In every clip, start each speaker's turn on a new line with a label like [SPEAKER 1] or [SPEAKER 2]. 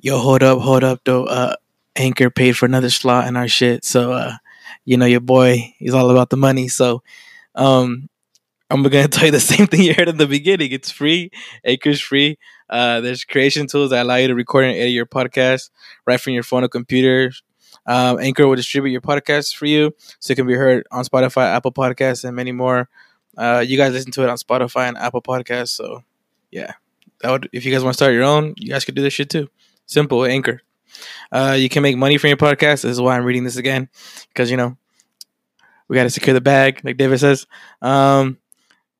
[SPEAKER 1] yo, hold up, hold up, though. Uh, Anchor paid for another slot in our shit, so uh, you know your boy, he's all about the money. So, um, I'm gonna tell you the same thing you heard in the beginning. It's free. Anchor's free. Uh, there's creation tools that allow you to record and edit your podcast right from your phone or computer. Um, Anchor will distribute your podcast for you, so it can be heard on Spotify, Apple Podcasts, and many more. Uh, you guys listen to it on Spotify and Apple Podcasts. So, yeah, that would if you guys want to start your own, you guys could do this shit too. Simple, Anchor. Uh, you can make money from your podcast. This is why I'm reading this again, because you know we got to secure the bag, like David says. Um,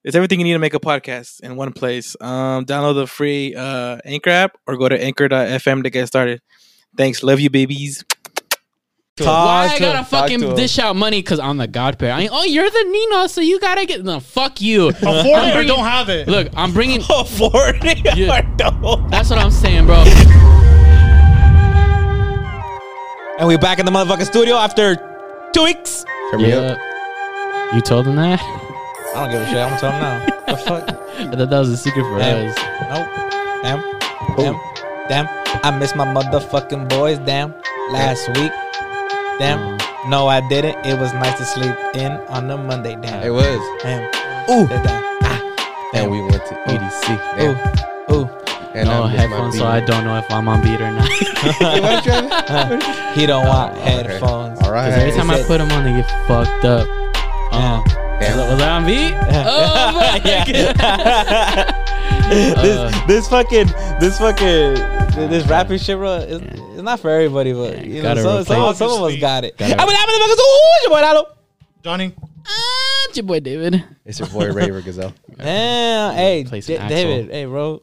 [SPEAKER 1] it's everything you need to make a podcast in one place. Um, download the free uh, Anchor app or go to anchor.fm to get started. Thanks. Love you, babies.
[SPEAKER 2] To
[SPEAKER 3] Talk
[SPEAKER 2] Why I
[SPEAKER 3] to
[SPEAKER 2] gotta
[SPEAKER 3] him, talk
[SPEAKER 2] fucking
[SPEAKER 3] to him.
[SPEAKER 2] dish out money? Cause I'm the godparent. I mean, oh, you're the Nino, so you gotta get no. Fuck you.
[SPEAKER 4] A
[SPEAKER 2] I'm
[SPEAKER 4] foreigner
[SPEAKER 2] bringing-
[SPEAKER 4] don't have it.
[SPEAKER 2] Look, I'm bringing.
[SPEAKER 1] Oh, 40
[SPEAKER 2] Yeah.
[SPEAKER 1] no.
[SPEAKER 2] That's what I'm saying, bro.
[SPEAKER 3] And we back in the motherfucking studio after two weeks. Turn me up.
[SPEAKER 2] You told him that?
[SPEAKER 3] I don't give a shit. I'm gonna tell him now. the fuck?
[SPEAKER 2] I thought that was a secret for
[SPEAKER 3] Damn.
[SPEAKER 2] us.
[SPEAKER 3] Nope. Damn. Damn. Damn. I miss my motherfucking boys. Damn. Last week. Damn. No, I didn't. It was nice to sleep in on a Monday.
[SPEAKER 5] It
[SPEAKER 3] Damn.
[SPEAKER 5] was.
[SPEAKER 3] Damn. Ooh.
[SPEAKER 5] And we went
[SPEAKER 3] Oh.
[SPEAKER 5] to EDC.
[SPEAKER 3] Ooh.
[SPEAKER 5] Damn.
[SPEAKER 3] Ooh.
[SPEAKER 5] And
[SPEAKER 2] No
[SPEAKER 5] I missed my
[SPEAKER 2] headphones,
[SPEAKER 5] beat.
[SPEAKER 2] so I don't know if I'm on beat or not.
[SPEAKER 5] Hey, what is driving?
[SPEAKER 3] He don't want
[SPEAKER 5] Okay.
[SPEAKER 3] headphones.
[SPEAKER 5] All right.
[SPEAKER 2] Cause every time I put them on, they get fucked up.
[SPEAKER 3] Yeah.
[SPEAKER 2] Uh, was, I, was I on beat? Oh my Uh, god.
[SPEAKER 3] this this fucking this fucking this rapping shit, bro. It's, it's not for everybody, but you know,
[SPEAKER 2] gotta
[SPEAKER 3] some, some,
[SPEAKER 2] replace-
[SPEAKER 3] some of us
[SPEAKER 4] Obviously.
[SPEAKER 3] got it.
[SPEAKER 2] Gotta-
[SPEAKER 3] I mean, I'm in the motherfuckers. Ooh, your boy Lalo.
[SPEAKER 4] Johnny,
[SPEAKER 2] Ah, it's your boy David.
[SPEAKER 5] It's your boy Ray Gazelle.
[SPEAKER 3] Damn, hey,
[SPEAKER 2] play
[SPEAKER 3] D-
[SPEAKER 2] some Axl.
[SPEAKER 3] David, hey, bro,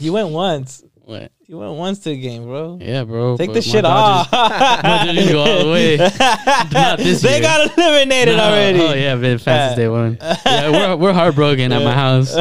[SPEAKER 3] you went once.
[SPEAKER 2] What?
[SPEAKER 3] You went once to the game, bro.
[SPEAKER 2] Yeah, bro.
[SPEAKER 3] Take
[SPEAKER 2] but
[SPEAKER 3] the
[SPEAKER 2] my
[SPEAKER 3] shit
[SPEAKER 2] Dodgers-
[SPEAKER 3] off.
[SPEAKER 2] My Dodgers go all the way. Not this
[SPEAKER 3] they
[SPEAKER 2] year.
[SPEAKER 3] got eliminated
[SPEAKER 2] No,
[SPEAKER 3] already.
[SPEAKER 2] Oh yeah, been fast as they won. Yeah, we're we're heartbroken at my house.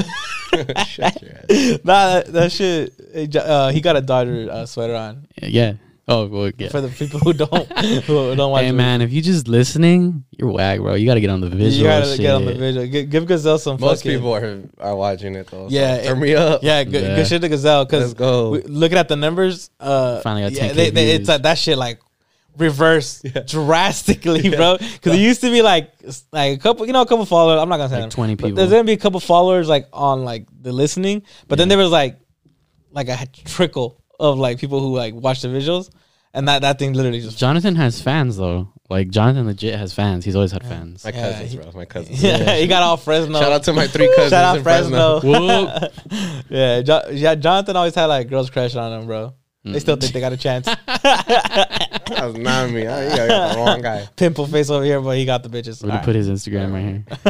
[SPEAKER 5] Shut your ass.
[SPEAKER 3] Nah, that, that shit. hey, Jo- Uh, he got a Dodger uh, sweater on
[SPEAKER 2] Yeah. Oh well, yeah.
[SPEAKER 3] for the people who don't who don't watch.
[SPEAKER 2] Hey
[SPEAKER 3] the-
[SPEAKER 2] man, if you just listening, you're wag, bro. You gotta get on the visual.
[SPEAKER 3] you gotta get on the
[SPEAKER 2] shit.
[SPEAKER 3] visual. Give, give Gazelle some.
[SPEAKER 5] Most
[SPEAKER 3] fucking-
[SPEAKER 5] people are, are watching it though. so
[SPEAKER 3] Yeah,
[SPEAKER 5] turn
[SPEAKER 3] it-
[SPEAKER 5] me up.
[SPEAKER 3] Yeah, good,
[SPEAKER 2] Yeah.
[SPEAKER 3] good shit to Gazelle. Cause
[SPEAKER 5] Let's go.
[SPEAKER 3] we- looking at the numbers, uh,
[SPEAKER 2] Finally got
[SPEAKER 3] yeah,
[SPEAKER 2] 10K
[SPEAKER 3] they, they, it's
[SPEAKER 2] views.
[SPEAKER 3] like that shit like reversed drastically, bro. Because it used to be like s- like a couple, you know, a couple followers. I'm not gonna say
[SPEAKER 2] Like
[SPEAKER 3] them,
[SPEAKER 2] 20
[SPEAKER 3] but
[SPEAKER 2] people.
[SPEAKER 3] There's gonna be a couple followers like on like the listening, but then there was like like a trickle of like people who like watch the visuals, and that that thing literally just
[SPEAKER 2] Jonathan has fans though. Like Jonathan legit has fans. He's always had fans.
[SPEAKER 5] My
[SPEAKER 3] Yeah,
[SPEAKER 5] cousins,
[SPEAKER 3] he-
[SPEAKER 5] bro. My cousins.
[SPEAKER 3] yeah, he got all Fresno.
[SPEAKER 5] Shout out to my three cousins.
[SPEAKER 3] Shout out
[SPEAKER 5] in Fresno.
[SPEAKER 3] Fresno.
[SPEAKER 2] Whoa.
[SPEAKER 3] Yeah, jo- yeah, Jonathan always had like girls crashing on him, bro.
[SPEAKER 2] Mm.
[SPEAKER 3] They still think they got a chance.
[SPEAKER 5] That was not me. I, yeah, I got the wrong guy.
[SPEAKER 3] Pimple face over here, but he got the bitches.
[SPEAKER 2] We're gonna put his Instagram right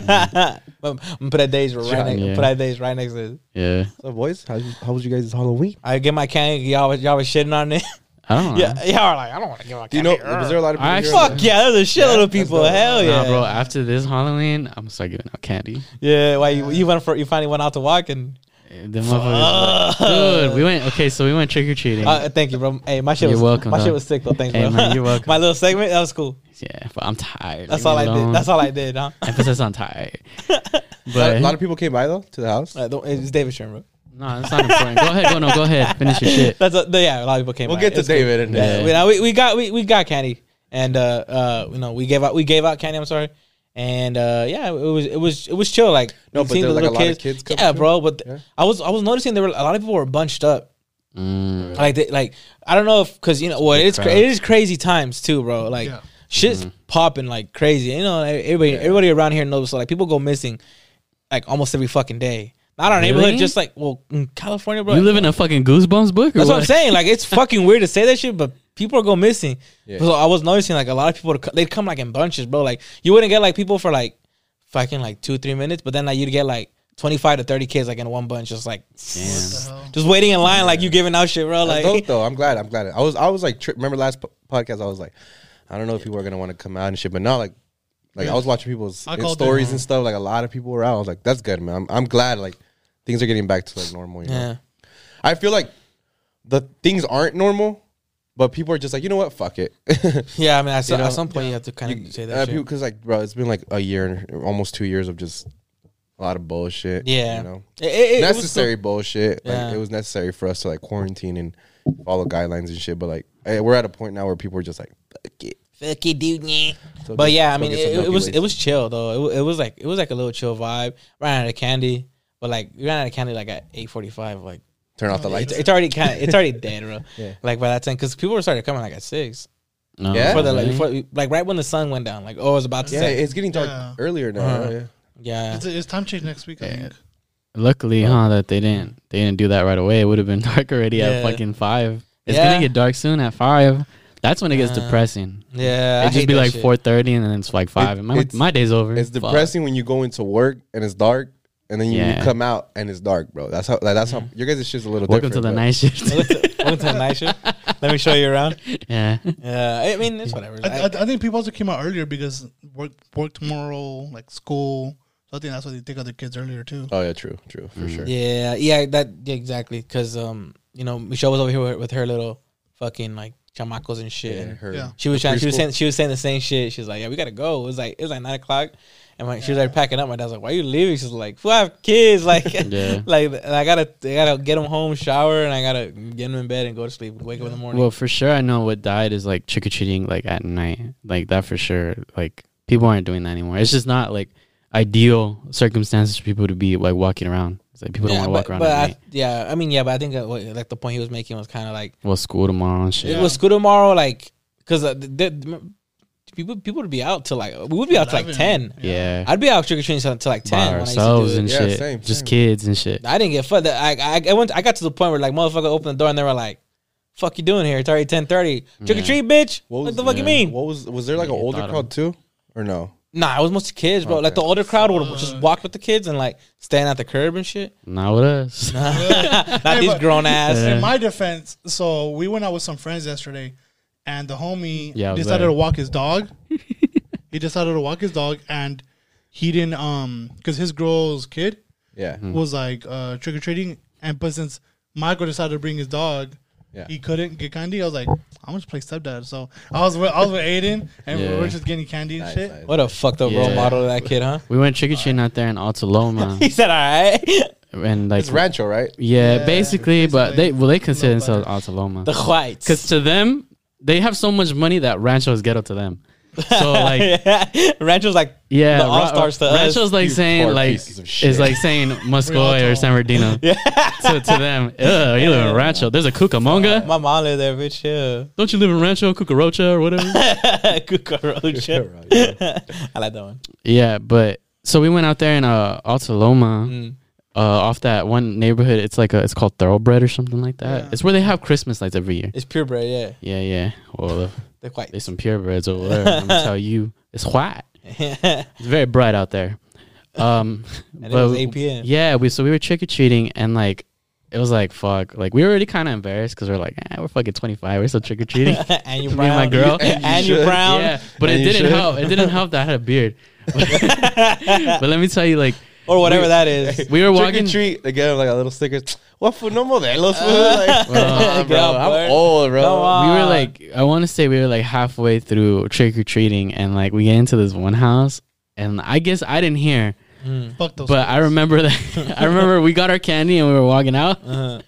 [SPEAKER 2] here.
[SPEAKER 3] I'm gonna put that days right
[SPEAKER 5] Johnny,
[SPEAKER 3] next.
[SPEAKER 2] yeah.
[SPEAKER 3] Put that days right next to. It.
[SPEAKER 2] Yeah.
[SPEAKER 5] So, boys, how, you- how was you guys' Halloween?
[SPEAKER 3] I get my candy. Y'all was y'all was shitting on it.
[SPEAKER 2] I don't know.
[SPEAKER 3] yeah, y'all were like, I don't want to give my
[SPEAKER 5] Do you
[SPEAKER 3] candy.
[SPEAKER 5] know? Was there a lot of people?
[SPEAKER 2] I
[SPEAKER 5] here?
[SPEAKER 3] Fuck yeah, there's a shitload of
[SPEAKER 5] that's
[SPEAKER 3] people.
[SPEAKER 5] dope.
[SPEAKER 3] Hell yeah,
[SPEAKER 2] Nah, bro. After this Halloween, I'm gonna start giving out candy.
[SPEAKER 3] Yeah, why you, you went for you finally went out to walk and
[SPEAKER 2] Eh, The motherfuckers- Dude, we went. Okay, so we went trick or treating.
[SPEAKER 3] uh, thank you, bro. Hey, my shit
[SPEAKER 2] You're
[SPEAKER 3] was
[SPEAKER 2] welcome,
[SPEAKER 3] my
[SPEAKER 2] dog.
[SPEAKER 3] shit was sick though. Thanks,
[SPEAKER 2] Hey,
[SPEAKER 3] bro.
[SPEAKER 2] man, you're welcome.
[SPEAKER 3] my little segment that was cool.
[SPEAKER 2] yeah, but I'm tired.
[SPEAKER 3] That's
[SPEAKER 2] Leave me
[SPEAKER 3] all I
[SPEAKER 2] alone.
[SPEAKER 3] did. That's all I did, huh?
[SPEAKER 2] Emphasis on tired.
[SPEAKER 5] A lot,
[SPEAKER 2] But
[SPEAKER 5] a lot of people came by though to the house.
[SPEAKER 3] Uh, don't- it's David Sherman. bro.
[SPEAKER 2] no, that's not important. Go ahead, go no, go ahead. Finish your shit.
[SPEAKER 3] That's a, yeah, a lot of people came.
[SPEAKER 5] We'll
[SPEAKER 3] by.
[SPEAKER 5] get to
[SPEAKER 3] It's cool.
[SPEAKER 5] David in
[SPEAKER 3] Yeah,
[SPEAKER 5] there.
[SPEAKER 3] we, now we, we got we, we got candy, and uh, uh, you know we gave out we gave out candy. I'm sorry, and uh, yeah, it was it was it was chill. Like
[SPEAKER 5] No,
[SPEAKER 3] we
[SPEAKER 5] but
[SPEAKER 3] seen
[SPEAKER 5] there
[SPEAKER 3] the
[SPEAKER 5] was, like,
[SPEAKER 3] little
[SPEAKER 5] a lot of kids coming
[SPEAKER 3] yeah,
[SPEAKER 5] through?
[SPEAKER 3] bro. But th-
[SPEAKER 5] Yeah.
[SPEAKER 3] I was I was noticing there were a lot of people were bunched up.
[SPEAKER 2] Mm,
[SPEAKER 3] Like they, like I don't know if because you know well it's cra-
[SPEAKER 2] crowd.
[SPEAKER 3] it is crazy times too, bro. Like
[SPEAKER 4] Yeah.
[SPEAKER 3] shit's
[SPEAKER 5] Mm-hmm.
[SPEAKER 3] popping like crazy. You know like, everybody everybody around here knows. So like people go missing like almost every fucking day. Not our neighborhood,
[SPEAKER 2] Really?
[SPEAKER 3] just like well, in California, bro.
[SPEAKER 2] you live in a fucking Goosebumps book? Or
[SPEAKER 3] That's what I'm saying. Like it's fucking weird to say that shit, but people are going missing.
[SPEAKER 5] Yeah.
[SPEAKER 3] So I was noticing like a lot of people would co- they'd come like in bunches, bro. Like you wouldn't get like people for like fucking like two three minutes, but then like you'd get like twenty five to thirty kids like in one bunch, just like
[SPEAKER 2] Damn.
[SPEAKER 3] just waiting in line like you giving out shit, bro. Like
[SPEAKER 5] That's dope though. I'm glad. I'm glad. I was. I was like. Tri- remember last po- podcast? I was like, I don't know if people are gonna want to come out and shit, but now like, like I was watching people's
[SPEAKER 4] I
[SPEAKER 5] in-
[SPEAKER 4] called it,
[SPEAKER 5] stories
[SPEAKER 4] huh?
[SPEAKER 5] and stuff. Like a lot of people were out. I was like, that's good, man. I'm, I'm glad. Like things are getting back to like normal. You know?
[SPEAKER 3] yeah,
[SPEAKER 5] I feel like the things aren't normal, but people are just like, you know what? Fuck it.
[SPEAKER 3] yeah. I mean, at, so-
[SPEAKER 5] know,
[SPEAKER 3] at some point you have to kind of say that.
[SPEAKER 5] uh,
[SPEAKER 3] shit.
[SPEAKER 5] Because like, bro, it's been like a year, and almost two years of just a lot of bullshit.
[SPEAKER 3] Yeah.
[SPEAKER 5] you know,
[SPEAKER 3] It- it- it was
[SPEAKER 5] necessary bullshit. Like
[SPEAKER 3] Yeah.
[SPEAKER 5] it was necessary for us to like quarantine and follow guidelines and shit. But like, eh, we're at a point now where people are just like, fuck it.
[SPEAKER 3] cool. Fuck it, dude. yeah.
[SPEAKER 5] So
[SPEAKER 3] But
[SPEAKER 5] get-
[SPEAKER 3] yeah, I
[SPEAKER 5] go
[SPEAKER 3] mean,
[SPEAKER 5] get some
[SPEAKER 3] it, it
[SPEAKER 5] Milky
[SPEAKER 3] was
[SPEAKER 5] Ways.
[SPEAKER 3] it was chill though. It, wa- it was like it was like a little chill vibe. Ran out of candy, but like we ran out of candy like at eight forty five. Like
[SPEAKER 5] turn off the
[SPEAKER 3] it's,
[SPEAKER 5] lights.
[SPEAKER 3] it's already kind of it's already dead, bro.
[SPEAKER 5] Yeah.
[SPEAKER 3] Like by that time, because people were started coming like at six.
[SPEAKER 2] No,
[SPEAKER 5] Yeah.
[SPEAKER 3] Before the like,
[SPEAKER 2] really?
[SPEAKER 3] before, like right when the sun went down, like oh, it was about to
[SPEAKER 5] Yeah,
[SPEAKER 3] set.
[SPEAKER 5] it's getting dark
[SPEAKER 4] Yeah.
[SPEAKER 5] earlier now.
[SPEAKER 3] Uh-huh.
[SPEAKER 5] yeah.
[SPEAKER 3] yeah,
[SPEAKER 4] It's, it's time change next week. I think.
[SPEAKER 2] Luckily, huh, that they didn't they didn't do that right away. It would have been dark already
[SPEAKER 3] Yeah.
[SPEAKER 2] at fucking five. It's
[SPEAKER 3] Yeah.
[SPEAKER 2] gonna get dark soon at five. That's when it gets
[SPEAKER 3] Uh,
[SPEAKER 2] depressing.
[SPEAKER 3] yeah. I
[SPEAKER 2] It
[SPEAKER 3] hate
[SPEAKER 2] just be
[SPEAKER 3] that
[SPEAKER 2] like
[SPEAKER 3] shit.
[SPEAKER 2] four thirty, and then it's like five, and my
[SPEAKER 5] it's-
[SPEAKER 2] my day's over.
[SPEAKER 5] It's
[SPEAKER 2] Fuck.
[SPEAKER 5] depressing when you go into work and it's dark, and then you, you
[SPEAKER 2] Yeah.
[SPEAKER 5] come out and it's dark, bro. That's how. Like, that's how. Your guys' shit's a little.
[SPEAKER 2] Welcome to the
[SPEAKER 5] different, but-
[SPEAKER 2] night shift.
[SPEAKER 3] Welcome to the night shift. Let me show you around.
[SPEAKER 2] yeah,
[SPEAKER 3] Yeah, I mean it's whatever.
[SPEAKER 4] I, I, I think people also came out earlier because work work tomorrow, like school. So I think that's why they take out their kids earlier too.
[SPEAKER 5] Oh yeah, true, true,
[SPEAKER 3] Mm.
[SPEAKER 5] for sure.
[SPEAKER 3] Yeah, yeah, that yeah, exactly. Because um, you know, Michelle was over here with, with her little fucking like chamacos and shit. and
[SPEAKER 5] her-
[SPEAKER 4] Yeah.
[SPEAKER 3] she was trying. She was
[SPEAKER 5] preschool.
[SPEAKER 3] saying. She was saying the same shit. She was like, "Yeah, we gotta go." It was like it was like nine o'clock, and my, she was like packing up. My dad's like, "Why are you leaving?" She's like, "Well, I have kids. Like,
[SPEAKER 2] Yeah.
[SPEAKER 3] like and I gotta, I gotta get them home, shower, and I gotta get them in bed and go to sleep. Wake up in the morning."
[SPEAKER 2] well, for sure, I know what died is like trick or treating, like at night, like that for sure. Like people aren't doing that anymore. It's just not like ideal circumstances for people to be like walking around. It's like people
[SPEAKER 3] yeah,
[SPEAKER 2] don't want to
[SPEAKER 3] but,
[SPEAKER 2] walk around
[SPEAKER 3] but
[SPEAKER 2] at
[SPEAKER 3] I,
[SPEAKER 2] night.
[SPEAKER 3] yeah, I mean, yeah, but I think uh, what, like the point he was making was kind of like
[SPEAKER 2] Well, school tomorrow and shit.
[SPEAKER 3] it was school tomorrow, like because uh, the, the, people people would be out till like we would be out till like
[SPEAKER 4] 11.
[SPEAKER 3] ten.
[SPEAKER 2] yeah.
[SPEAKER 3] I'd be out trick or treating until like ten.
[SPEAKER 2] by
[SPEAKER 3] When I, used to do
[SPEAKER 2] ourselves
[SPEAKER 3] it.
[SPEAKER 2] and
[SPEAKER 5] Yeah,
[SPEAKER 2] shit.
[SPEAKER 5] same,
[SPEAKER 2] Just
[SPEAKER 5] same.
[SPEAKER 2] kids and shit.
[SPEAKER 3] I didn't get fucked. I, I I went. I got to the point where like motherfucker opened the door and they were like, "Fuck you doing here? It's already ten thirty. Trick or
[SPEAKER 2] Yeah.
[SPEAKER 3] treat, bitch. What,
[SPEAKER 5] was-
[SPEAKER 3] the fuck you
[SPEAKER 2] yeah.
[SPEAKER 3] mean?
[SPEAKER 5] What was was there like an
[SPEAKER 2] You
[SPEAKER 5] older
[SPEAKER 2] thought
[SPEAKER 5] crowd too, or no?
[SPEAKER 3] Nah, it was mostly kids, bro. Like
[SPEAKER 5] Okay.
[SPEAKER 3] the older crowd would just walk with the kids and like stand at the curb and shit.
[SPEAKER 2] Not with us.
[SPEAKER 3] Not these
[SPEAKER 4] but-
[SPEAKER 3] grown ass.
[SPEAKER 4] In my defense, so we went out with some friends yesterday, and the homie
[SPEAKER 2] Yeah, I was
[SPEAKER 4] decided
[SPEAKER 2] there.
[SPEAKER 4] to walk his dog. he decided to walk his dog, and he didn't um because his girl's kid
[SPEAKER 5] Yeah,
[SPEAKER 3] Mm.
[SPEAKER 4] was like uh, trick or treating, and but since Michael decided to bring his dog.
[SPEAKER 5] Yeah.
[SPEAKER 4] He couldn't get candy. I was like, I'm just play stepdad. So I was with I was with Aiden, and we
[SPEAKER 2] Yeah.
[SPEAKER 4] were just getting candy and
[SPEAKER 5] Nice,
[SPEAKER 4] shit.
[SPEAKER 5] nice.
[SPEAKER 3] What a fucked up role
[SPEAKER 2] Yeah.
[SPEAKER 3] model of that kid, huh?
[SPEAKER 2] We went trick or treating out there in Altaloma,
[SPEAKER 3] He said, "All right,
[SPEAKER 2] and like,
[SPEAKER 5] It's Rancho, right?
[SPEAKER 2] yeah,
[SPEAKER 4] Yeah,
[SPEAKER 2] basically, But
[SPEAKER 4] basically.
[SPEAKER 2] they well, they consider
[SPEAKER 4] No, but-
[SPEAKER 2] themselves Altaloma
[SPEAKER 3] the whites."
[SPEAKER 2] because to them, they have so much money that Rancho is ghetto to them. So like,
[SPEAKER 3] Rancho's like,
[SPEAKER 2] yeah,
[SPEAKER 3] The
[SPEAKER 2] Ra-
[SPEAKER 3] All-Stars to us.
[SPEAKER 2] Rancho's like
[SPEAKER 5] You
[SPEAKER 2] saying
[SPEAKER 5] poor
[SPEAKER 2] like
[SPEAKER 5] pieces of
[SPEAKER 2] it's
[SPEAKER 5] shit.
[SPEAKER 2] like saying Muscoy or San Bernardino. yeah, to, to them, ugh, you live in Rancho. There's a Cucamonga.
[SPEAKER 3] "My mom lived there, bitch. Yeah,
[SPEAKER 2] Don't you live in Rancho Cucarocha or whatever?
[SPEAKER 3] Cucaracha.
[SPEAKER 5] Yeah.
[SPEAKER 3] I like that one.
[SPEAKER 2] Yeah, but so we went out there in uh Altaloma,
[SPEAKER 3] Mm.
[SPEAKER 2] uh, off that one neighborhood. It's like a, it's called Thoroughbred or something like that. It's where they have Christmas lights every year.
[SPEAKER 3] It's purebred, yeah.
[SPEAKER 2] Yeah, yeah. Well,
[SPEAKER 3] They're white.
[SPEAKER 2] there's some purebreds over there. I'm gonna tell you, it's white. It's very bright out there. Um,
[SPEAKER 3] And it
[SPEAKER 2] but
[SPEAKER 3] was
[SPEAKER 2] we-
[SPEAKER 3] 8 p.m..
[SPEAKER 2] Yeah, we so we were trick or treating and like. It was like fuck. Like we were already kind of embarrassed because we are like, eh, we're fucking twenty five. We're still trick or treating.
[SPEAKER 3] and you
[SPEAKER 2] Me and
[SPEAKER 3] brown.
[SPEAKER 2] my girl.
[SPEAKER 3] And,
[SPEAKER 2] And
[SPEAKER 5] you
[SPEAKER 3] you
[SPEAKER 5] should.
[SPEAKER 3] brown.
[SPEAKER 2] yeah, but it
[SPEAKER 5] And you
[SPEAKER 2] didn't
[SPEAKER 5] should.
[SPEAKER 2] help. It didn't help that I had a beard. but let me tell you, like
[SPEAKER 3] Or whatever that is.
[SPEAKER 2] we were
[SPEAKER 5] Trick
[SPEAKER 2] walking.
[SPEAKER 5] or treat again, like a little sticker. What for? No modelos. fool?" Like, come on, bro,
[SPEAKER 3] Yeah,
[SPEAKER 5] I'm
[SPEAKER 3] bud.
[SPEAKER 5] old, bro.
[SPEAKER 3] Come on.
[SPEAKER 2] we were like i want to say we were like halfway through trick-or-treating and like we get into this one house and i guess i didn't hear
[SPEAKER 4] Fuck those.
[SPEAKER 2] but i remember that i remember we got our candy and we were walking out
[SPEAKER 3] Uh-huh.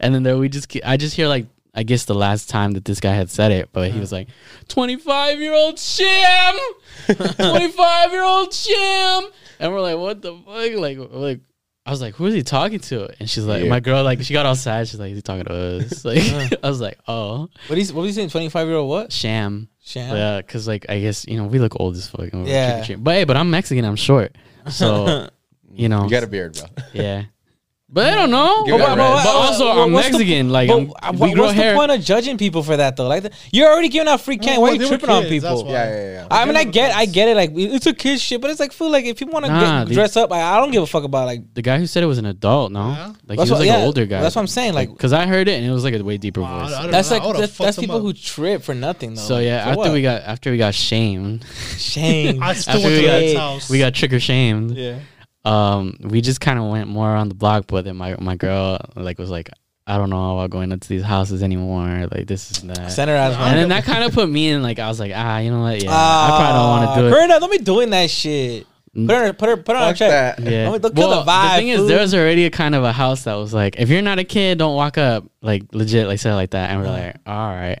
[SPEAKER 2] and then there we just ke- i just hear like i guess the last time that this guy had said it but he was
[SPEAKER 5] Uh-huh.
[SPEAKER 2] like 25 year old sham 25 year old sham and we're like what the fuck like we're like I was like, who is he talking to? And she's like,
[SPEAKER 5] Yeah. Uh-huh.
[SPEAKER 2] my girl, like, she got all sad. She's like, is he talking to us? Like, I was like, oh,
[SPEAKER 3] What is what was he saying? Twenty five year old what?
[SPEAKER 2] sham.
[SPEAKER 3] Sham.
[SPEAKER 2] Yeah, because like I guess you know we look old as fuck. and we're
[SPEAKER 3] Yeah.
[SPEAKER 2] trick-or-treating. But hey, but I'm Mexican. I'm short, so you know.
[SPEAKER 5] You got a beard, bro.
[SPEAKER 2] yeah. But I don't know.
[SPEAKER 5] Give it
[SPEAKER 2] But,
[SPEAKER 5] a rest.
[SPEAKER 2] but also
[SPEAKER 3] What-
[SPEAKER 2] I'm
[SPEAKER 3] what's the-
[SPEAKER 2] Mexican. like
[SPEAKER 3] but uh,
[SPEAKER 2] I'm,
[SPEAKER 3] wha-
[SPEAKER 2] we grow
[SPEAKER 3] what's
[SPEAKER 2] hair.
[SPEAKER 3] the point of judging people for that though? Like, the, you're already giving out free candy.
[SPEAKER 4] Well,
[SPEAKER 3] Why are you
[SPEAKER 4] they were
[SPEAKER 3] tripping on
[SPEAKER 4] kids, that's
[SPEAKER 3] people?
[SPEAKER 4] why.
[SPEAKER 5] Yeah, yeah, yeah.
[SPEAKER 3] I mean, I get, I get it. Like, it's a kid shit, but it's like, feel like if you want to
[SPEAKER 2] Nah,
[SPEAKER 3] get
[SPEAKER 2] dude.
[SPEAKER 3] dress up, like, I don't give a fuck about like.
[SPEAKER 2] the guy who said it was an adult. No,
[SPEAKER 4] Yeah.
[SPEAKER 2] like he
[SPEAKER 3] That's
[SPEAKER 2] was
[SPEAKER 3] what-
[SPEAKER 2] like
[SPEAKER 3] yeah,
[SPEAKER 2] an older guy.
[SPEAKER 3] that's what I'm saying, like-
[SPEAKER 2] because I heard it and it was like a way deeper
[SPEAKER 4] Wow, I
[SPEAKER 2] voice.
[SPEAKER 4] don't
[SPEAKER 3] That's
[SPEAKER 4] know, I
[SPEAKER 3] like
[SPEAKER 4] would've
[SPEAKER 3] that's,
[SPEAKER 4] fucked
[SPEAKER 3] that's
[SPEAKER 4] them
[SPEAKER 3] people
[SPEAKER 4] up.
[SPEAKER 3] who trip for nothing though.
[SPEAKER 2] So yeah,
[SPEAKER 3] For
[SPEAKER 2] after
[SPEAKER 3] what?
[SPEAKER 2] we got after we got shamed,
[SPEAKER 3] shame.
[SPEAKER 4] I still
[SPEAKER 2] After
[SPEAKER 4] went
[SPEAKER 2] we
[SPEAKER 4] to
[SPEAKER 2] got-
[SPEAKER 4] that house.
[SPEAKER 2] we got trick or shamed.
[SPEAKER 3] yeah.
[SPEAKER 2] um, we just kind of went more around the block, but then my, my girl like was like, I don't know about going into these houses anymore. Like this is that.
[SPEAKER 3] Center as
[SPEAKER 2] and
[SPEAKER 3] my.
[SPEAKER 2] then that
[SPEAKER 5] Ah,
[SPEAKER 2] kind of put me in like I was like, ah, you know what? Yeah, I probably don't want to do it. Mm.
[SPEAKER 3] Growing up, don't be doing that shit. Put her, put her, put her on a
[SPEAKER 5] Fuck
[SPEAKER 3] check.
[SPEAKER 5] that.
[SPEAKER 2] Yeah.
[SPEAKER 3] Let me- look, kill the vibe,
[SPEAKER 2] thing is,
[SPEAKER 3] fool.
[SPEAKER 2] there was already a kind of a house that was like, if you're not a kid, don't walk up. Like legit, like said like that, and we're
[SPEAKER 5] Uh-huh.
[SPEAKER 2] like, all right.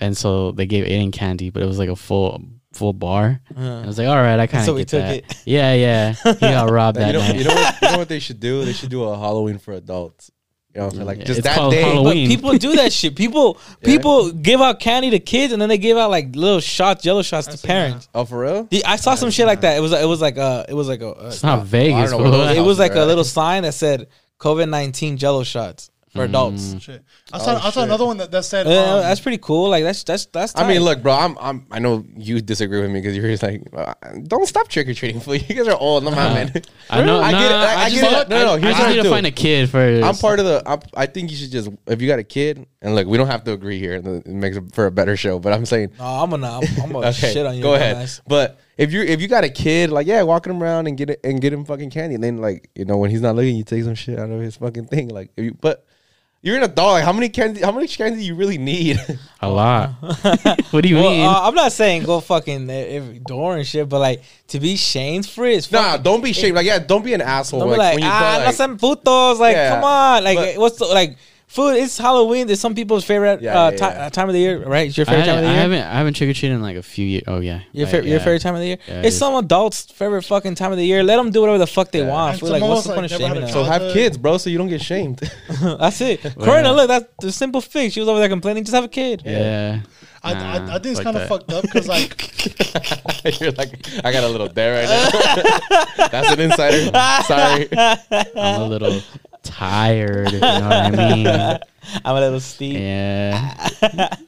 [SPEAKER 2] And so they gave Aiden candy, but it was like a full full bar.
[SPEAKER 3] Uh-huh.
[SPEAKER 2] And I was like, all right, I kind of
[SPEAKER 3] So we
[SPEAKER 2] get
[SPEAKER 3] took
[SPEAKER 2] that.
[SPEAKER 3] it.
[SPEAKER 2] Yeah, yeah. He got robbed
[SPEAKER 5] you
[SPEAKER 2] that
[SPEAKER 5] know,
[SPEAKER 2] night.
[SPEAKER 5] you know, what, you know what they should do? They should do a Halloween for adults. You know, what I'm saying? like
[SPEAKER 2] Yeah,
[SPEAKER 5] just
[SPEAKER 2] it's
[SPEAKER 5] that
[SPEAKER 2] called
[SPEAKER 5] day.
[SPEAKER 2] Halloween.
[SPEAKER 3] But people do that shit. People, people give out candy to kids, and then they give out like little shots, yellow shots to
[SPEAKER 4] seen
[SPEAKER 3] parents.
[SPEAKER 5] Oh, for real?
[SPEAKER 3] The- I saw some shit like that. It was, it was like, uh, it was like a, uh,
[SPEAKER 2] it's not Vegas.
[SPEAKER 5] know what
[SPEAKER 2] bro.
[SPEAKER 5] it
[SPEAKER 3] it was like a
[SPEAKER 5] Right.
[SPEAKER 3] little sign that said COVID nineteen Jello shots for
[SPEAKER 2] Mm.
[SPEAKER 3] adults.
[SPEAKER 4] Shit. I saw, I saw
[SPEAKER 5] Oh, shit.
[SPEAKER 4] another one that, that said,
[SPEAKER 3] Uh,
[SPEAKER 4] um,
[SPEAKER 3] that's pretty cool. Like that's that's that's.
[SPEAKER 5] I mean,
[SPEAKER 3] tight.
[SPEAKER 5] look, bro. I'm, I'm. I know you disagree with me because you're just like, uh, don't stop trick or treating. fool. You guys are old. No, my man.
[SPEAKER 2] Uh-huh. I know.
[SPEAKER 5] I
[SPEAKER 2] nah,
[SPEAKER 5] get it.
[SPEAKER 2] I,
[SPEAKER 5] I, I
[SPEAKER 2] just,
[SPEAKER 5] get it. No, no.
[SPEAKER 2] I,
[SPEAKER 5] Here's
[SPEAKER 2] I just
[SPEAKER 5] what
[SPEAKER 2] need
[SPEAKER 5] I
[SPEAKER 2] to
[SPEAKER 5] do.
[SPEAKER 2] find a kid first.
[SPEAKER 5] I'm part of the. I'm, I think you should just if you got a kid and look, we don't have to agree here. It makes it for a better show. But I'm saying
[SPEAKER 3] no, I'm gonna I'm, I'm gonna
[SPEAKER 5] okay,
[SPEAKER 3] shit on you.
[SPEAKER 5] Go ahead.
[SPEAKER 3] dumbass.
[SPEAKER 5] But if you if you got a kid, like yeah, walking him around and get it, and get him fucking candy, and then like you know when he's not looking, you take some shit out of his fucking thing. Like if you, but you're an adult. Like how many candy? How much candy do you really need?
[SPEAKER 2] a lot. what do you
[SPEAKER 3] Well,
[SPEAKER 2] mean?
[SPEAKER 3] uh, I'm not saying go fucking every door and shit, but like to be shamed for it is
[SPEAKER 5] nah,
[SPEAKER 3] fucking-
[SPEAKER 5] don't be ashamed. Like yeah, don't be an asshole.
[SPEAKER 3] Don't
[SPEAKER 5] like,
[SPEAKER 3] be like,
[SPEAKER 5] when you
[SPEAKER 3] ah,
[SPEAKER 5] go,
[SPEAKER 3] no
[SPEAKER 5] like,
[SPEAKER 3] some putos. Like,
[SPEAKER 5] Yeah.
[SPEAKER 3] come on. Like,
[SPEAKER 5] But-
[SPEAKER 3] what's the, like, food? It's Halloween. It's some people's favorite
[SPEAKER 5] Yeah,
[SPEAKER 3] uh,
[SPEAKER 5] yeah,
[SPEAKER 3] ti-
[SPEAKER 5] yeah.
[SPEAKER 3] uh, time of the year, right? It's your
[SPEAKER 2] I,
[SPEAKER 3] favorite time of
[SPEAKER 2] haven't,
[SPEAKER 3] the
[SPEAKER 2] I
[SPEAKER 3] year.
[SPEAKER 2] haven't. I haven't trick or treated in like a few years. Oh yeah.
[SPEAKER 3] your,
[SPEAKER 2] Like,
[SPEAKER 3] fa- your
[SPEAKER 2] yeah.
[SPEAKER 3] favorite time of the year.
[SPEAKER 2] Yeah, it
[SPEAKER 3] it's
[SPEAKER 2] is.
[SPEAKER 3] some adult's favorite fucking time of the year. Let them do whatever the fuck they want.
[SPEAKER 4] And
[SPEAKER 3] Food. Like,
[SPEAKER 4] some
[SPEAKER 3] what's the
[SPEAKER 4] of
[SPEAKER 3] point
[SPEAKER 4] us,
[SPEAKER 3] of
[SPEAKER 4] like, never
[SPEAKER 3] shaming
[SPEAKER 4] had
[SPEAKER 5] So
[SPEAKER 3] them?
[SPEAKER 5] have kids, bro, so you don't get shamed.
[SPEAKER 3] That's it. Corinna, look, that's the simple fix. She was over there complaining. Just have a kid.
[SPEAKER 2] Yeah.
[SPEAKER 4] I, I, I think it's
[SPEAKER 2] Nah,
[SPEAKER 4] kind of
[SPEAKER 2] fuck
[SPEAKER 4] fucked up because, like,
[SPEAKER 5] You're like, I got a little dare right now. That's an insider. Sorry.
[SPEAKER 2] I'm a little tired. If you know what I mean?
[SPEAKER 3] I'm a little steep.
[SPEAKER 2] Yeah.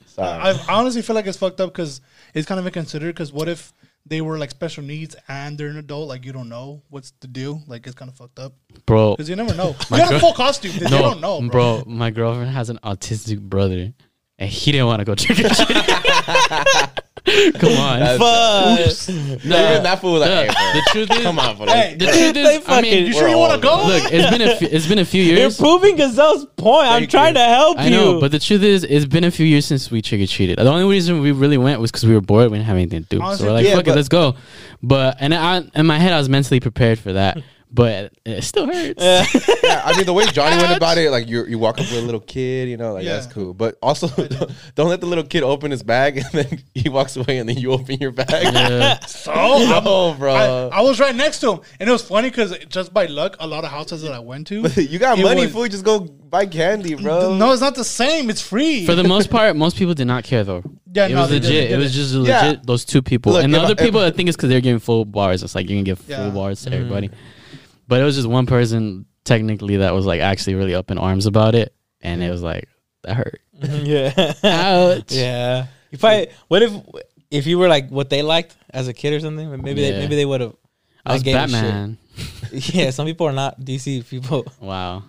[SPEAKER 5] Sorry.
[SPEAKER 4] I I honestly feel like it's fucked up because it's kind of inconsiderate. Because what if they were like special needs and they're an adult? Like, you don't know what's the deal. Like, it's kind of fucked up
[SPEAKER 2] Bro.
[SPEAKER 4] because you never know. you got a full costume. dude. you don't know, bro.
[SPEAKER 2] bro. My girlfriend has an autistic brother, and he didn't want to go trick or treating. Come on.
[SPEAKER 5] That's-
[SPEAKER 3] But
[SPEAKER 5] No, even that fool was like,
[SPEAKER 2] Look,
[SPEAKER 5] hey,
[SPEAKER 2] the truth is,
[SPEAKER 5] bro, come on, bro.
[SPEAKER 4] Hey,
[SPEAKER 2] the truth
[SPEAKER 3] They
[SPEAKER 2] is, I mean,
[SPEAKER 3] fucking-
[SPEAKER 4] you sure you want to
[SPEAKER 5] old,
[SPEAKER 4] go?
[SPEAKER 2] look, it's been a few, it's been a few
[SPEAKER 3] you're
[SPEAKER 2] years.
[SPEAKER 3] proving Gazelle's point. I'm
[SPEAKER 5] Thank
[SPEAKER 3] trying
[SPEAKER 5] you.
[SPEAKER 3] to help
[SPEAKER 2] I
[SPEAKER 3] you.
[SPEAKER 2] know, but the truth is, it's been a few years since we trick or treated. The only reason we really went was because we were bored. We didn't have anything to do,
[SPEAKER 4] Honestly,
[SPEAKER 2] so we're like,
[SPEAKER 5] yeah,
[SPEAKER 2] "Fuck it,
[SPEAKER 5] but-
[SPEAKER 2] let's go." But and I, in my head, I was mentally prepared for that, but it still hurts.
[SPEAKER 5] yeah, I mean, the way Johnny went about it, like you you walk up with a little kid, you know, like
[SPEAKER 4] Yeah.
[SPEAKER 5] that's cool. But also, don't, don't let the little kid open his bag and then he walks away and then you open your bag.
[SPEAKER 4] So I'm-
[SPEAKER 5] No, Oh, bro.
[SPEAKER 4] I, I was right next to him, and it was funny because just by luck, a lot of houses that I went to,
[SPEAKER 5] you got
[SPEAKER 4] it
[SPEAKER 5] money,
[SPEAKER 4] was-
[SPEAKER 5] fool. Just go buy candy, bro.
[SPEAKER 4] No, it's not the same. It's free.
[SPEAKER 2] for the most part, most people did not care though.
[SPEAKER 4] Yeah,
[SPEAKER 2] it
[SPEAKER 4] no,
[SPEAKER 2] was
[SPEAKER 4] they didn't,
[SPEAKER 2] legit.
[SPEAKER 4] they
[SPEAKER 2] It was
[SPEAKER 4] didn't.
[SPEAKER 2] just
[SPEAKER 5] Yeah.
[SPEAKER 2] legit. Those two people
[SPEAKER 5] Look,
[SPEAKER 2] and the
[SPEAKER 5] if
[SPEAKER 2] other
[SPEAKER 5] I- if-
[SPEAKER 2] people, I think it's because they're giving full bars. It's like you're gonna give
[SPEAKER 4] Yeah.
[SPEAKER 2] full bars to everybody, but it was just one person technically that was like actually really up in arms about it, and it was like that hurt.
[SPEAKER 3] yeah.
[SPEAKER 2] Ouch.
[SPEAKER 3] Yeah. You probably what if if you were like what they liked as a kid or something? Maybe they
[SPEAKER 2] Yeah.
[SPEAKER 3] maybe they would have.
[SPEAKER 2] I was
[SPEAKER 3] gave a shit.
[SPEAKER 2] Batman.
[SPEAKER 3] Yeah, some people are not DC people.
[SPEAKER 2] Wow.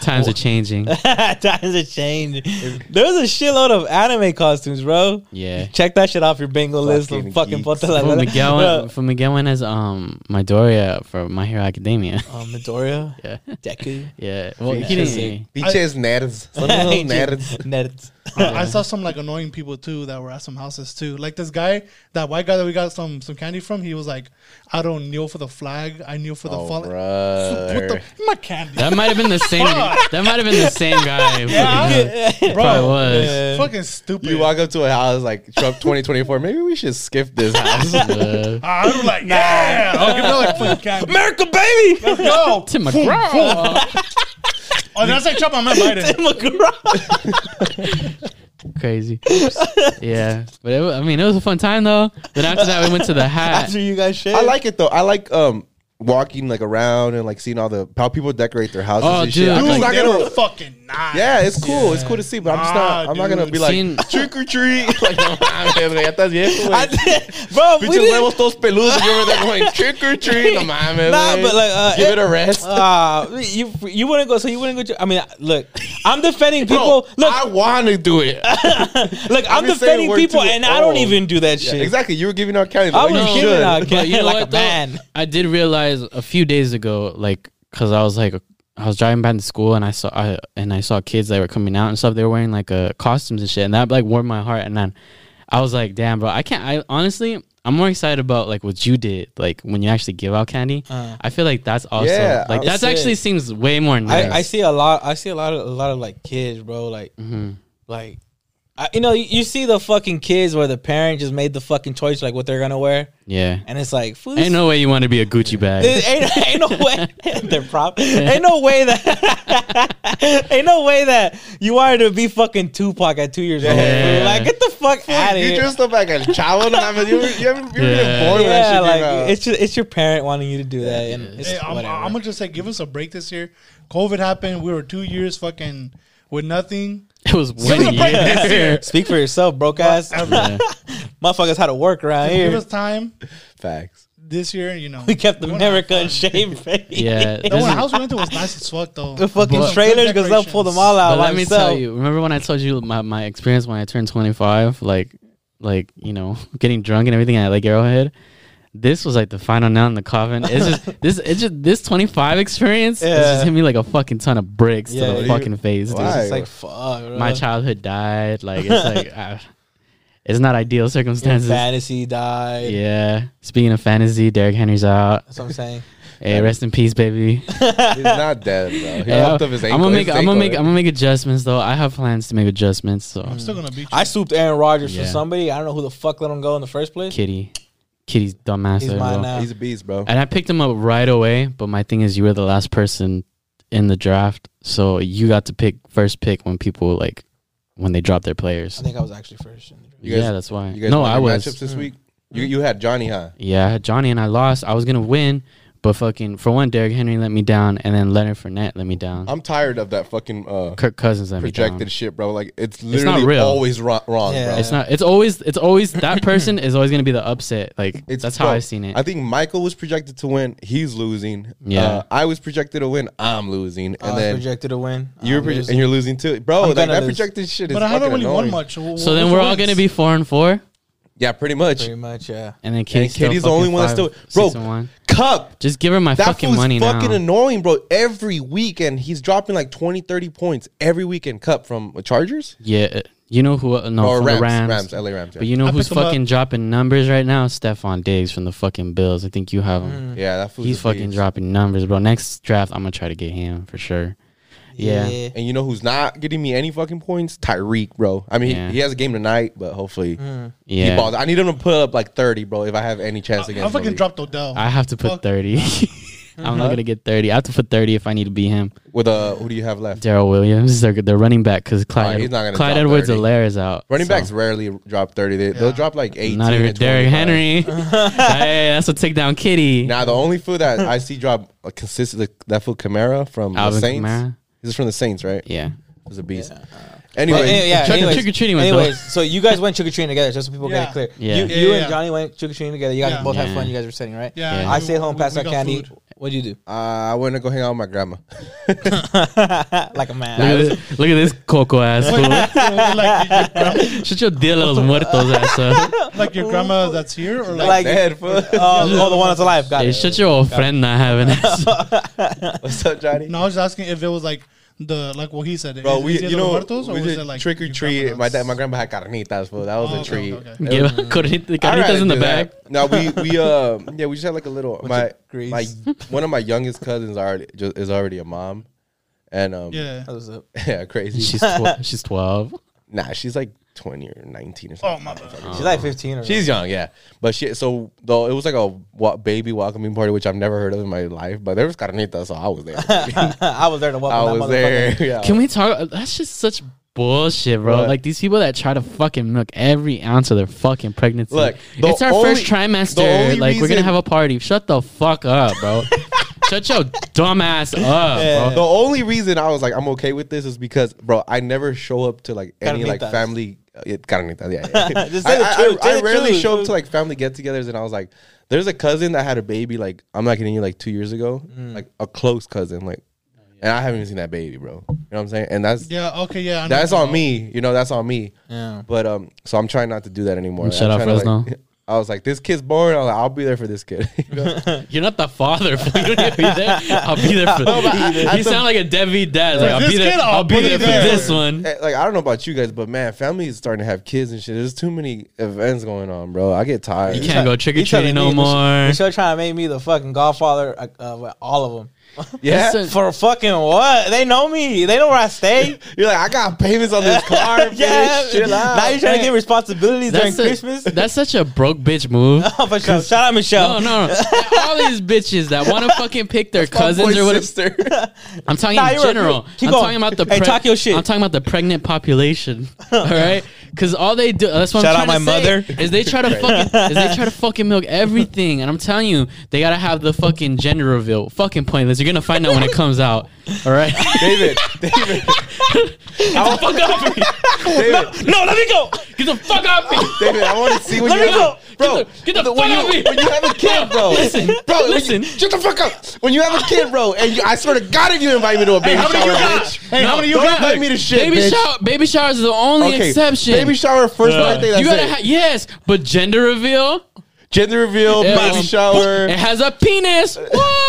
[SPEAKER 2] Times are changing.
[SPEAKER 3] Times have changed. There's a shitload of anime costumes, bro.
[SPEAKER 2] Yeah.
[SPEAKER 3] Check that shit off your bingo list.
[SPEAKER 5] Fucking
[SPEAKER 3] of Fucking
[SPEAKER 5] geeks.
[SPEAKER 3] puta la- la-
[SPEAKER 2] From
[SPEAKER 3] la-
[SPEAKER 2] Miguel,
[SPEAKER 3] bro.
[SPEAKER 2] from Miguel went as um Midoriya from My Hero Academia.
[SPEAKER 3] Uh, Midoriya,
[SPEAKER 2] yeah.
[SPEAKER 3] Deku,
[SPEAKER 2] Yeah. Well, he
[SPEAKER 3] Features
[SPEAKER 2] didn't.
[SPEAKER 5] Bitches nerds. Some of those nerds.
[SPEAKER 3] nerds.
[SPEAKER 4] I, I saw some like annoying people too that were at some houses too. Like this guy, that white guy that we got some some candy from, he was like, "I don't kneel for the flag. I kneel for the
[SPEAKER 5] Oh,
[SPEAKER 4] fallen." What
[SPEAKER 5] brother.
[SPEAKER 4] the my candy,
[SPEAKER 2] That might have been the same. that might have been the same guy.
[SPEAKER 4] Yeah.
[SPEAKER 2] It probably was.
[SPEAKER 3] Yeah.
[SPEAKER 4] Fucking stupid.
[SPEAKER 5] You walk up to a house like Trump 2024. Maybe we should skip this house.
[SPEAKER 2] Uh,
[SPEAKER 4] I'm like, yeah, I'll give her like fucking candy.
[SPEAKER 3] America, baby.
[SPEAKER 4] Let's
[SPEAKER 3] Oh,
[SPEAKER 4] go.
[SPEAKER 2] Tim McGraw.
[SPEAKER 4] Oh, did I say Trump? I meant Biden.
[SPEAKER 3] Tim McGraw.
[SPEAKER 2] Crazy. Yeah. But it, wa- I mean, it was a fun time though. Then after that, we went to the hat.
[SPEAKER 3] After you guys shit.
[SPEAKER 5] I like it though. I like um walking like around and like seeing all the how people decorate their houses
[SPEAKER 2] Oh,
[SPEAKER 5] and
[SPEAKER 2] dude.
[SPEAKER 5] shit. I'm
[SPEAKER 4] Dude,
[SPEAKER 5] just
[SPEAKER 2] Like,
[SPEAKER 5] not
[SPEAKER 4] they
[SPEAKER 5] gonna.
[SPEAKER 4] were fucking nice.
[SPEAKER 5] Yeah, it's cool. It's cool to see, but I'm just not.
[SPEAKER 4] Nah,
[SPEAKER 5] I'm not gonna
[SPEAKER 4] dude.
[SPEAKER 5] be like
[SPEAKER 2] Seeing-
[SPEAKER 5] trick or treat. Ah, like, no mames, güey, ya estás viejo, güey.
[SPEAKER 3] I, bro, we
[SPEAKER 5] Pinches
[SPEAKER 3] didn't,
[SPEAKER 5] huevos todos peludos. You over there going trick or treat? No mames,
[SPEAKER 3] Nah,
[SPEAKER 5] güey.
[SPEAKER 3] but, like, uh,
[SPEAKER 5] give
[SPEAKER 3] it-
[SPEAKER 5] it a rest.
[SPEAKER 3] Ah, you you wouldn't go. So you wouldn't go. To, I mean, look, I'm defending people.
[SPEAKER 5] Bro,
[SPEAKER 3] look,
[SPEAKER 5] I want to do it.
[SPEAKER 3] look, I'm,
[SPEAKER 5] I'm just saying
[SPEAKER 3] defending
[SPEAKER 5] we're
[SPEAKER 3] people,
[SPEAKER 5] too
[SPEAKER 3] and I don't
[SPEAKER 5] old.
[SPEAKER 3] even do that
[SPEAKER 5] Yeah,
[SPEAKER 3] shit.
[SPEAKER 5] exactly. You were giving out candy.
[SPEAKER 3] I
[SPEAKER 5] Like,
[SPEAKER 3] was
[SPEAKER 5] you
[SPEAKER 3] giving
[SPEAKER 5] should.
[SPEAKER 3] out
[SPEAKER 2] But
[SPEAKER 3] candy
[SPEAKER 2] you know
[SPEAKER 3] like
[SPEAKER 2] what,
[SPEAKER 3] a
[SPEAKER 2] though?
[SPEAKER 3] man.
[SPEAKER 2] I did realize a few days ago, like, cause I was like, I was driving back to school and I saw, I, and I saw kids that were coming out and stuff. They were wearing like uh, costumes and shit, and that like warmed my heart. And then I was like, damn, bro, I can't. I honestly, I'm more excited about like what you did, like when you actually give out candy.
[SPEAKER 3] Uh.
[SPEAKER 2] I feel like that's also
[SPEAKER 5] Yeah,
[SPEAKER 2] like
[SPEAKER 5] I
[SPEAKER 3] would
[SPEAKER 2] that's
[SPEAKER 3] say-
[SPEAKER 2] actually seems way more nice.
[SPEAKER 3] I, I see a lot. I see a lot of a lot of like kids, bro. Like
[SPEAKER 2] Mhm.
[SPEAKER 3] like. I, you know, you, you see the fucking kids where the parent just made the fucking choice, like what they're gonna wear,
[SPEAKER 2] Yeah,
[SPEAKER 3] and it's like, food.
[SPEAKER 2] ain't no way you want to be a Gucci bag.
[SPEAKER 3] There- ain't, ain't no way. They're prop. Ain't no way that. ain't no way that you wanted to be fucking Tupac at two years old.
[SPEAKER 2] Yeah.
[SPEAKER 3] fool. Like get the fuck out of
[SPEAKER 5] You
[SPEAKER 3] here.
[SPEAKER 5] dressed up like a chavo. and I mean, you were, you haven't- you were
[SPEAKER 2] Yeah.
[SPEAKER 5] born when that
[SPEAKER 3] yeah,
[SPEAKER 5] shit came
[SPEAKER 3] like
[SPEAKER 5] out.
[SPEAKER 3] it's your, it's your parent wanting you to do that, and it's
[SPEAKER 4] Hey, I'm,
[SPEAKER 3] whatever.
[SPEAKER 4] I'm gonna just say, give us a break this year. COVID happened. We were two years fucking with nothing.
[SPEAKER 2] it was
[SPEAKER 4] Give us a
[SPEAKER 2] one year.
[SPEAKER 4] break this year.
[SPEAKER 3] Speak for yourself, broke ass.
[SPEAKER 2] Yeah.
[SPEAKER 3] Motherfuckers had to work around
[SPEAKER 4] Give
[SPEAKER 3] here.
[SPEAKER 4] us time
[SPEAKER 5] facts.
[SPEAKER 4] this year. You know,
[SPEAKER 3] We kept
[SPEAKER 4] wanna
[SPEAKER 3] America in
[SPEAKER 4] have fun.
[SPEAKER 3] shape. baby.
[SPEAKER 2] yeah,
[SPEAKER 4] No,
[SPEAKER 2] this
[SPEAKER 4] the
[SPEAKER 2] is-
[SPEAKER 4] house we went to was nice as fuck though.
[SPEAKER 3] The fucking
[SPEAKER 4] Some good
[SPEAKER 3] trailers, because they'll pull them all out.
[SPEAKER 2] But let me
[SPEAKER 3] myself.
[SPEAKER 2] tell you. Remember when I told you my, my experience when I turned 25, like like you know, getting drunk and everything at like Arrowhead. This was like the final nail in the coffin. It's just this. It's just this 25 experience. Yeah. It's just
[SPEAKER 3] Yeah.
[SPEAKER 2] hit me like a fucking ton of bricks
[SPEAKER 3] Yeah,
[SPEAKER 2] to the
[SPEAKER 3] dude.
[SPEAKER 2] fucking face. dude.
[SPEAKER 5] Why?
[SPEAKER 3] It's like fuck. Bro.
[SPEAKER 2] My childhood died. Like it's like uh, it's not ideal
[SPEAKER 3] Your
[SPEAKER 2] circumstances.
[SPEAKER 3] fantasy died.
[SPEAKER 2] Yeah. Speaking of fantasy, Derek Henry's out.
[SPEAKER 3] That's what I'm saying.
[SPEAKER 2] Hey, rest in peace, baby.
[SPEAKER 5] He's not dead, bro. He
[SPEAKER 2] Yeah,
[SPEAKER 5] hopped up his ankle.
[SPEAKER 2] I'm gonna make.
[SPEAKER 5] his
[SPEAKER 2] I'm gonna
[SPEAKER 5] ankle. Mm.
[SPEAKER 2] make. I'm gonna make adjustments though. I have plans to make adjustments. So
[SPEAKER 4] I'm still gonna beat you.
[SPEAKER 3] I souped Aaron Rodgers for
[SPEAKER 2] Yeah.
[SPEAKER 3] somebody. I don't know who the fuck let him go in the first place.
[SPEAKER 2] Kitty, Kitty's dumbass.
[SPEAKER 3] He's
[SPEAKER 2] there,
[SPEAKER 3] mine
[SPEAKER 2] bro.
[SPEAKER 3] now.
[SPEAKER 5] He's a beast, bro.
[SPEAKER 2] And I picked him up right away. But my thing is, you were the last person in the draft, so you got to pick first pick when people like when they drop their
[SPEAKER 3] I
[SPEAKER 2] players.
[SPEAKER 3] think I was actually first. In the draft.
[SPEAKER 5] You guys-
[SPEAKER 2] yeah, that's why.
[SPEAKER 5] You guys
[SPEAKER 2] No,
[SPEAKER 5] won
[SPEAKER 2] I
[SPEAKER 5] your
[SPEAKER 2] was.
[SPEAKER 5] matchups this week. You you had Johnny, huh?
[SPEAKER 2] Yeah, Johnny and I lost. I was gonna win, but fucking for one, Derrick Henry let me down, and then Leonard Fournette let me down.
[SPEAKER 5] I'm tired of that fucking uh,
[SPEAKER 2] Kirk Cousins let me down.
[SPEAKER 5] projected shit, bro. Like it's
[SPEAKER 2] not
[SPEAKER 5] literally
[SPEAKER 2] real.
[SPEAKER 5] always ro- wrong,
[SPEAKER 3] Yeah.
[SPEAKER 5] bro.
[SPEAKER 2] It's not. It's always. It's always that person is always gonna be the upset. Like
[SPEAKER 5] It's-
[SPEAKER 2] that's how
[SPEAKER 5] bro,
[SPEAKER 2] I've seen it.
[SPEAKER 5] I think Michael was projected to win. He's losing.
[SPEAKER 2] Yeah.
[SPEAKER 5] Uh, I was projected to win. I'm losing. And
[SPEAKER 3] I was
[SPEAKER 5] then
[SPEAKER 3] projected to win. Um,
[SPEAKER 5] you're
[SPEAKER 3] I'm
[SPEAKER 5] proje-
[SPEAKER 3] losing.
[SPEAKER 5] and you're losing too,
[SPEAKER 3] I'm
[SPEAKER 5] bro. Like,
[SPEAKER 3] gonna
[SPEAKER 5] that
[SPEAKER 3] lose.
[SPEAKER 5] projected shit is.
[SPEAKER 4] but I haven't
[SPEAKER 5] fucking
[SPEAKER 4] really won
[SPEAKER 5] annoying.
[SPEAKER 4] much. Wh-
[SPEAKER 2] so
[SPEAKER 4] wh-
[SPEAKER 2] then
[SPEAKER 4] which
[SPEAKER 2] we're all
[SPEAKER 4] wins?
[SPEAKER 2] gonna be four and four,
[SPEAKER 5] Yeah, pretty much.
[SPEAKER 3] pretty much. Yeah.
[SPEAKER 2] and then
[SPEAKER 5] And
[SPEAKER 2] Kitty's, still
[SPEAKER 5] Kitty's the
[SPEAKER 2] fucking
[SPEAKER 5] only one that's
[SPEAKER 2] five,
[SPEAKER 5] still, bro.
[SPEAKER 2] six and one.
[SPEAKER 5] Cup.
[SPEAKER 2] Just give her my
[SPEAKER 5] That
[SPEAKER 2] fucking
[SPEAKER 5] fool's
[SPEAKER 2] money
[SPEAKER 5] fucking
[SPEAKER 2] now.
[SPEAKER 5] annoying, bro. Every weekend he's dropping like 20, 30 points every weekend. Cup from Chargers
[SPEAKER 2] yeah, uh, you know who? No,
[SPEAKER 5] or
[SPEAKER 2] from
[SPEAKER 5] Rams,
[SPEAKER 2] the Rams.
[SPEAKER 5] Rams, LA Rams. Yeah,
[SPEAKER 2] But you know
[SPEAKER 4] I
[SPEAKER 2] who's
[SPEAKER 4] picked 'em
[SPEAKER 2] fucking dropping numbers right now? Stephon Diggs from the fucking Bills. I think you have him.
[SPEAKER 5] Mm-hmm. yeah that fool's
[SPEAKER 2] He's
[SPEAKER 5] a
[SPEAKER 2] fucking
[SPEAKER 5] beast.
[SPEAKER 2] dropping numbers, bro. Next draft, I'm gonna try to get him for sure. Yeah.
[SPEAKER 5] And you know who's not getting me any fucking points? Tyreek, bro. I mean, he-
[SPEAKER 2] Yeah.
[SPEAKER 5] he, has a game tonight, but hopefully he
[SPEAKER 4] Mm.
[SPEAKER 2] Yeah,
[SPEAKER 5] balls. I need him to put up like 30, bro, if I have any chance
[SPEAKER 4] I,
[SPEAKER 5] against
[SPEAKER 4] I fucking
[SPEAKER 5] Malik.
[SPEAKER 4] dropped Odell.
[SPEAKER 2] I have to put
[SPEAKER 4] Fuck.
[SPEAKER 2] thirty. I'm not gonna get thirty. I have to put thirty if I need to be him.
[SPEAKER 5] With uh, who do you have left?
[SPEAKER 2] Daryl Williams, they're they're running back because
[SPEAKER 5] Alright,
[SPEAKER 2] Clyde,
[SPEAKER 5] he's not gonna
[SPEAKER 2] Clyde
[SPEAKER 5] drop
[SPEAKER 2] Edwards
[SPEAKER 5] 30.
[SPEAKER 2] Alaire is out.
[SPEAKER 5] Running
[SPEAKER 2] so-
[SPEAKER 5] backs rarely drop 30. They, They'll
[SPEAKER 4] Yeah.
[SPEAKER 5] drop like 18.
[SPEAKER 2] Not even
[SPEAKER 5] and
[SPEAKER 2] Derrick
[SPEAKER 5] 25.
[SPEAKER 2] Henry. hey, that's a takedown kitty.
[SPEAKER 5] Now, the only fool that I see drop uh, consistently, that fool Kamara from the
[SPEAKER 2] Alvin
[SPEAKER 5] Saints.
[SPEAKER 2] Kamara.
[SPEAKER 5] He's from the Saints, right?
[SPEAKER 2] Yeah.
[SPEAKER 5] He's a beast.
[SPEAKER 3] But
[SPEAKER 5] Anyway,
[SPEAKER 3] any- yeah.
[SPEAKER 2] Trick-
[SPEAKER 3] Anyways,
[SPEAKER 2] trick-or-treating E. went, though.
[SPEAKER 3] anyways so you guys went trick or treating together, just so people get
[SPEAKER 4] Yeah.
[SPEAKER 3] it clear.
[SPEAKER 2] Yeah.
[SPEAKER 3] You,
[SPEAKER 2] Yeah,
[SPEAKER 3] you
[SPEAKER 4] yeah,
[SPEAKER 3] and
[SPEAKER 4] yeah.
[SPEAKER 3] Johnny went trick or treating together. You guys
[SPEAKER 4] Yeah.
[SPEAKER 3] both had
[SPEAKER 2] Yeah.
[SPEAKER 3] fun. You guys were sitting right.
[SPEAKER 4] yeah,
[SPEAKER 2] Yeah.
[SPEAKER 4] we-
[SPEAKER 3] I stayed home,
[SPEAKER 4] we-
[SPEAKER 3] passed
[SPEAKER 4] we
[SPEAKER 3] out
[SPEAKER 4] got
[SPEAKER 3] candy.
[SPEAKER 4] food.
[SPEAKER 3] What'd you do?
[SPEAKER 5] uh, I went to go hang out with my grandma.
[SPEAKER 3] like a
[SPEAKER 2] Look
[SPEAKER 3] man.
[SPEAKER 2] at, this, look at this coco ass
[SPEAKER 4] Wait,
[SPEAKER 2] fool.
[SPEAKER 4] so, like, your grandma,
[SPEAKER 2] Shut your deal los muertos ass up.
[SPEAKER 4] like your grandma that's here, or like,
[SPEAKER 3] Like,
[SPEAKER 5] Dead fool.
[SPEAKER 3] oh, oh, the one that's alive. Got
[SPEAKER 2] Hey,
[SPEAKER 3] it.
[SPEAKER 2] shut your ofrenda having ass.
[SPEAKER 5] What's up, Johnny?
[SPEAKER 4] no, I was asking if it was like the like what he said.
[SPEAKER 5] Bro,
[SPEAKER 4] Is-
[SPEAKER 5] we
[SPEAKER 4] is it
[SPEAKER 5] you
[SPEAKER 4] the
[SPEAKER 5] know
[SPEAKER 4] muertos, or
[SPEAKER 5] we
[SPEAKER 4] was
[SPEAKER 5] did
[SPEAKER 4] it, like,
[SPEAKER 5] trick or
[SPEAKER 4] your
[SPEAKER 5] treat. My
[SPEAKER 4] grandma's?
[SPEAKER 5] dad, my grandma had carnitas, fool. That was
[SPEAKER 4] Oh,
[SPEAKER 5] a
[SPEAKER 4] okay,
[SPEAKER 5] treat.
[SPEAKER 4] okay, okay.
[SPEAKER 2] Give carnitas
[SPEAKER 5] I
[SPEAKER 2] carnitas in the
[SPEAKER 5] did
[SPEAKER 2] bag.
[SPEAKER 5] that. No, we we uh yeah we just had like a little my
[SPEAKER 3] grease.
[SPEAKER 5] my one of my youngest cousins already just, is already a mom, and um yeah,
[SPEAKER 4] Yeah.
[SPEAKER 3] That was it.
[SPEAKER 5] crazy.
[SPEAKER 2] She's tw- she's twelve.
[SPEAKER 5] nah, she's like twenty or nineteen or
[SPEAKER 4] Oh
[SPEAKER 5] something.
[SPEAKER 4] my bad.
[SPEAKER 3] She's like 15 or
[SPEAKER 5] She's young, yeah, but she so though it was like a wa- baby welcoming party, which I've never heard of in my life. But there was carnitas, so I was there.
[SPEAKER 3] I was there to welcome
[SPEAKER 5] I
[SPEAKER 3] that
[SPEAKER 5] was
[SPEAKER 3] motherfucker.
[SPEAKER 5] there. Yeah,
[SPEAKER 2] Can we talk? That's just such bullshit, bro.
[SPEAKER 5] What?
[SPEAKER 2] Like these people that try to fucking milk every ounce of their fucking pregnancy.
[SPEAKER 5] Look, the
[SPEAKER 2] it's our first
[SPEAKER 5] only- the
[SPEAKER 2] trimester.
[SPEAKER 5] only
[SPEAKER 2] Like we're gonna
[SPEAKER 5] reason-
[SPEAKER 2] have a party. Shut the fuck up, bro. Shut your dumb ass up,
[SPEAKER 5] The
[SPEAKER 2] bro.
[SPEAKER 5] only reason I was like I'm okay with this is because, bro, I never show up to like any like
[SPEAKER 3] Carnitas.
[SPEAKER 5] family. uh, yeah, carnitas, yeah, yeah.
[SPEAKER 3] Just
[SPEAKER 5] I,
[SPEAKER 3] say the
[SPEAKER 5] I-
[SPEAKER 3] truth,
[SPEAKER 5] I-
[SPEAKER 3] say
[SPEAKER 5] I
[SPEAKER 3] the
[SPEAKER 5] rarely
[SPEAKER 3] truth.
[SPEAKER 5] show up to like family get-togethers, and I was like, "There's a cousin that had a baby like I'm not getting you like two years ago,
[SPEAKER 3] Mm.
[SPEAKER 5] like a close cousin, like, and I haven't even seen that baby, bro. You know what I'm saying? And that's
[SPEAKER 4] Yeah. Okay. Yeah. I know
[SPEAKER 5] that's
[SPEAKER 4] what
[SPEAKER 5] on me. You know, that's on me.
[SPEAKER 3] Yeah.
[SPEAKER 5] But um, so I'm trying not to do that anymore.
[SPEAKER 2] Shut
[SPEAKER 5] I'm
[SPEAKER 2] up,
[SPEAKER 5] trying to, like-
[SPEAKER 2] Fresno.
[SPEAKER 5] I was like, this kid's born. I was like, I'll be there for this kid.
[SPEAKER 2] You're not the father. fool. You don't need to be there. I'll be there for. you sound like a deadbeat dad. Like,
[SPEAKER 4] For
[SPEAKER 2] I'll
[SPEAKER 4] this
[SPEAKER 2] be there.
[SPEAKER 4] kid,
[SPEAKER 2] I'll,
[SPEAKER 4] I'll
[SPEAKER 2] be
[SPEAKER 4] be
[SPEAKER 2] there for
[SPEAKER 4] there.
[SPEAKER 2] this one.
[SPEAKER 5] Eh, like I don't know about you guys, but man, family is starting to have kids and shit. There's too many events going on, bro. I get tired.
[SPEAKER 2] You can't go trick or
[SPEAKER 3] He tryna
[SPEAKER 2] treating no
[SPEAKER 3] make-
[SPEAKER 2] more.
[SPEAKER 3] Michelle trying to make me the fucking godfather uh, uh, with all of them.
[SPEAKER 5] Yeah,
[SPEAKER 2] Listen,
[SPEAKER 3] For fucking what? They know me. They know where I stay.
[SPEAKER 5] you're like, I got payments on this car.
[SPEAKER 3] yeah.
[SPEAKER 5] yeah, shit out.
[SPEAKER 3] Now you're trying to get responsibilities during
[SPEAKER 2] that's, a-
[SPEAKER 3] Christmas.
[SPEAKER 2] that's such a broke bitch move.
[SPEAKER 3] Oh, for sure. Shout out
[SPEAKER 2] No,
[SPEAKER 3] Michelle.
[SPEAKER 2] no, no. All these bitches that want to fucking pick their cousins or
[SPEAKER 5] boy's
[SPEAKER 2] whatever.
[SPEAKER 5] sister.
[SPEAKER 2] I'm talking
[SPEAKER 3] Nah,
[SPEAKER 2] in
[SPEAKER 3] you're right.
[SPEAKER 2] general.
[SPEAKER 3] Keep
[SPEAKER 2] I'm
[SPEAKER 3] going.
[SPEAKER 2] talking about the.
[SPEAKER 3] Hey, talk your shit.
[SPEAKER 2] I'm talking about the pregnant population. All right, because all they do. That's what
[SPEAKER 3] Shout
[SPEAKER 2] I'm
[SPEAKER 3] out
[SPEAKER 2] trying
[SPEAKER 3] my
[SPEAKER 2] to say,
[SPEAKER 3] mother.
[SPEAKER 2] Is they try to fucking. is they try to fucking milk everything, and I'm telling you, they gotta have the fucking gender reveal. Fucking pointless. You're gonna find out when it comes out. All right.
[SPEAKER 5] David,
[SPEAKER 2] Get
[SPEAKER 5] David,
[SPEAKER 2] the fuck off me!
[SPEAKER 5] David,
[SPEAKER 3] No, let me go.
[SPEAKER 2] Get the fuck off me!
[SPEAKER 5] David. I want to see when
[SPEAKER 3] Let
[SPEAKER 5] you
[SPEAKER 3] me
[SPEAKER 5] have
[SPEAKER 3] go.
[SPEAKER 5] a, bro.
[SPEAKER 2] Get the- get the fuck
[SPEAKER 5] when you,
[SPEAKER 2] out of me.
[SPEAKER 5] When you have a kid, bro.
[SPEAKER 2] Listen,
[SPEAKER 5] bro. when you-
[SPEAKER 2] listen.
[SPEAKER 5] shut the fuck up. When you have a kid, bro, and you, I swear to God, if you invite me to a baby
[SPEAKER 4] how many
[SPEAKER 5] shower,
[SPEAKER 4] you got?
[SPEAKER 5] bitch,
[SPEAKER 4] Hey, how many you
[SPEAKER 5] don't
[SPEAKER 4] got?
[SPEAKER 5] invite me to shit,
[SPEAKER 2] Baby
[SPEAKER 5] bitch.
[SPEAKER 2] shower. Baby showers is the only
[SPEAKER 5] Okay,
[SPEAKER 2] exception.
[SPEAKER 5] Baby shower, first
[SPEAKER 4] Yeah.
[SPEAKER 5] birthday. That's
[SPEAKER 2] you gotta
[SPEAKER 5] it.
[SPEAKER 2] ha- yes, but gender reveal.
[SPEAKER 5] Gender reveal,
[SPEAKER 2] Yeah,
[SPEAKER 5] baby
[SPEAKER 2] um,
[SPEAKER 5] shower.
[SPEAKER 2] It has a penis.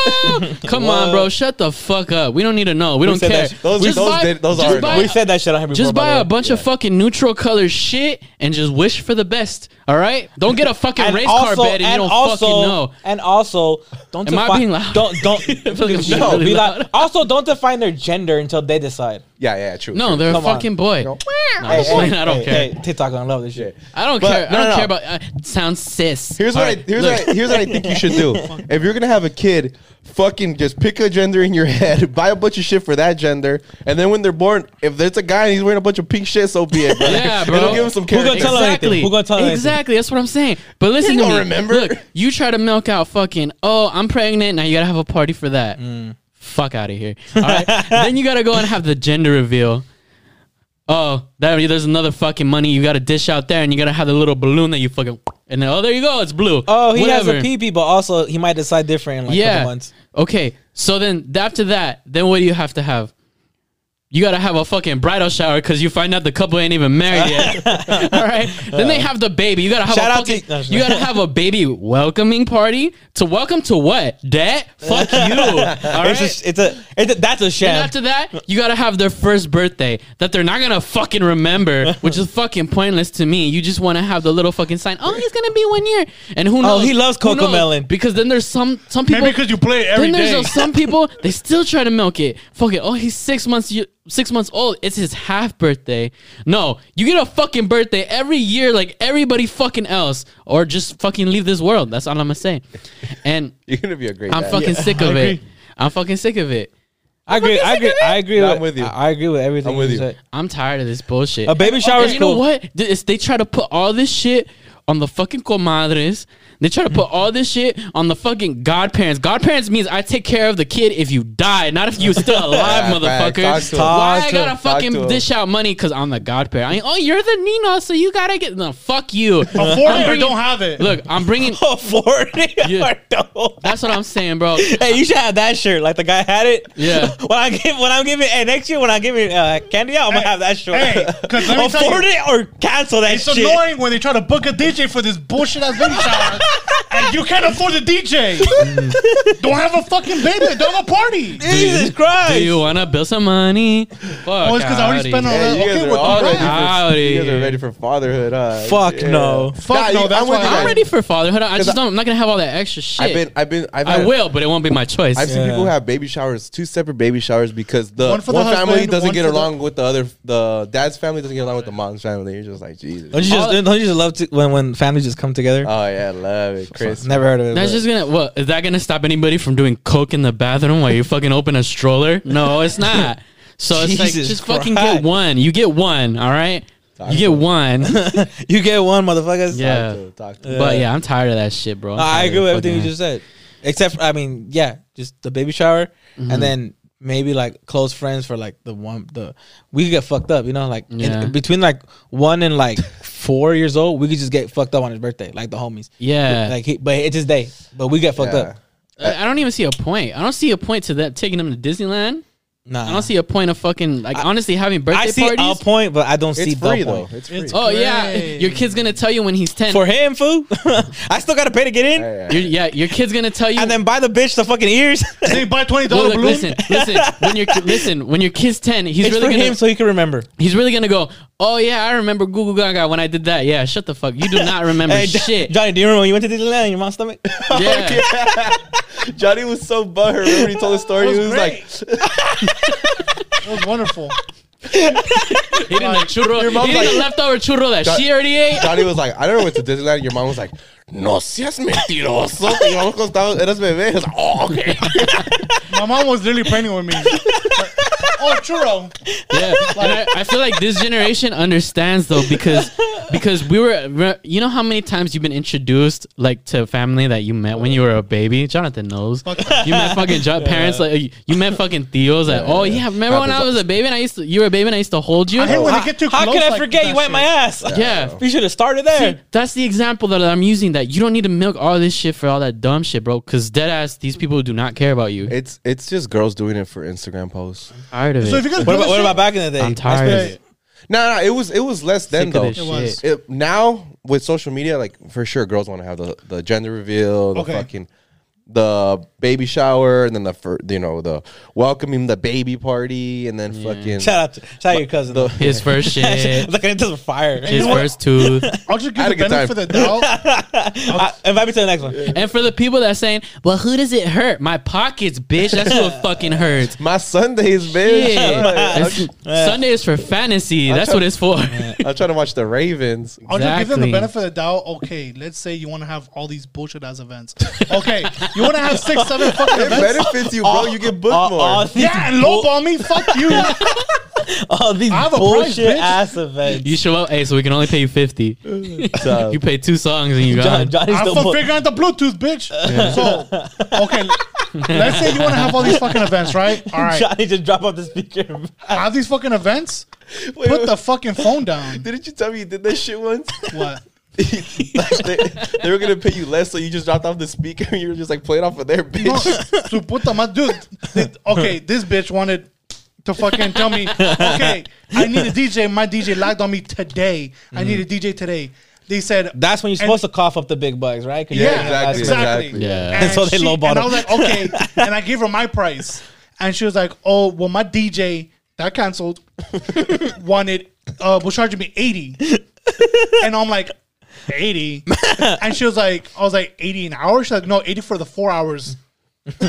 [SPEAKER 2] Whoa! Come on, bro. Shut the fuck up. We don't need to know. We don't
[SPEAKER 3] said
[SPEAKER 2] care.
[SPEAKER 3] that sh-
[SPEAKER 5] those-
[SPEAKER 2] Just
[SPEAKER 5] those
[SPEAKER 2] buy-
[SPEAKER 5] did- those
[SPEAKER 2] just
[SPEAKER 5] are
[SPEAKER 2] buy-
[SPEAKER 3] We said that shit on here before.
[SPEAKER 2] Just
[SPEAKER 3] by
[SPEAKER 2] buy
[SPEAKER 3] the
[SPEAKER 2] a
[SPEAKER 3] way.
[SPEAKER 2] bunch of fucking neutral color shit and just wish for the best. All right, don't get a fucking
[SPEAKER 3] And
[SPEAKER 2] race
[SPEAKER 3] also,
[SPEAKER 2] car bed and,
[SPEAKER 3] and
[SPEAKER 2] you don't
[SPEAKER 3] also,
[SPEAKER 2] fucking know.
[SPEAKER 3] and also, don't
[SPEAKER 2] Am I
[SPEAKER 3] defi-
[SPEAKER 2] being loud?
[SPEAKER 3] Don't don't
[SPEAKER 2] I feel like I'm being
[SPEAKER 3] no,
[SPEAKER 2] really
[SPEAKER 3] be
[SPEAKER 2] loud.
[SPEAKER 3] loud. Also, don't define their gender until they decide.
[SPEAKER 5] yeah, yeah, true.
[SPEAKER 2] No,
[SPEAKER 5] true.
[SPEAKER 2] they're a
[SPEAKER 3] Come on.
[SPEAKER 2] fucking boy.
[SPEAKER 5] No.
[SPEAKER 2] No, I'm just
[SPEAKER 3] Hey,
[SPEAKER 2] playing.
[SPEAKER 3] hey,
[SPEAKER 2] I don't
[SPEAKER 3] hey,
[SPEAKER 2] care.
[SPEAKER 3] hey, TikTok gonna love this shit.
[SPEAKER 2] I don't
[SPEAKER 5] But-
[SPEAKER 2] care.
[SPEAKER 5] no,
[SPEAKER 2] I don't
[SPEAKER 5] no.
[SPEAKER 2] care about uh, sounds cis.
[SPEAKER 5] Here's what I, here's what I, here's what I think you should do. If you're gonna have a kid, fucking just pick a gender in your head, buy a bunch of shit for that gender, and then when they're born, if there's a guy and he's wearing a bunch of pink shit, so be it. Bro.
[SPEAKER 2] Yeah, bro.
[SPEAKER 5] It'll give him some
[SPEAKER 3] Who gonna
[SPEAKER 5] character.
[SPEAKER 3] tell him anything? Who gonna tell him anything?
[SPEAKER 2] Exactly. That's what I'm saying. But listen to
[SPEAKER 5] They don't
[SPEAKER 2] me.
[SPEAKER 5] remember.
[SPEAKER 2] Look, you try to milk out fucking. Oh, I'm pregnant. Now you gotta have a party for that.
[SPEAKER 3] Mm.
[SPEAKER 2] Fuck out of here. All right. then you gotta go and have the gender reveal. Oh, that, there's another fucking money you gotta dish out there, and you gotta have the little balloon that you fucking. And then, oh, there you go. It's blue.
[SPEAKER 3] Oh, he
[SPEAKER 2] Whatever.
[SPEAKER 3] has a pee-pee, but also he might decide different in like a couple
[SPEAKER 2] yeah.
[SPEAKER 3] months.
[SPEAKER 2] Okay. So then after that, then what do you have to have? You gotta have a fucking bridal shower because you find out the couple ain't even married yet. All right. Then they have the baby. You gotta have
[SPEAKER 3] Shout
[SPEAKER 2] a
[SPEAKER 3] out to-
[SPEAKER 2] fucking,
[SPEAKER 3] No,
[SPEAKER 2] you gotta have a baby welcoming party to welcome to what? Dad? Fuck you. All right.
[SPEAKER 3] It's, a, it's, a, it's a that's a
[SPEAKER 2] And
[SPEAKER 3] sham.
[SPEAKER 2] after that, you gotta have their first birthday that they're not gonna fucking remember, which is fucking pointless to me. You just wanna have the little fucking sign. Oh, he's gonna be one year, and who
[SPEAKER 3] Oh,
[SPEAKER 2] knows?
[SPEAKER 3] he loves
[SPEAKER 2] Who
[SPEAKER 3] Coco
[SPEAKER 2] knows?
[SPEAKER 3] Melon.
[SPEAKER 2] because then there's some some people
[SPEAKER 4] Maybe because you play it
[SPEAKER 2] then
[SPEAKER 4] every day.
[SPEAKER 2] there's those- some people they still try to milk it. Fuck it. Oh, he's six months y- six months old. It's his half birthday. No, you get a fucking birthday every year, like everybody fucking else, or just fucking leave this world. That's all I'm gonna say. And
[SPEAKER 5] You're gonna be a great.
[SPEAKER 2] I'm
[SPEAKER 5] dad.
[SPEAKER 2] fucking sick of
[SPEAKER 4] I
[SPEAKER 2] it.
[SPEAKER 4] agree.
[SPEAKER 2] I'm fucking sick of it.
[SPEAKER 3] I agree. I agree. I agree.
[SPEAKER 5] No,
[SPEAKER 3] with,
[SPEAKER 5] I'm with you.
[SPEAKER 3] I I agree with everything.
[SPEAKER 5] I'm with you.
[SPEAKER 3] said.
[SPEAKER 2] I'm tired of this bullshit.
[SPEAKER 3] A baby
[SPEAKER 2] And-
[SPEAKER 3] shower
[SPEAKER 2] and
[SPEAKER 3] is
[SPEAKER 2] You know
[SPEAKER 3] cool.
[SPEAKER 2] what? Th- it's- they try to put all this shit on the fucking comadres. They try to put all this shit on the fucking godparents. Godparents means I take care of the kid if you die, not if you still alive,
[SPEAKER 5] Yeah, facts.
[SPEAKER 2] motherfucker.
[SPEAKER 5] Talk to
[SPEAKER 2] Why
[SPEAKER 5] 'em.
[SPEAKER 3] Talk
[SPEAKER 2] I
[SPEAKER 3] to 'em.
[SPEAKER 2] gotta
[SPEAKER 5] Talk to
[SPEAKER 2] fucking
[SPEAKER 5] 'em.
[SPEAKER 2] dish out money because I'm the godparent? I mean, oh, you're the Nino, so you gotta get no. Fuck you.
[SPEAKER 4] A
[SPEAKER 2] I'm
[SPEAKER 4] foreigner
[SPEAKER 2] bringing-
[SPEAKER 4] don't have it.
[SPEAKER 2] Look, I'm bringing.
[SPEAKER 3] Oh, 40.
[SPEAKER 2] Yeah.
[SPEAKER 3] No.
[SPEAKER 2] That's what I'm saying, bro.
[SPEAKER 3] Hey, you should have that shirt. Like the guy had it.
[SPEAKER 2] Yeah.
[SPEAKER 3] when I give, when I'm giving, hey, next year when I give it uh, candy out, I'm
[SPEAKER 4] Hey,
[SPEAKER 3] gonna have that shirt.
[SPEAKER 4] hey, 'cause let me tell
[SPEAKER 3] afford
[SPEAKER 4] you-
[SPEAKER 3] it or cancel that
[SPEAKER 4] It's
[SPEAKER 3] shit.
[SPEAKER 4] annoying when they try to book a DJ for this bullshit ass baby shower, and you can't afford the DJ. don't have a fucking baby. Don't have a party.
[SPEAKER 3] Jesus Christ!
[SPEAKER 2] Do you wanna build some money? Fuck.
[SPEAKER 4] Oh, it's because I already
[SPEAKER 2] outta
[SPEAKER 4] spent all
[SPEAKER 2] here.
[SPEAKER 5] Yeah,
[SPEAKER 4] that.
[SPEAKER 5] you guys
[SPEAKER 4] Okay,
[SPEAKER 5] are
[SPEAKER 4] with
[SPEAKER 5] all
[SPEAKER 4] the
[SPEAKER 5] ready.
[SPEAKER 4] rap.
[SPEAKER 5] For,
[SPEAKER 2] Howdy.
[SPEAKER 5] you guys are ready for fatherhood. Huh?
[SPEAKER 3] Fuck no.
[SPEAKER 4] Fuck no,
[SPEAKER 5] you-
[SPEAKER 4] that's
[SPEAKER 5] I'm with you
[SPEAKER 4] why I'm
[SPEAKER 5] guys.
[SPEAKER 2] I'm ready for fatherhood. I
[SPEAKER 5] Cause I-
[SPEAKER 2] just don't. I'm not gonna have all that extra shit.
[SPEAKER 5] I've been. I've been. I've
[SPEAKER 2] I
[SPEAKER 5] had-
[SPEAKER 2] will, but it won't be my choice.
[SPEAKER 5] I've seen
[SPEAKER 3] Yeah.
[SPEAKER 5] people who have baby showers, two separate baby showers, because the
[SPEAKER 4] One
[SPEAKER 5] one,
[SPEAKER 4] for the
[SPEAKER 5] family
[SPEAKER 4] husband,
[SPEAKER 5] doesn't
[SPEAKER 4] one
[SPEAKER 5] get
[SPEAKER 4] for the-
[SPEAKER 5] along with the other. The dad's family doesn't get along with the mom's family. You're just like Jesus.
[SPEAKER 3] Don't you
[SPEAKER 2] All
[SPEAKER 3] just
[SPEAKER 2] that-
[SPEAKER 3] don't you just love to, when when families just come together?
[SPEAKER 5] Oh yeah, love it, Chris.
[SPEAKER 3] Never heard of it.
[SPEAKER 2] That's
[SPEAKER 3] but-
[SPEAKER 2] just gonna. What is that gonna stop anybody from doing coke in the bathroom while you fucking open a stroller? No, it's not. So it's like
[SPEAKER 3] Jesus
[SPEAKER 2] just fucking
[SPEAKER 3] Christ.
[SPEAKER 2] get one. You get one. All right. You get one.
[SPEAKER 3] you get one, motherfuckers.
[SPEAKER 2] Yeah.
[SPEAKER 5] Talk to- talk to-
[SPEAKER 2] But yeah, I'm tired of that shit, bro. I'm
[SPEAKER 3] No, I
[SPEAKER 2] tired
[SPEAKER 3] agree
[SPEAKER 2] of
[SPEAKER 3] with everything you
[SPEAKER 2] fucking-
[SPEAKER 3] just said, except for, I mean, yeah, just the baby shower,
[SPEAKER 2] Mm-hmm.
[SPEAKER 3] and then maybe like close friends for like the one the we could get fucked up, you know, like in-
[SPEAKER 2] Yeah.
[SPEAKER 3] between like one and like four years old, we could just get fucked up on his birthday, like the homies.
[SPEAKER 2] Yeah.
[SPEAKER 3] like he, but it's his day, but we get fucked
[SPEAKER 5] Yeah.
[SPEAKER 3] up.
[SPEAKER 2] I I don't even see a point. I don't see a point to that taking them to Disneyland.
[SPEAKER 3] Nah.
[SPEAKER 2] I don't see a point of fucking like honestly having birthday
[SPEAKER 3] Ah. I see
[SPEAKER 2] parties.
[SPEAKER 3] a point, but I don't see
[SPEAKER 5] It's
[SPEAKER 3] the
[SPEAKER 5] free
[SPEAKER 3] point.
[SPEAKER 5] though. It's free.
[SPEAKER 4] It's-
[SPEAKER 2] oh yeah,
[SPEAKER 4] Great.
[SPEAKER 2] your kid's gonna tell you when he's ten.
[SPEAKER 3] For him, fool. I still gotta pay to get in,
[SPEAKER 5] Yeah,
[SPEAKER 2] your,
[SPEAKER 5] yeah.
[SPEAKER 2] yeah, your kid's gonna tell you.
[SPEAKER 3] and then buy the bitch the fucking ears.
[SPEAKER 4] They buy twenty
[SPEAKER 2] Well,
[SPEAKER 4] dollar
[SPEAKER 2] look, listen,
[SPEAKER 4] balloon.
[SPEAKER 2] listen. When your ki- listen, when your kid's ten, he's
[SPEAKER 3] it's
[SPEAKER 2] really
[SPEAKER 3] for
[SPEAKER 2] gonna
[SPEAKER 3] him so he can remember.
[SPEAKER 2] he's really gonna go. Oh yeah, I remember Google Gaga when I did that. Yeah, shut the fuck. You do not remember
[SPEAKER 3] Hey, Jo-
[SPEAKER 2] shit.
[SPEAKER 3] Johnny, do you remember when you went to Disneyland and your mom's stomach?
[SPEAKER 2] yeah.
[SPEAKER 5] Johnny was so butthurt. Remember he told the story.
[SPEAKER 4] It
[SPEAKER 5] he
[SPEAKER 4] was
[SPEAKER 5] was like,
[SPEAKER 4] It was wonderful.
[SPEAKER 2] He didn't have churro.
[SPEAKER 5] Your mom's
[SPEAKER 2] He didn't
[SPEAKER 5] like-
[SPEAKER 2] leftover churro that
[SPEAKER 5] Got-
[SPEAKER 2] she already ate.
[SPEAKER 5] Johnny was like, I never went to Disneyland. Your mom was like, No seas mentiroso. Y vamos costado, eras bebé. He was like, Oh, okay.
[SPEAKER 4] My mom was literally praying with me. oh, churro.
[SPEAKER 2] Yeah, and I, I feel like this generation understands though because because we were re- you know how many times you've been introduced like to family that you met when you were a baby. Jonathan knows you met fucking jo- parents like you, you met fucking Theo's like oh yeah remember when I was a baby and I used to you were a baby and I used to hold you.
[SPEAKER 4] I hate when
[SPEAKER 3] How,
[SPEAKER 4] they get too
[SPEAKER 3] how
[SPEAKER 4] close.
[SPEAKER 3] could I
[SPEAKER 4] like
[SPEAKER 3] forget
[SPEAKER 4] that
[SPEAKER 3] you wiped
[SPEAKER 4] shit.
[SPEAKER 3] my ass?
[SPEAKER 2] yeah.
[SPEAKER 3] You should have started there.
[SPEAKER 2] See, that's the example that I'm using. That you don't need to milk all this shit for all that dumb shit, bro. Because dead ass, these people do not care about you.
[SPEAKER 5] It's it's just girls doing it for Instagram posts.
[SPEAKER 2] tired of
[SPEAKER 4] So if
[SPEAKER 2] it.
[SPEAKER 4] you guys
[SPEAKER 3] What
[SPEAKER 4] do
[SPEAKER 3] about,
[SPEAKER 4] that
[SPEAKER 3] what
[SPEAKER 4] shit-
[SPEAKER 3] about back in the day?
[SPEAKER 2] I'm tired. of it.
[SPEAKER 5] No, no, it was it was less then
[SPEAKER 2] Sick of
[SPEAKER 5] though.
[SPEAKER 2] this
[SPEAKER 4] It was.
[SPEAKER 2] shit.
[SPEAKER 5] It- now with social media, like for sure, girls want to have the the gender reveal, the
[SPEAKER 4] Okay.
[SPEAKER 5] fucking the baby shower, and then the fir- you know the welcoming the baby party, and then fucking
[SPEAKER 3] Shout out, to, shout out your cousin. though.
[SPEAKER 2] His first shit,
[SPEAKER 3] Look, it doesn't fire.
[SPEAKER 2] his first tooth.
[SPEAKER 4] I'll just
[SPEAKER 5] I had
[SPEAKER 4] give the
[SPEAKER 5] a good
[SPEAKER 4] benefit of the doubt.
[SPEAKER 3] I, Uh, invite me to the next one.
[SPEAKER 2] And for the people that saying, well, who does it hurt? My pockets, bitch. That's who it fucking hurts.
[SPEAKER 5] my Sundays, bitch.
[SPEAKER 2] Yeah.
[SPEAKER 5] Like,
[SPEAKER 2] That's- Sunday is for fantasy. That's what it's for.
[SPEAKER 5] I'm, I'm trying to watch the Ravens.
[SPEAKER 4] I'll just give them
[SPEAKER 2] Exactly.
[SPEAKER 4] the benefit of the doubt. Okay, let's say you want to have all these bullshit ass events. Okay, you want to have six, seven fucking
[SPEAKER 5] It
[SPEAKER 4] events.
[SPEAKER 5] benefits you, bro. You get
[SPEAKER 4] Uh,
[SPEAKER 5] booked
[SPEAKER 3] All,
[SPEAKER 5] more.
[SPEAKER 3] all these,
[SPEAKER 4] Yeah, and lowball me. Fuck you.
[SPEAKER 3] all these
[SPEAKER 4] have a prize,
[SPEAKER 3] bullshit
[SPEAKER 4] bitch.
[SPEAKER 3] ass events.
[SPEAKER 2] You show up, hey, so we can only pay you 50. you pay two songs and you
[SPEAKER 3] John,
[SPEAKER 2] got
[SPEAKER 3] Johnny's
[SPEAKER 4] I'm
[SPEAKER 3] still
[SPEAKER 4] for
[SPEAKER 3] booked.
[SPEAKER 4] figuring out the Bluetooth, bitch. So, okay, let's say you want to have all these fucking events, right? All right,
[SPEAKER 3] Johnny just drop off the speaker.
[SPEAKER 4] have these fucking events.
[SPEAKER 5] Wait,
[SPEAKER 4] Put
[SPEAKER 5] wait,
[SPEAKER 4] the fucking phone down.
[SPEAKER 5] didn't you tell me you did that shit once?
[SPEAKER 4] What?
[SPEAKER 5] Like, they, they were gonna pay you less, so you just dropped off the speaker and you were just like playing off of their bitch.
[SPEAKER 4] No, so put the my dude. th- Okay, this bitch wanted to fucking tell me, okay, I need a DJ. My DJ lagged on me today. I need a DJ today. They said
[SPEAKER 3] That's when you're
[SPEAKER 4] supposed
[SPEAKER 3] supposed to cough up the big bucks, right?
[SPEAKER 4] Yeah, exactly.
[SPEAKER 5] exactly.
[SPEAKER 4] exactly.
[SPEAKER 2] Yeah.
[SPEAKER 3] And so they
[SPEAKER 4] she-
[SPEAKER 3] lowballed
[SPEAKER 4] And I
[SPEAKER 3] him.
[SPEAKER 4] was like, okay. and I gave her my price, and she was like, oh, well, my DJ that canceled wanted uh was charging me eighty, and I'm like. 80 and she was like I was like 80 an hour she's like no 80 for the four hours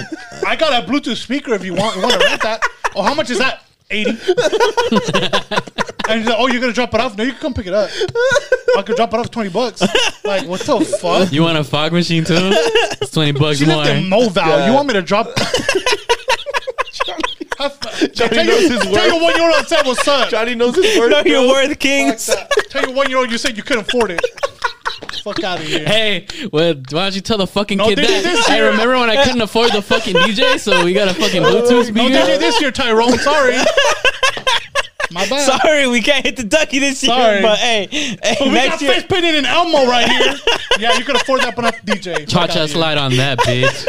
[SPEAKER 4] I got a Bluetooth speaker if you want you want to rent that oh how much is that 80 and she's like oh you're gonna drop it off no you can come pick it up I could drop it off 20 bucks like what the fuck
[SPEAKER 2] You want a fog machine too? It's 20 bucks
[SPEAKER 4] she
[SPEAKER 2] more.
[SPEAKER 4] lived in Moval.
[SPEAKER 5] Yeah.
[SPEAKER 4] You want me to drop? Have fun. tell, you,
[SPEAKER 5] knows his
[SPEAKER 4] tell your one year old I said what's up.
[SPEAKER 5] Johnny knows his worth.
[SPEAKER 3] Know your
[SPEAKER 5] bro.
[SPEAKER 3] worth, kings.
[SPEAKER 4] Tell your one year old you said you couldn't afford it. Fuck out of here.
[SPEAKER 2] Hey, well, why don't you tell the fucking
[SPEAKER 4] No
[SPEAKER 2] kid
[SPEAKER 4] DJ
[SPEAKER 2] that?
[SPEAKER 4] this
[SPEAKER 2] I
[SPEAKER 4] year.
[SPEAKER 2] remember when I couldn't afford the fucking DJ, so we got a fucking Bluetooth
[SPEAKER 4] No
[SPEAKER 2] speaker.
[SPEAKER 4] DJ this year, Tyrone. Sorry. My bad.
[SPEAKER 3] Sorry, we can't hit the ducky this year,
[SPEAKER 4] Sorry.
[SPEAKER 3] but hey, hey,
[SPEAKER 4] But we
[SPEAKER 3] next
[SPEAKER 4] got
[SPEAKER 3] year.
[SPEAKER 4] face painted in Elmo right here. Yeah, you could afford that, but not DJ.
[SPEAKER 2] Cha
[SPEAKER 4] Fuck outta
[SPEAKER 2] cha
[SPEAKER 4] here.
[SPEAKER 2] slide on that, bitch.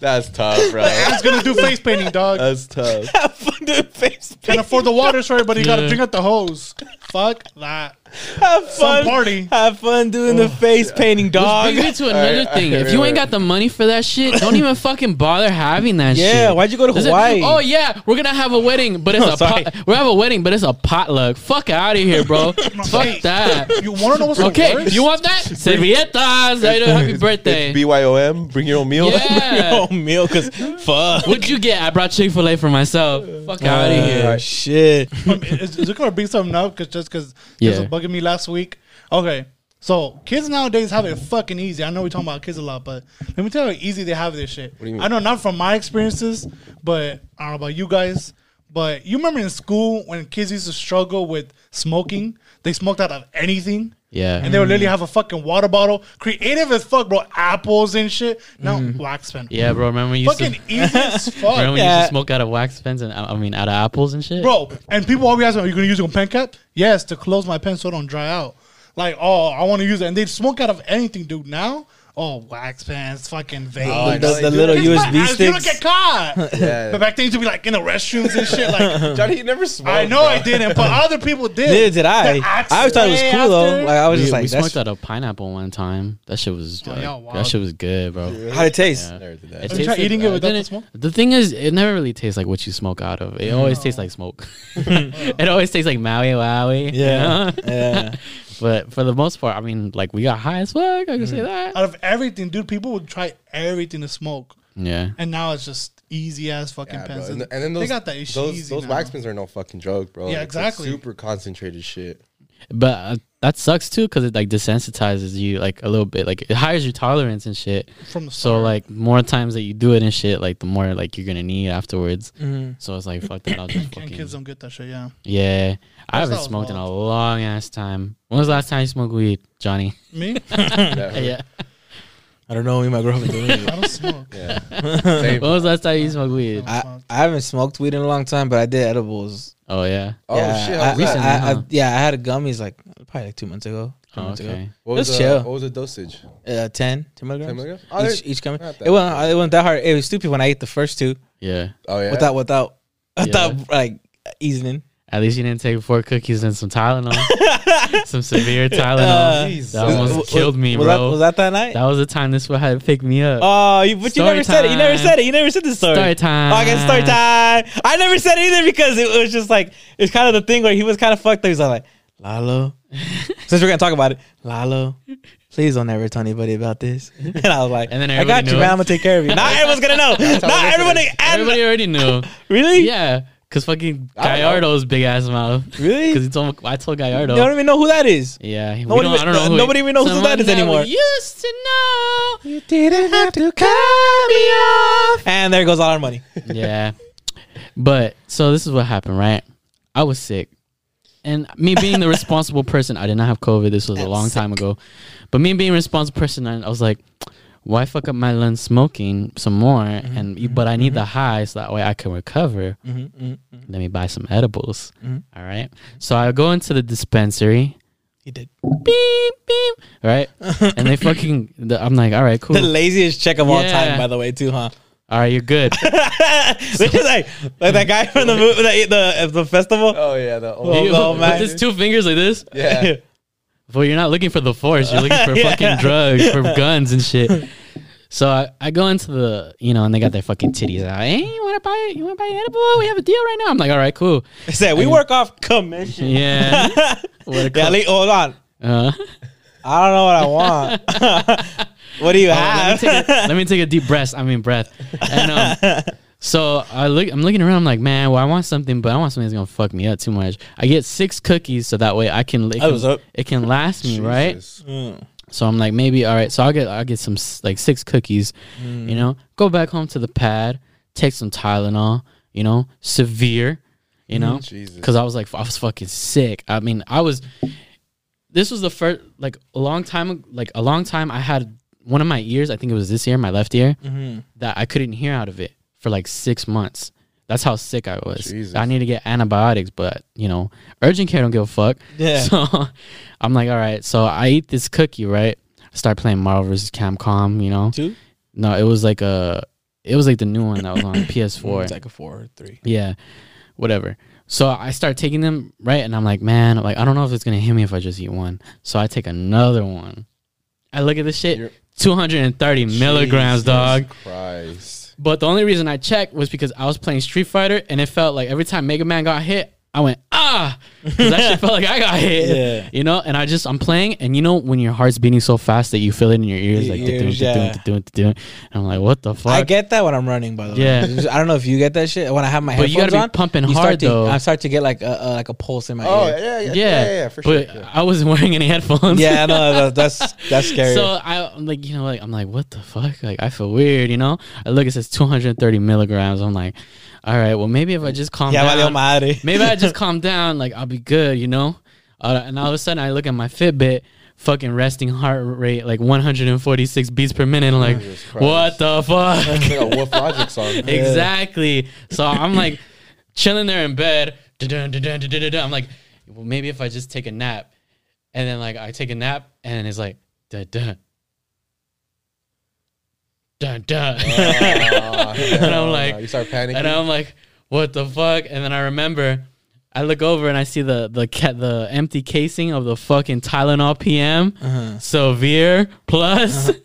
[SPEAKER 5] That's tough, bro.
[SPEAKER 4] That's gonna do face painting, dog.
[SPEAKER 5] That's tough.
[SPEAKER 3] Have fun doing face
[SPEAKER 4] Can't afford the water, sorry, but you gotta
[SPEAKER 2] Yeah.
[SPEAKER 4] drink out the hose. Fuck that.
[SPEAKER 3] Have fun.
[SPEAKER 4] party.
[SPEAKER 3] Have fun doing
[SPEAKER 2] Oh,
[SPEAKER 3] the face painting, dog.
[SPEAKER 2] Brings me to another
[SPEAKER 5] Alright,
[SPEAKER 2] thing.
[SPEAKER 5] alright,
[SPEAKER 2] if you ain't
[SPEAKER 5] alright.
[SPEAKER 2] got the money for that shit, don't even fucking bother having that shit.
[SPEAKER 3] Yeah, why'd you go to
[SPEAKER 2] Is it-
[SPEAKER 3] Hawaii?
[SPEAKER 2] oh yeah, we're gonna have a wedding, but
[SPEAKER 4] Oh,
[SPEAKER 2] it's a
[SPEAKER 3] Sorry.
[SPEAKER 2] pot, we have a wedding, but it's a potluck. Fuck out of here, bro. Fuck
[SPEAKER 4] Hey,
[SPEAKER 2] that.
[SPEAKER 4] You wanna know what's
[SPEAKER 2] Okay,
[SPEAKER 4] the worst?
[SPEAKER 2] you want that? Servietas. There you go. Happy birthday.
[SPEAKER 5] It's BYOM, bring your own meal.
[SPEAKER 2] Yeah.
[SPEAKER 3] Your own meal, cause fuck.
[SPEAKER 2] What'd you get? I brought Chick Fil A for myself. Fuck out of here.
[SPEAKER 3] Uh, Shit.
[SPEAKER 4] Um, is, is it gonna bring something up? Cause just cause this
[SPEAKER 2] Yeah.
[SPEAKER 4] was bugging me last week. Okay, so kids nowadays have it fucking easy. I know we talking about kids a lot, but let me tell you how easy they have this shit.
[SPEAKER 5] do you mean?
[SPEAKER 4] I know not from my experiences, but I don't know about you guys. But you remember in school when kids used to struggle with smoking? They smoked out of anything.
[SPEAKER 2] Yeah. Mm.
[SPEAKER 4] And they would literally have a fucking water bottle. Creative as fuck, bro. Apples and shit. Now wax pen.
[SPEAKER 2] Mm-hmm. yeah, bro. Remember when you used to,
[SPEAKER 4] Fucking easy as fuck.
[SPEAKER 2] remember when you
[SPEAKER 3] Yeah.
[SPEAKER 2] used to smoke out of wax pens and I I mean out of apples and shit?
[SPEAKER 4] bro. And people always ask me, "Are you gonna use your pen cap?" Yes, to close my pen so it don't dry out. Like, oh, I want to use it, and they smoke out of anything, dude. Now, oh, wax pants, fucking vape.
[SPEAKER 5] Oh, I
[SPEAKER 4] Like,
[SPEAKER 5] know. Like,
[SPEAKER 4] just-
[SPEAKER 1] the, the
[SPEAKER 5] dude,
[SPEAKER 1] little
[SPEAKER 5] it's
[SPEAKER 4] just
[SPEAKER 1] USB
[SPEAKER 4] as You don't get
[SPEAKER 1] sticks.
[SPEAKER 4] caught.
[SPEAKER 5] Yeah.
[SPEAKER 4] But back then, you used to be like in the restrooms and shit. Like,
[SPEAKER 5] Johnny, you never smoked.
[SPEAKER 4] I know I didn't, but other people did.
[SPEAKER 3] Neither did I.
[SPEAKER 4] But I
[SPEAKER 3] I always thought it was
[SPEAKER 4] swear
[SPEAKER 3] cool though.
[SPEAKER 4] after-
[SPEAKER 3] Like I was
[SPEAKER 2] we,
[SPEAKER 3] just
[SPEAKER 2] we
[SPEAKER 3] like,
[SPEAKER 2] smoked
[SPEAKER 3] that's
[SPEAKER 2] out a pineapple one time. That shit was
[SPEAKER 4] Oh,
[SPEAKER 2] like,
[SPEAKER 4] y'all wild.
[SPEAKER 2] that shit was good, bro.
[SPEAKER 3] how it tastes.
[SPEAKER 2] Yeah.
[SPEAKER 5] Never did
[SPEAKER 2] It
[SPEAKER 5] that.
[SPEAKER 4] Have you tried
[SPEAKER 2] tasted-
[SPEAKER 4] eating it
[SPEAKER 2] uh,
[SPEAKER 4] without
[SPEAKER 2] didn't-
[SPEAKER 4] the smoke?
[SPEAKER 2] The thing is, it never really tastes like what you smoke out of. It always tastes like smoke. it always tastes like Maui Wowie. you
[SPEAKER 3] Yeah,
[SPEAKER 2] know?
[SPEAKER 3] yeah.
[SPEAKER 2] but for the most part, I mean, like we got high as fuck. I can say that.
[SPEAKER 4] Out of everything, dude, people would try everything to smoke,
[SPEAKER 2] Yeah.
[SPEAKER 4] and now it's just easy ass fucking
[SPEAKER 5] Yeah, bro.
[SPEAKER 4] pens.
[SPEAKER 5] And, and then those,
[SPEAKER 4] they got that issue
[SPEAKER 5] those,
[SPEAKER 4] easy
[SPEAKER 5] those
[SPEAKER 4] now.
[SPEAKER 5] wax pins are no fucking joke, bro.
[SPEAKER 4] Yeah,
[SPEAKER 5] It's, like,
[SPEAKER 4] exactly.
[SPEAKER 5] super concentrated shit.
[SPEAKER 2] But uh, that sucks too because it like desensitizes you like a little bit. Like it hires your tolerance and shit.
[SPEAKER 4] from the
[SPEAKER 2] So
[SPEAKER 4] start.
[SPEAKER 2] like more times that you do it and shit, like the more like you're gonna need afterwards. So it's like fuck that. I'll just
[SPEAKER 4] and
[SPEAKER 2] fucking
[SPEAKER 4] kids don't get that shit. Yeah,
[SPEAKER 2] yeah. I
[SPEAKER 4] That's
[SPEAKER 2] haven't
[SPEAKER 4] not
[SPEAKER 2] smoked in a
[SPEAKER 4] wild.
[SPEAKER 2] long ass time. When was the last time you smoked weed, Johnny?
[SPEAKER 4] me,
[SPEAKER 5] Yeah.
[SPEAKER 2] yeah.
[SPEAKER 3] I don't know. Me and my girlfriend doing it.
[SPEAKER 4] I don't smoke.
[SPEAKER 5] yeah. Same. Oh,
[SPEAKER 2] When was the last time you smoked weed?
[SPEAKER 4] I
[SPEAKER 3] I,
[SPEAKER 4] smoked.
[SPEAKER 3] I haven't smoked weed in a long time, but I did edibles.
[SPEAKER 2] Oh yeah.
[SPEAKER 5] Oh,
[SPEAKER 3] yeah,
[SPEAKER 5] shit.
[SPEAKER 3] I,
[SPEAKER 5] how's that?
[SPEAKER 2] Recently,
[SPEAKER 3] I, I,
[SPEAKER 2] huh?
[SPEAKER 3] I, yeah, I had a gummies like probably like two months ago. Two
[SPEAKER 2] Oh,
[SPEAKER 3] months
[SPEAKER 2] okay.
[SPEAKER 5] what, was
[SPEAKER 3] Let's
[SPEAKER 5] the,
[SPEAKER 3] chill.
[SPEAKER 5] what was the dosage?
[SPEAKER 3] ago. Uh, 10, 10 milligrams.
[SPEAKER 5] 10 milligrams? Oh,
[SPEAKER 3] each,
[SPEAKER 5] that-
[SPEAKER 3] each gummy.
[SPEAKER 5] not that
[SPEAKER 3] It wasn't, it wasn't that hard. It was stupid when I ate the first two
[SPEAKER 2] Yeah.
[SPEAKER 5] Oh, yeah.
[SPEAKER 3] without without
[SPEAKER 2] Yeah.
[SPEAKER 3] without like easing in.
[SPEAKER 2] At least you didn't take four cookies and some Tylenol, some severe
[SPEAKER 3] Uh,
[SPEAKER 2] Tylenol.
[SPEAKER 5] Jeez.
[SPEAKER 2] that almost
[SPEAKER 3] Was-
[SPEAKER 2] killed me,
[SPEAKER 3] was
[SPEAKER 2] bro.
[SPEAKER 3] That, was that that night?
[SPEAKER 2] That was the time this fool had to pick me up.
[SPEAKER 3] oh, you, but you
[SPEAKER 2] Story
[SPEAKER 3] never said it. You never
[SPEAKER 2] time.
[SPEAKER 3] said it. You never said the story.
[SPEAKER 2] Story time.
[SPEAKER 3] Oh, I guess story time. I never said it either because it was just like it's kind of the thing where he was kind of fucked up. He's all like, Lalo. Since we're gonna talk about it, Lalo, please don't ever tell anybody about this. And I was like,
[SPEAKER 2] And then
[SPEAKER 3] I got
[SPEAKER 2] everybody
[SPEAKER 3] you,
[SPEAKER 2] knew.
[SPEAKER 3] man. I'm gonna take care of you. Not everyone's gonna know.
[SPEAKER 5] how
[SPEAKER 3] Not
[SPEAKER 5] it is.
[SPEAKER 3] everybody.
[SPEAKER 2] Everybody
[SPEAKER 3] and-
[SPEAKER 2] already knew.
[SPEAKER 3] Really?
[SPEAKER 2] yeah. Cause fucking
[SPEAKER 5] I don't know.
[SPEAKER 2] Gallardo's big ass mouth.
[SPEAKER 3] Really?
[SPEAKER 2] Cause he told I told
[SPEAKER 3] You
[SPEAKER 2] Gallardo.
[SPEAKER 3] don't even know who that is.
[SPEAKER 2] yeah. we
[SPEAKER 3] Nobody
[SPEAKER 2] don't- I don't
[SPEAKER 3] even-
[SPEAKER 2] know. Who
[SPEAKER 3] nobody even knows who
[SPEAKER 2] Someone
[SPEAKER 3] that is anymore.
[SPEAKER 2] We used to know.
[SPEAKER 3] You didn't have to cut me off. And there goes all our money.
[SPEAKER 2] yeah. But so this is what happened, right? I was sick. And me being the responsible person, I did not have COVID. This was a long time ago. But me being a responsible person, I I was like, why fuck up my lungs smoking some more?
[SPEAKER 3] Mm-hmm.
[SPEAKER 2] And but I need the high so that way I can recover.
[SPEAKER 3] Mm-hmm.
[SPEAKER 2] Let me buy some edibles. All right. So I go into the dispensary.
[SPEAKER 3] He did.
[SPEAKER 2] Beep beep. Right. and they fucking. The, I'm like, all right, cool.
[SPEAKER 3] The laziest check of all
[SPEAKER 2] Yeah.
[SPEAKER 3] time, by the way, too, huh?
[SPEAKER 2] All right, you're good.
[SPEAKER 3] Which is like, like that guy from the movie, the, the, the festival.
[SPEAKER 5] Oh, yeah. The old,
[SPEAKER 2] you,
[SPEAKER 3] no,
[SPEAKER 2] with
[SPEAKER 3] man.
[SPEAKER 2] just two fingers like this.
[SPEAKER 5] yeah.
[SPEAKER 2] Well, you're not looking for the force. You're looking for
[SPEAKER 3] Yeah.
[SPEAKER 2] fucking drugs, for guns and shit. So I, I go into the, you know, and they got their fucking titties out. Hey, you want to buy? You want to buy an edible? We have a deal right now. I'm like, all right, cool.
[SPEAKER 3] He said, we work off commission.
[SPEAKER 2] Yeah. What a
[SPEAKER 3] Yeah,
[SPEAKER 2] co-
[SPEAKER 3] Lee, hold on.
[SPEAKER 2] uh,
[SPEAKER 3] I don't know what I want. what do you
[SPEAKER 2] Oh, let,
[SPEAKER 3] have?
[SPEAKER 2] me take a, let me take a deep breath. I mean breath. And um, so I look. I'm looking around. I'm like, man, well, I want something, but I want something that's gonna fuck me up too much. I get six cookies, so that way I can. It
[SPEAKER 3] That was
[SPEAKER 2] can,
[SPEAKER 3] up.
[SPEAKER 2] it can last me, right?
[SPEAKER 5] Jesus.
[SPEAKER 2] So I'm like, maybe all right. So I'll get I'll get some s- like six cookies, you know. Go back home to the pad, take some Tylenol, you know, severe, you know,
[SPEAKER 5] Jesus.
[SPEAKER 2] because I was like I was fucking sick. I mean, I was. This was the first like a long time like a long time I had one of my ears. I think it was this ear, my left ear, that I couldn't hear out of it for like six months. That's how sick I was.
[SPEAKER 5] Jesus.
[SPEAKER 2] I need to get antibiotics, but you know, urgent care don't give a fuck.
[SPEAKER 3] Yeah.
[SPEAKER 2] So I'm like, all right. So I eat this cookie, right? I start playing Marvel vs. Capcom. You know,
[SPEAKER 3] Two?
[SPEAKER 2] no, it was like a, it was like the new one that was on PS4.
[SPEAKER 3] It's like a four or three.
[SPEAKER 2] Yeah, whatever. So I start taking them right, and I'm like, man, like I don't know if it's gonna hit me if I just eat one. So I take another one. I look at this shit,
[SPEAKER 5] You're-
[SPEAKER 2] 230 milligrams,
[SPEAKER 5] Jesus
[SPEAKER 2] dog.
[SPEAKER 5] Christ.
[SPEAKER 2] But the only reason I checked was because I was playing Street Fighter, and it felt like every time Mega Man got hit, I went ah, 'Cause that shit felt like I got hit,
[SPEAKER 3] Yeah.
[SPEAKER 2] you know. And I just I'm playing, and you know when your heart's beating so fast that you feel it in your ears, like
[SPEAKER 3] Your ears,
[SPEAKER 2] "Du-dun, du-dun,
[SPEAKER 3] yeah.
[SPEAKER 2] du-dun, du-dun." And I'm like, what the fuck?
[SPEAKER 3] I get that when I'm running, by the way.
[SPEAKER 2] Yeah.
[SPEAKER 3] I don't know if you get that shit. When I have my
[SPEAKER 2] But
[SPEAKER 3] headphones
[SPEAKER 2] you gotta be
[SPEAKER 3] on,
[SPEAKER 2] pumping
[SPEAKER 3] you
[SPEAKER 2] hard,
[SPEAKER 3] start to,
[SPEAKER 2] though.
[SPEAKER 3] I start to get like a, a like a pulse in my
[SPEAKER 5] Oh,
[SPEAKER 3] ear.
[SPEAKER 5] yeah, yeah, yeah. Yeah,
[SPEAKER 2] yeah,
[SPEAKER 5] yeah, yeah for sure.
[SPEAKER 2] but I wasn't wearing any headphones.
[SPEAKER 3] Yeah, no, that's that's scary.
[SPEAKER 2] So I, I'm like, you know, like I'm like, what the fuck? Like I feel weird, you know. I look, it says 230 milligrams. I'm like, all right, well maybe if I just calm
[SPEAKER 3] yeah, valeo
[SPEAKER 2] down,
[SPEAKER 3] madre.
[SPEAKER 2] maybe I just calm down, like I'll be good, you know? Uh, and all of a sudden, I look at my Fitbit, fucking resting heart rate, like 146 beats per minute. I'm like,
[SPEAKER 5] Jesus Christ.
[SPEAKER 2] what the fuck?
[SPEAKER 5] It's like a Wolf Logic song.
[SPEAKER 2] exactly. So I'm like chilling there in bed. Dun-dun, dun-dun, dun-dun, dun-dun. I'm like, well, maybe if I just take a nap. And then, like, I take a nap, and it's like, dun, dun, dun dun.
[SPEAKER 5] Ah,
[SPEAKER 2] and I'm
[SPEAKER 5] no,
[SPEAKER 2] like,
[SPEAKER 5] no, you start panicking.
[SPEAKER 2] and I'm like, what the fuck? And then I remember, I look over and I see the the ca- the empty casing of the fucking Tylenol PM,
[SPEAKER 3] Uh-huh.
[SPEAKER 2] severe plus.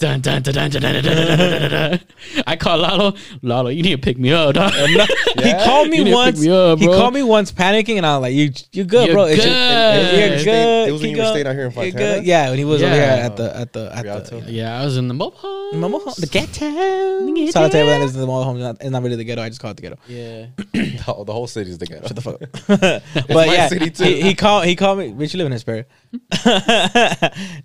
[SPEAKER 2] Dun, dun, dun, dun, dun, dun, dun, dun, dun, dun, dun, dun, dun. I call Lalo. Lalo, you need to pick me up, dog.
[SPEAKER 3] He
[SPEAKER 5] Yeah.
[SPEAKER 3] called
[SPEAKER 2] You
[SPEAKER 3] me
[SPEAKER 2] didn't
[SPEAKER 3] once.
[SPEAKER 2] pick me up,
[SPEAKER 3] he
[SPEAKER 2] bro.
[SPEAKER 3] called me once panicking, and I was like, "You, you good,
[SPEAKER 2] You're
[SPEAKER 3] bro? It's
[SPEAKER 2] good.
[SPEAKER 3] you're
[SPEAKER 2] It was
[SPEAKER 3] good.
[SPEAKER 5] when you were
[SPEAKER 3] Keep
[SPEAKER 5] staying
[SPEAKER 3] going.
[SPEAKER 5] out here in
[SPEAKER 3] You're
[SPEAKER 5] Fontana?
[SPEAKER 3] good." Yeah, when he was over
[SPEAKER 2] Yeah.
[SPEAKER 3] here at the at the at
[SPEAKER 5] Rialto.
[SPEAKER 3] the
[SPEAKER 2] yeah, I was in the mobile. home.
[SPEAKER 3] mobile home, the ghetto. So I tell everyone it's the mobile home. It's not, it's not really the ghetto. I just call it the ghetto.
[SPEAKER 2] Yeah.
[SPEAKER 5] the, whole- Oh, the whole city's the ghetto. Shut the fuck up.
[SPEAKER 3] but
[SPEAKER 5] my
[SPEAKER 3] yeah,
[SPEAKER 5] city, too.
[SPEAKER 3] He, he called. He called me. Bitch, you live in Hesperia.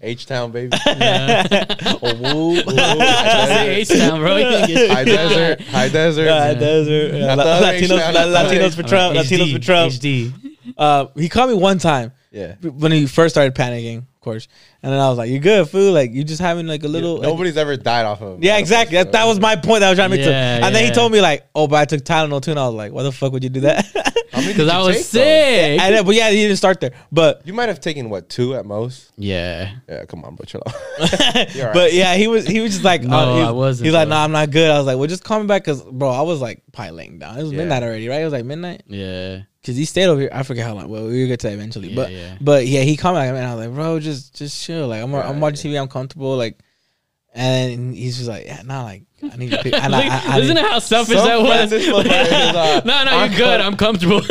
[SPEAKER 5] H Town, baby.
[SPEAKER 3] oh, woo.
[SPEAKER 2] I say H Town, bro. You didn't get
[SPEAKER 5] High desert. High desert.
[SPEAKER 3] Yeah, those are- yeah,
[SPEAKER 5] Not
[SPEAKER 3] La-
[SPEAKER 5] the other H
[SPEAKER 3] Latinos,
[SPEAKER 5] Town,
[SPEAKER 3] La-
[SPEAKER 5] not the
[SPEAKER 3] Latinos
[SPEAKER 5] H
[SPEAKER 3] for
[SPEAKER 5] Town.
[SPEAKER 3] Trump,
[SPEAKER 2] HD,
[SPEAKER 3] Latinos for Trump.
[SPEAKER 2] HD.
[SPEAKER 3] Uh, he called me one time
[SPEAKER 5] Yeah.
[SPEAKER 3] when he first started panicking, of course, and then I was like, "You good, fool? Like you just having like a little." like-
[SPEAKER 5] Nobody's ever died off of.
[SPEAKER 3] yeah, exactly. That, that was my point that I was trying to make. to-
[SPEAKER 2] Yeah,
[SPEAKER 3] and then he
[SPEAKER 2] yeah.
[SPEAKER 3] told me like, "Oh, but I took Tylenol too," and I was like, "Why the fuck would you do that?"
[SPEAKER 2] Because I was
[SPEAKER 5] sick.
[SPEAKER 2] sick.
[SPEAKER 3] and then, but yeah, he didn't start there, but.
[SPEAKER 5] You might have taken what two at most.
[SPEAKER 2] Yeah.
[SPEAKER 5] Yeah, come on, bro, chill out. You're all
[SPEAKER 3] But yeah, he was he was just like
[SPEAKER 2] No,
[SPEAKER 3] uh, he was,
[SPEAKER 2] I wasn't,
[SPEAKER 3] He's like,
[SPEAKER 2] bro.
[SPEAKER 3] nah, I'm not good. I was like, well, just call me back, cause bro, I was like probably laying down. It was
[SPEAKER 5] Yeah.
[SPEAKER 3] midnight already, right? It was like midnight.
[SPEAKER 2] Yeah.
[SPEAKER 3] Cause he stayed over here. I forget how long. Well, we'll get to that eventually.
[SPEAKER 2] Yeah,
[SPEAKER 3] but
[SPEAKER 2] yeah.
[SPEAKER 3] but yeah, he called me like, man, I was like, bro, just just chill. Like I'm I'm
[SPEAKER 5] Right.
[SPEAKER 3] watching TV. I'm comfortable. Like, and he's just like, yeah, nah, like I need to pick. And I, I, I
[SPEAKER 2] Isn't
[SPEAKER 3] need-
[SPEAKER 2] it how selfish
[SPEAKER 5] Some
[SPEAKER 2] that
[SPEAKER 5] friends
[SPEAKER 2] was?
[SPEAKER 5] this motherfucker is, uh,
[SPEAKER 2] no, no, you're good. I'm comfortable.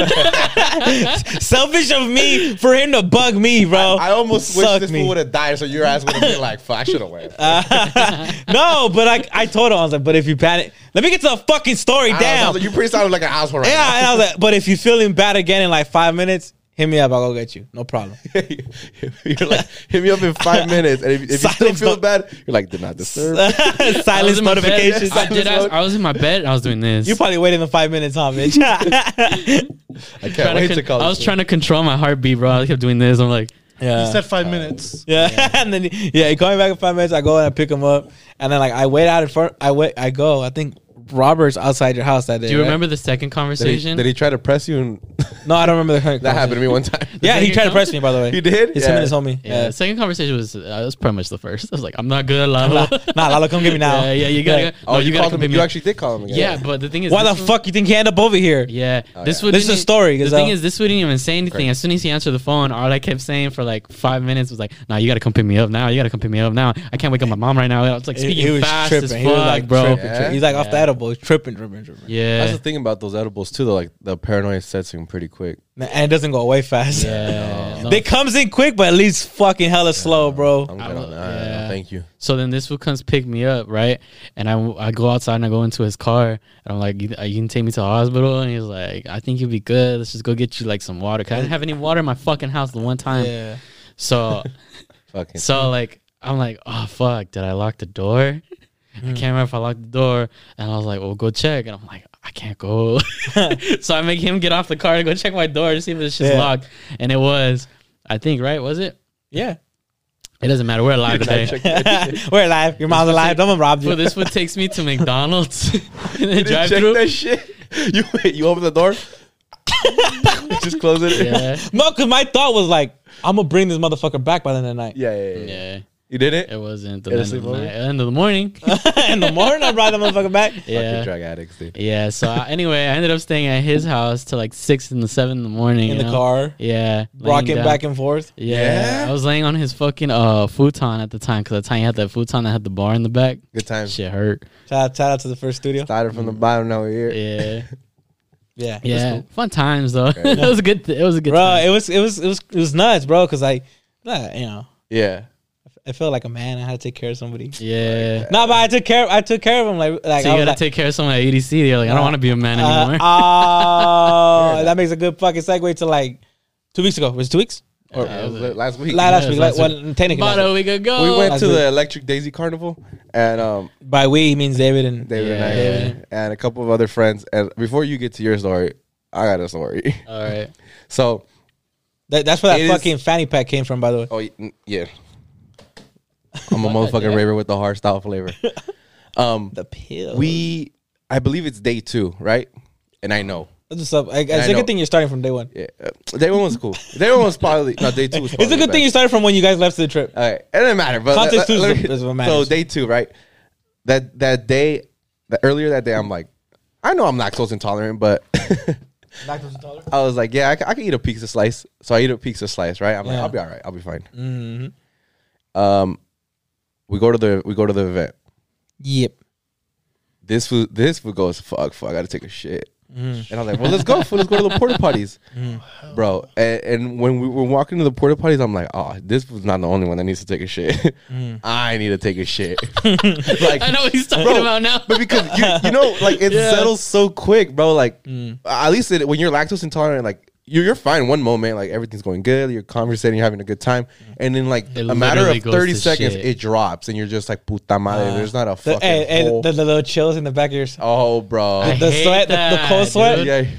[SPEAKER 3] selfish of me for him to bug me, bro?
[SPEAKER 5] I almost wish
[SPEAKER 3] Suck
[SPEAKER 5] this
[SPEAKER 3] me.
[SPEAKER 5] fool would have died, so your ass would have been like, "Fuck, I should have went."
[SPEAKER 3] no, but I I told him I was like, but if you panic, let me get to the fucking story.
[SPEAKER 5] I was
[SPEAKER 3] Damn.
[SPEAKER 5] like, you pretty sounded like an asshole right
[SPEAKER 3] yeah, and I was like, but if you feeling bad again in like five minutes, hit me up. I'll go get you. No problem.
[SPEAKER 5] now. you're like, hit me up in five minutes, and if, if you still
[SPEAKER 3] Silence
[SPEAKER 5] feel
[SPEAKER 3] mo-
[SPEAKER 5] bad, you're like, "Did not disturb."
[SPEAKER 2] I was
[SPEAKER 3] Silence
[SPEAKER 2] in my bed.
[SPEAKER 3] notifications.
[SPEAKER 2] I, did, I, was, I was in my bed and I was doing this.
[SPEAKER 3] You probably waited in five minutes, huh, bitch?
[SPEAKER 5] I can't
[SPEAKER 2] Trying
[SPEAKER 5] wait
[SPEAKER 2] to
[SPEAKER 5] to
[SPEAKER 2] con-
[SPEAKER 5] call.
[SPEAKER 2] I was trying to control my heartbeat, bro. I kept doing this. I'm like,
[SPEAKER 3] yeah.
[SPEAKER 4] He said five minutes.
[SPEAKER 3] Yeah, and then yeah, he called me back in five minutes. I go and I pick him up, and then like I wait out in front. I wait. I go. I think Robert's outside your house that day.
[SPEAKER 2] do you
[SPEAKER 3] right?
[SPEAKER 2] remember the second
[SPEAKER 5] Did he,
[SPEAKER 2] conversation?
[SPEAKER 5] did he try to press you? And
[SPEAKER 3] No, I don't remember the current.
[SPEAKER 5] that happened to me one time.
[SPEAKER 3] Yeah, he
[SPEAKER 2] Did
[SPEAKER 3] tried
[SPEAKER 2] he
[SPEAKER 3] to press me. By the way,
[SPEAKER 5] He did?
[SPEAKER 3] He's him
[SPEAKER 5] Yeah.
[SPEAKER 3] and his homie.
[SPEAKER 2] yeah,
[SPEAKER 3] Yeah.
[SPEAKER 2] the second conversation was uh, that was pretty much the first. I was like, I'm not good, Lalo.
[SPEAKER 3] Nah, Lalo, come get me now.
[SPEAKER 2] Yeah, yeah, you gotta.
[SPEAKER 3] Yeah.
[SPEAKER 2] go-
[SPEAKER 5] Oh,
[SPEAKER 2] no,
[SPEAKER 5] you,
[SPEAKER 2] gotta
[SPEAKER 5] called
[SPEAKER 2] come
[SPEAKER 5] him.
[SPEAKER 2] pick me
[SPEAKER 5] You
[SPEAKER 2] up.
[SPEAKER 5] actually did call him. Again.
[SPEAKER 2] Yeah, but the thing is,
[SPEAKER 3] Why the
[SPEAKER 2] this one-
[SPEAKER 3] fuck you think he end up over here?
[SPEAKER 2] Yeah, this
[SPEAKER 5] yeah.
[SPEAKER 2] would.
[SPEAKER 3] This is a story,
[SPEAKER 2] The
[SPEAKER 3] 'cause
[SPEAKER 2] thing
[SPEAKER 3] I-
[SPEAKER 2] is, this wouldn't even say anything. As soon as he answered the phone, all I kept saying for like five minutes was like, "Nah, you gotta come pick me up now. You gotta come pick me up now. I can't wake up my mom right now." I was like
[SPEAKER 3] He-
[SPEAKER 2] speaking
[SPEAKER 3] he was
[SPEAKER 2] fast
[SPEAKER 3] tripping.
[SPEAKER 2] as fuck,
[SPEAKER 3] he was like
[SPEAKER 2] bro.
[SPEAKER 3] tripping. tripping.
[SPEAKER 5] Yeah?
[SPEAKER 3] He's like off the
[SPEAKER 2] Yeah.
[SPEAKER 3] edible. He's tripping, tripping, tripping.
[SPEAKER 2] Yeah,
[SPEAKER 5] That's the thing about those edibles too. Though, like the paranoia sets in pretty quick.
[SPEAKER 3] And it doesn't go away fast.
[SPEAKER 2] yeah. no.
[SPEAKER 3] They comes in quick, but at least fucking hella slow, bro.
[SPEAKER 5] I'm
[SPEAKER 2] I
[SPEAKER 5] good
[SPEAKER 2] will-
[SPEAKER 5] on that.
[SPEAKER 2] yeah.
[SPEAKER 5] No, thank you.
[SPEAKER 2] So then this fool comes pick me up, right? And I, I go outside and I go into his car and I'm like, you, uh, you can take me to the hospital? And he's like, I think you'll be good. Let's just go get you like some water. 'Cause I didn't have any water in my fucking house the one time.
[SPEAKER 3] Yeah.
[SPEAKER 2] So,
[SPEAKER 5] Fucking.
[SPEAKER 2] so like, I'm like, oh fuck, did I lock the door? I can't remember if I locked the door. And I was like, well, go check. And I'm like, I can't go. so I make him get off the car and go check my door to see if it's just
[SPEAKER 3] Yeah.
[SPEAKER 2] locked. And it was, I think, right? Was it?
[SPEAKER 3] Yeah.
[SPEAKER 2] It doesn't matter. We're alive today.
[SPEAKER 3] We're alive. Your mom's alive. Someone robbed you.
[SPEAKER 2] Well, this one takes me to McDonald's in the
[SPEAKER 5] Did
[SPEAKER 2] drive
[SPEAKER 5] check
[SPEAKER 2] thru.
[SPEAKER 5] that shit. You you open the door. just close it. Yeah.
[SPEAKER 2] Yeah,
[SPEAKER 3] No, because my thought was like, I'm gonna bring this motherfucker back by the end of the night.
[SPEAKER 5] Yeah, yeah, yeah.
[SPEAKER 2] yeah.
[SPEAKER 5] You did it.
[SPEAKER 2] It wasn't the
[SPEAKER 5] Had a
[SPEAKER 2] end of the
[SPEAKER 5] sleepover?
[SPEAKER 2] night. End of the morning.
[SPEAKER 3] In the morning, I brought the motherfucker back.
[SPEAKER 5] Fucking
[SPEAKER 2] yeah.
[SPEAKER 5] drug addicts, dude.
[SPEAKER 2] Yeah. So I, anyway, I ended up staying at his house till like six in the seven in the morning.
[SPEAKER 3] In
[SPEAKER 2] you
[SPEAKER 3] the
[SPEAKER 2] know?
[SPEAKER 3] car,
[SPEAKER 2] Yeah.
[SPEAKER 3] rocking back and forth.
[SPEAKER 2] yeah.
[SPEAKER 5] Yeah?
[SPEAKER 2] I was laying on his fucking uh futon at the time because the time he had that futon that had the bar in the back.
[SPEAKER 5] Good time.
[SPEAKER 2] Shit hurt.
[SPEAKER 3] Shout out, shout out to the first studio.
[SPEAKER 5] Started from the bottom. Now we're here.
[SPEAKER 2] Yeah.
[SPEAKER 3] Yeah, it was
[SPEAKER 2] yeah.
[SPEAKER 3] cool.
[SPEAKER 2] Fun times though. it was a good. It was a good.
[SPEAKER 3] bro.
[SPEAKER 2] time.
[SPEAKER 3] It was it was it was it was nuts, bro. Because I, nah, you know,
[SPEAKER 5] Yeah.
[SPEAKER 3] I felt like a man. I had to take care of somebody.
[SPEAKER 2] Yeah.
[SPEAKER 3] No, but I took care. I took care of him. Like like
[SPEAKER 2] so
[SPEAKER 3] I
[SPEAKER 2] you
[SPEAKER 3] was
[SPEAKER 2] gotta
[SPEAKER 3] like,
[SPEAKER 2] take care of someone at EDC. They're like, I don't want to be a man anymore.
[SPEAKER 3] Uh,
[SPEAKER 5] Fair
[SPEAKER 3] oh,
[SPEAKER 5] enough.
[SPEAKER 3] that makes a good fucking segue to like two weeks ago. Was it two weeks?
[SPEAKER 5] Or,
[SPEAKER 2] Yeah,
[SPEAKER 5] uh,
[SPEAKER 2] was it-
[SPEAKER 5] last
[SPEAKER 3] Like
[SPEAKER 5] week.
[SPEAKER 2] it
[SPEAKER 3] last
[SPEAKER 2] was
[SPEAKER 3] week.
[SPEAKER 2] last
[SPEAKER 3] Like, well, technically,
[SPEAKER 2] About
[SPEAKER 3] last
[SPEAKER 2] a
[SPEAKER 3] week.
[SPEAKER 2] week ago.
[SPEAKER 5] we went
[SPEAKER 3] last
[SPEAKER 5] to
[SPEAKER 3] week.
[SPEAKER 5] the Electric Daisy Carnival, and um,
[SPEAKER 3] by we he means David and
[SPEAKER 5] David and I,
[SPEAKER 2] Yeah.
[SPEAKER 5] and a couple of other friends. And before you get to your story, I got a story.
[SPEAKER 2] All right.
[SPEAKER 5] So,
[SPEAKER 3] That, that's where
[SPEAKER 5] It
[SPEAKER 3] that
[SPEAKER 5] is-
[SPEAKER 3] fucking fanny pack came from, by the way.
[SPEAKER 5] oh y- n- yeah, I'm a motherfucking raver with the hard style flavor. Um,
[SPEAKER 3] The pill.
[SPEAKER 5] we, I believe it's day two, right? And I know.
[SPEAKER 3] What's up? I, it's
[SPEAKER 5] I
[SPEAKER 3] a
[SPEAKER 5] know.
[SPEAKER 3] good thing you're starting from day one.
[SPEAKER 5] Yeah. uh, Day one was cool. Day one was probably no. Day two was. Probably
[SPEAKER 3] It's a good
[SPEAKER 5] the
[SPEAKER 3] thing you
[SPEAKER 5] best.
[SPEAKER 3] started from when you guys left the trip.
[SPEAKER 5] All right, it doesn't matter. But
[SPEAKER 3] Context
[SPEAKER 5] let- let-
[SPEAKER 3] is
[SPEAKER 5] let
[SPEAKER 3] the-
[SPEAKER 5] me-
[SPEAKER 3] is what matters.
[SPEAKER 5] So day two, right? that that day, that earlier that day, I'm like, I know I'm lactose intolerant, but
[SPEAKER 3] Lactose intolerant.
[SPEAKER 5] I was like, yeah, I, c- I can eat a pizza slice. So I eat a pizza slice, right? I'm like,
[SPEAKER 3] Yeah.
[SPEAKER 5] I'll be all right. I'll be fine.
[SPEAKER 3] Mm-hmm.
[SPEAKER 5] Um, we go to the we go to the event.
[SPEAKER 3] Yep.
[SPEAKER 5] This food this food goes fuck fuck. I gotta take a shit.
[SPEAKER 2] Mm.
[SPEAKER 5] And I was like, well, let's go. fool. Let's go to the porta potties, bro. And, and when we were walking to the porta potties, I'm like, oh, this was not the only one that needs to take a shit. I need to take a shit. like,
[SPEAKER 2] Mm. I know what he's talking
[SPEAKER 5] Bro,
[SPEAKER 2] about now.
[SPEAKER 5] but because you, you know, like it settles so quick, bro. Like
[SPEAKER 2] Mm.
[SPEAKER 5] at least it, when you're lactose intolerant, like you're, you're fine one moment, like everything's going good, you're conversating, you're having a good time, and then like
[SPEAKER 2] Mm. It
[SPEAKER 5] a matter
[SPEAKER 2] literally
[SPEAKER 5] of
[SPEAKER 2] goes
[SPEAKER 5] thirty
[SPEAKER 2] to
[SPEAKER 5] seconds,
[SPEAKER 2] shit. Ah. eh,
[SPEAKER 5] it drops, and you're just like puta madre.
[SPEAKER 3] Uh,
[SPEAKER 5] there's not a
[SPEAKER 3] The,
[SPEAKER 5] fucking
[SPEAKER 3] and,
[SPEAKER 5] hole.
[SPEAKER 3] and the, the little chills in the back of your.
[SPEAKER 5] oh, bro.
[SPEAKER 2] I
[SPEAKER 3] the
[SPEAKER 2] hate
[SPEAKER 3] sweat, the- the
[SPEAKER 2] that,
[SPEAKER 3] cold sweat.
[SPEAKER 2] dude.
[SPEAKER 5] yeah, me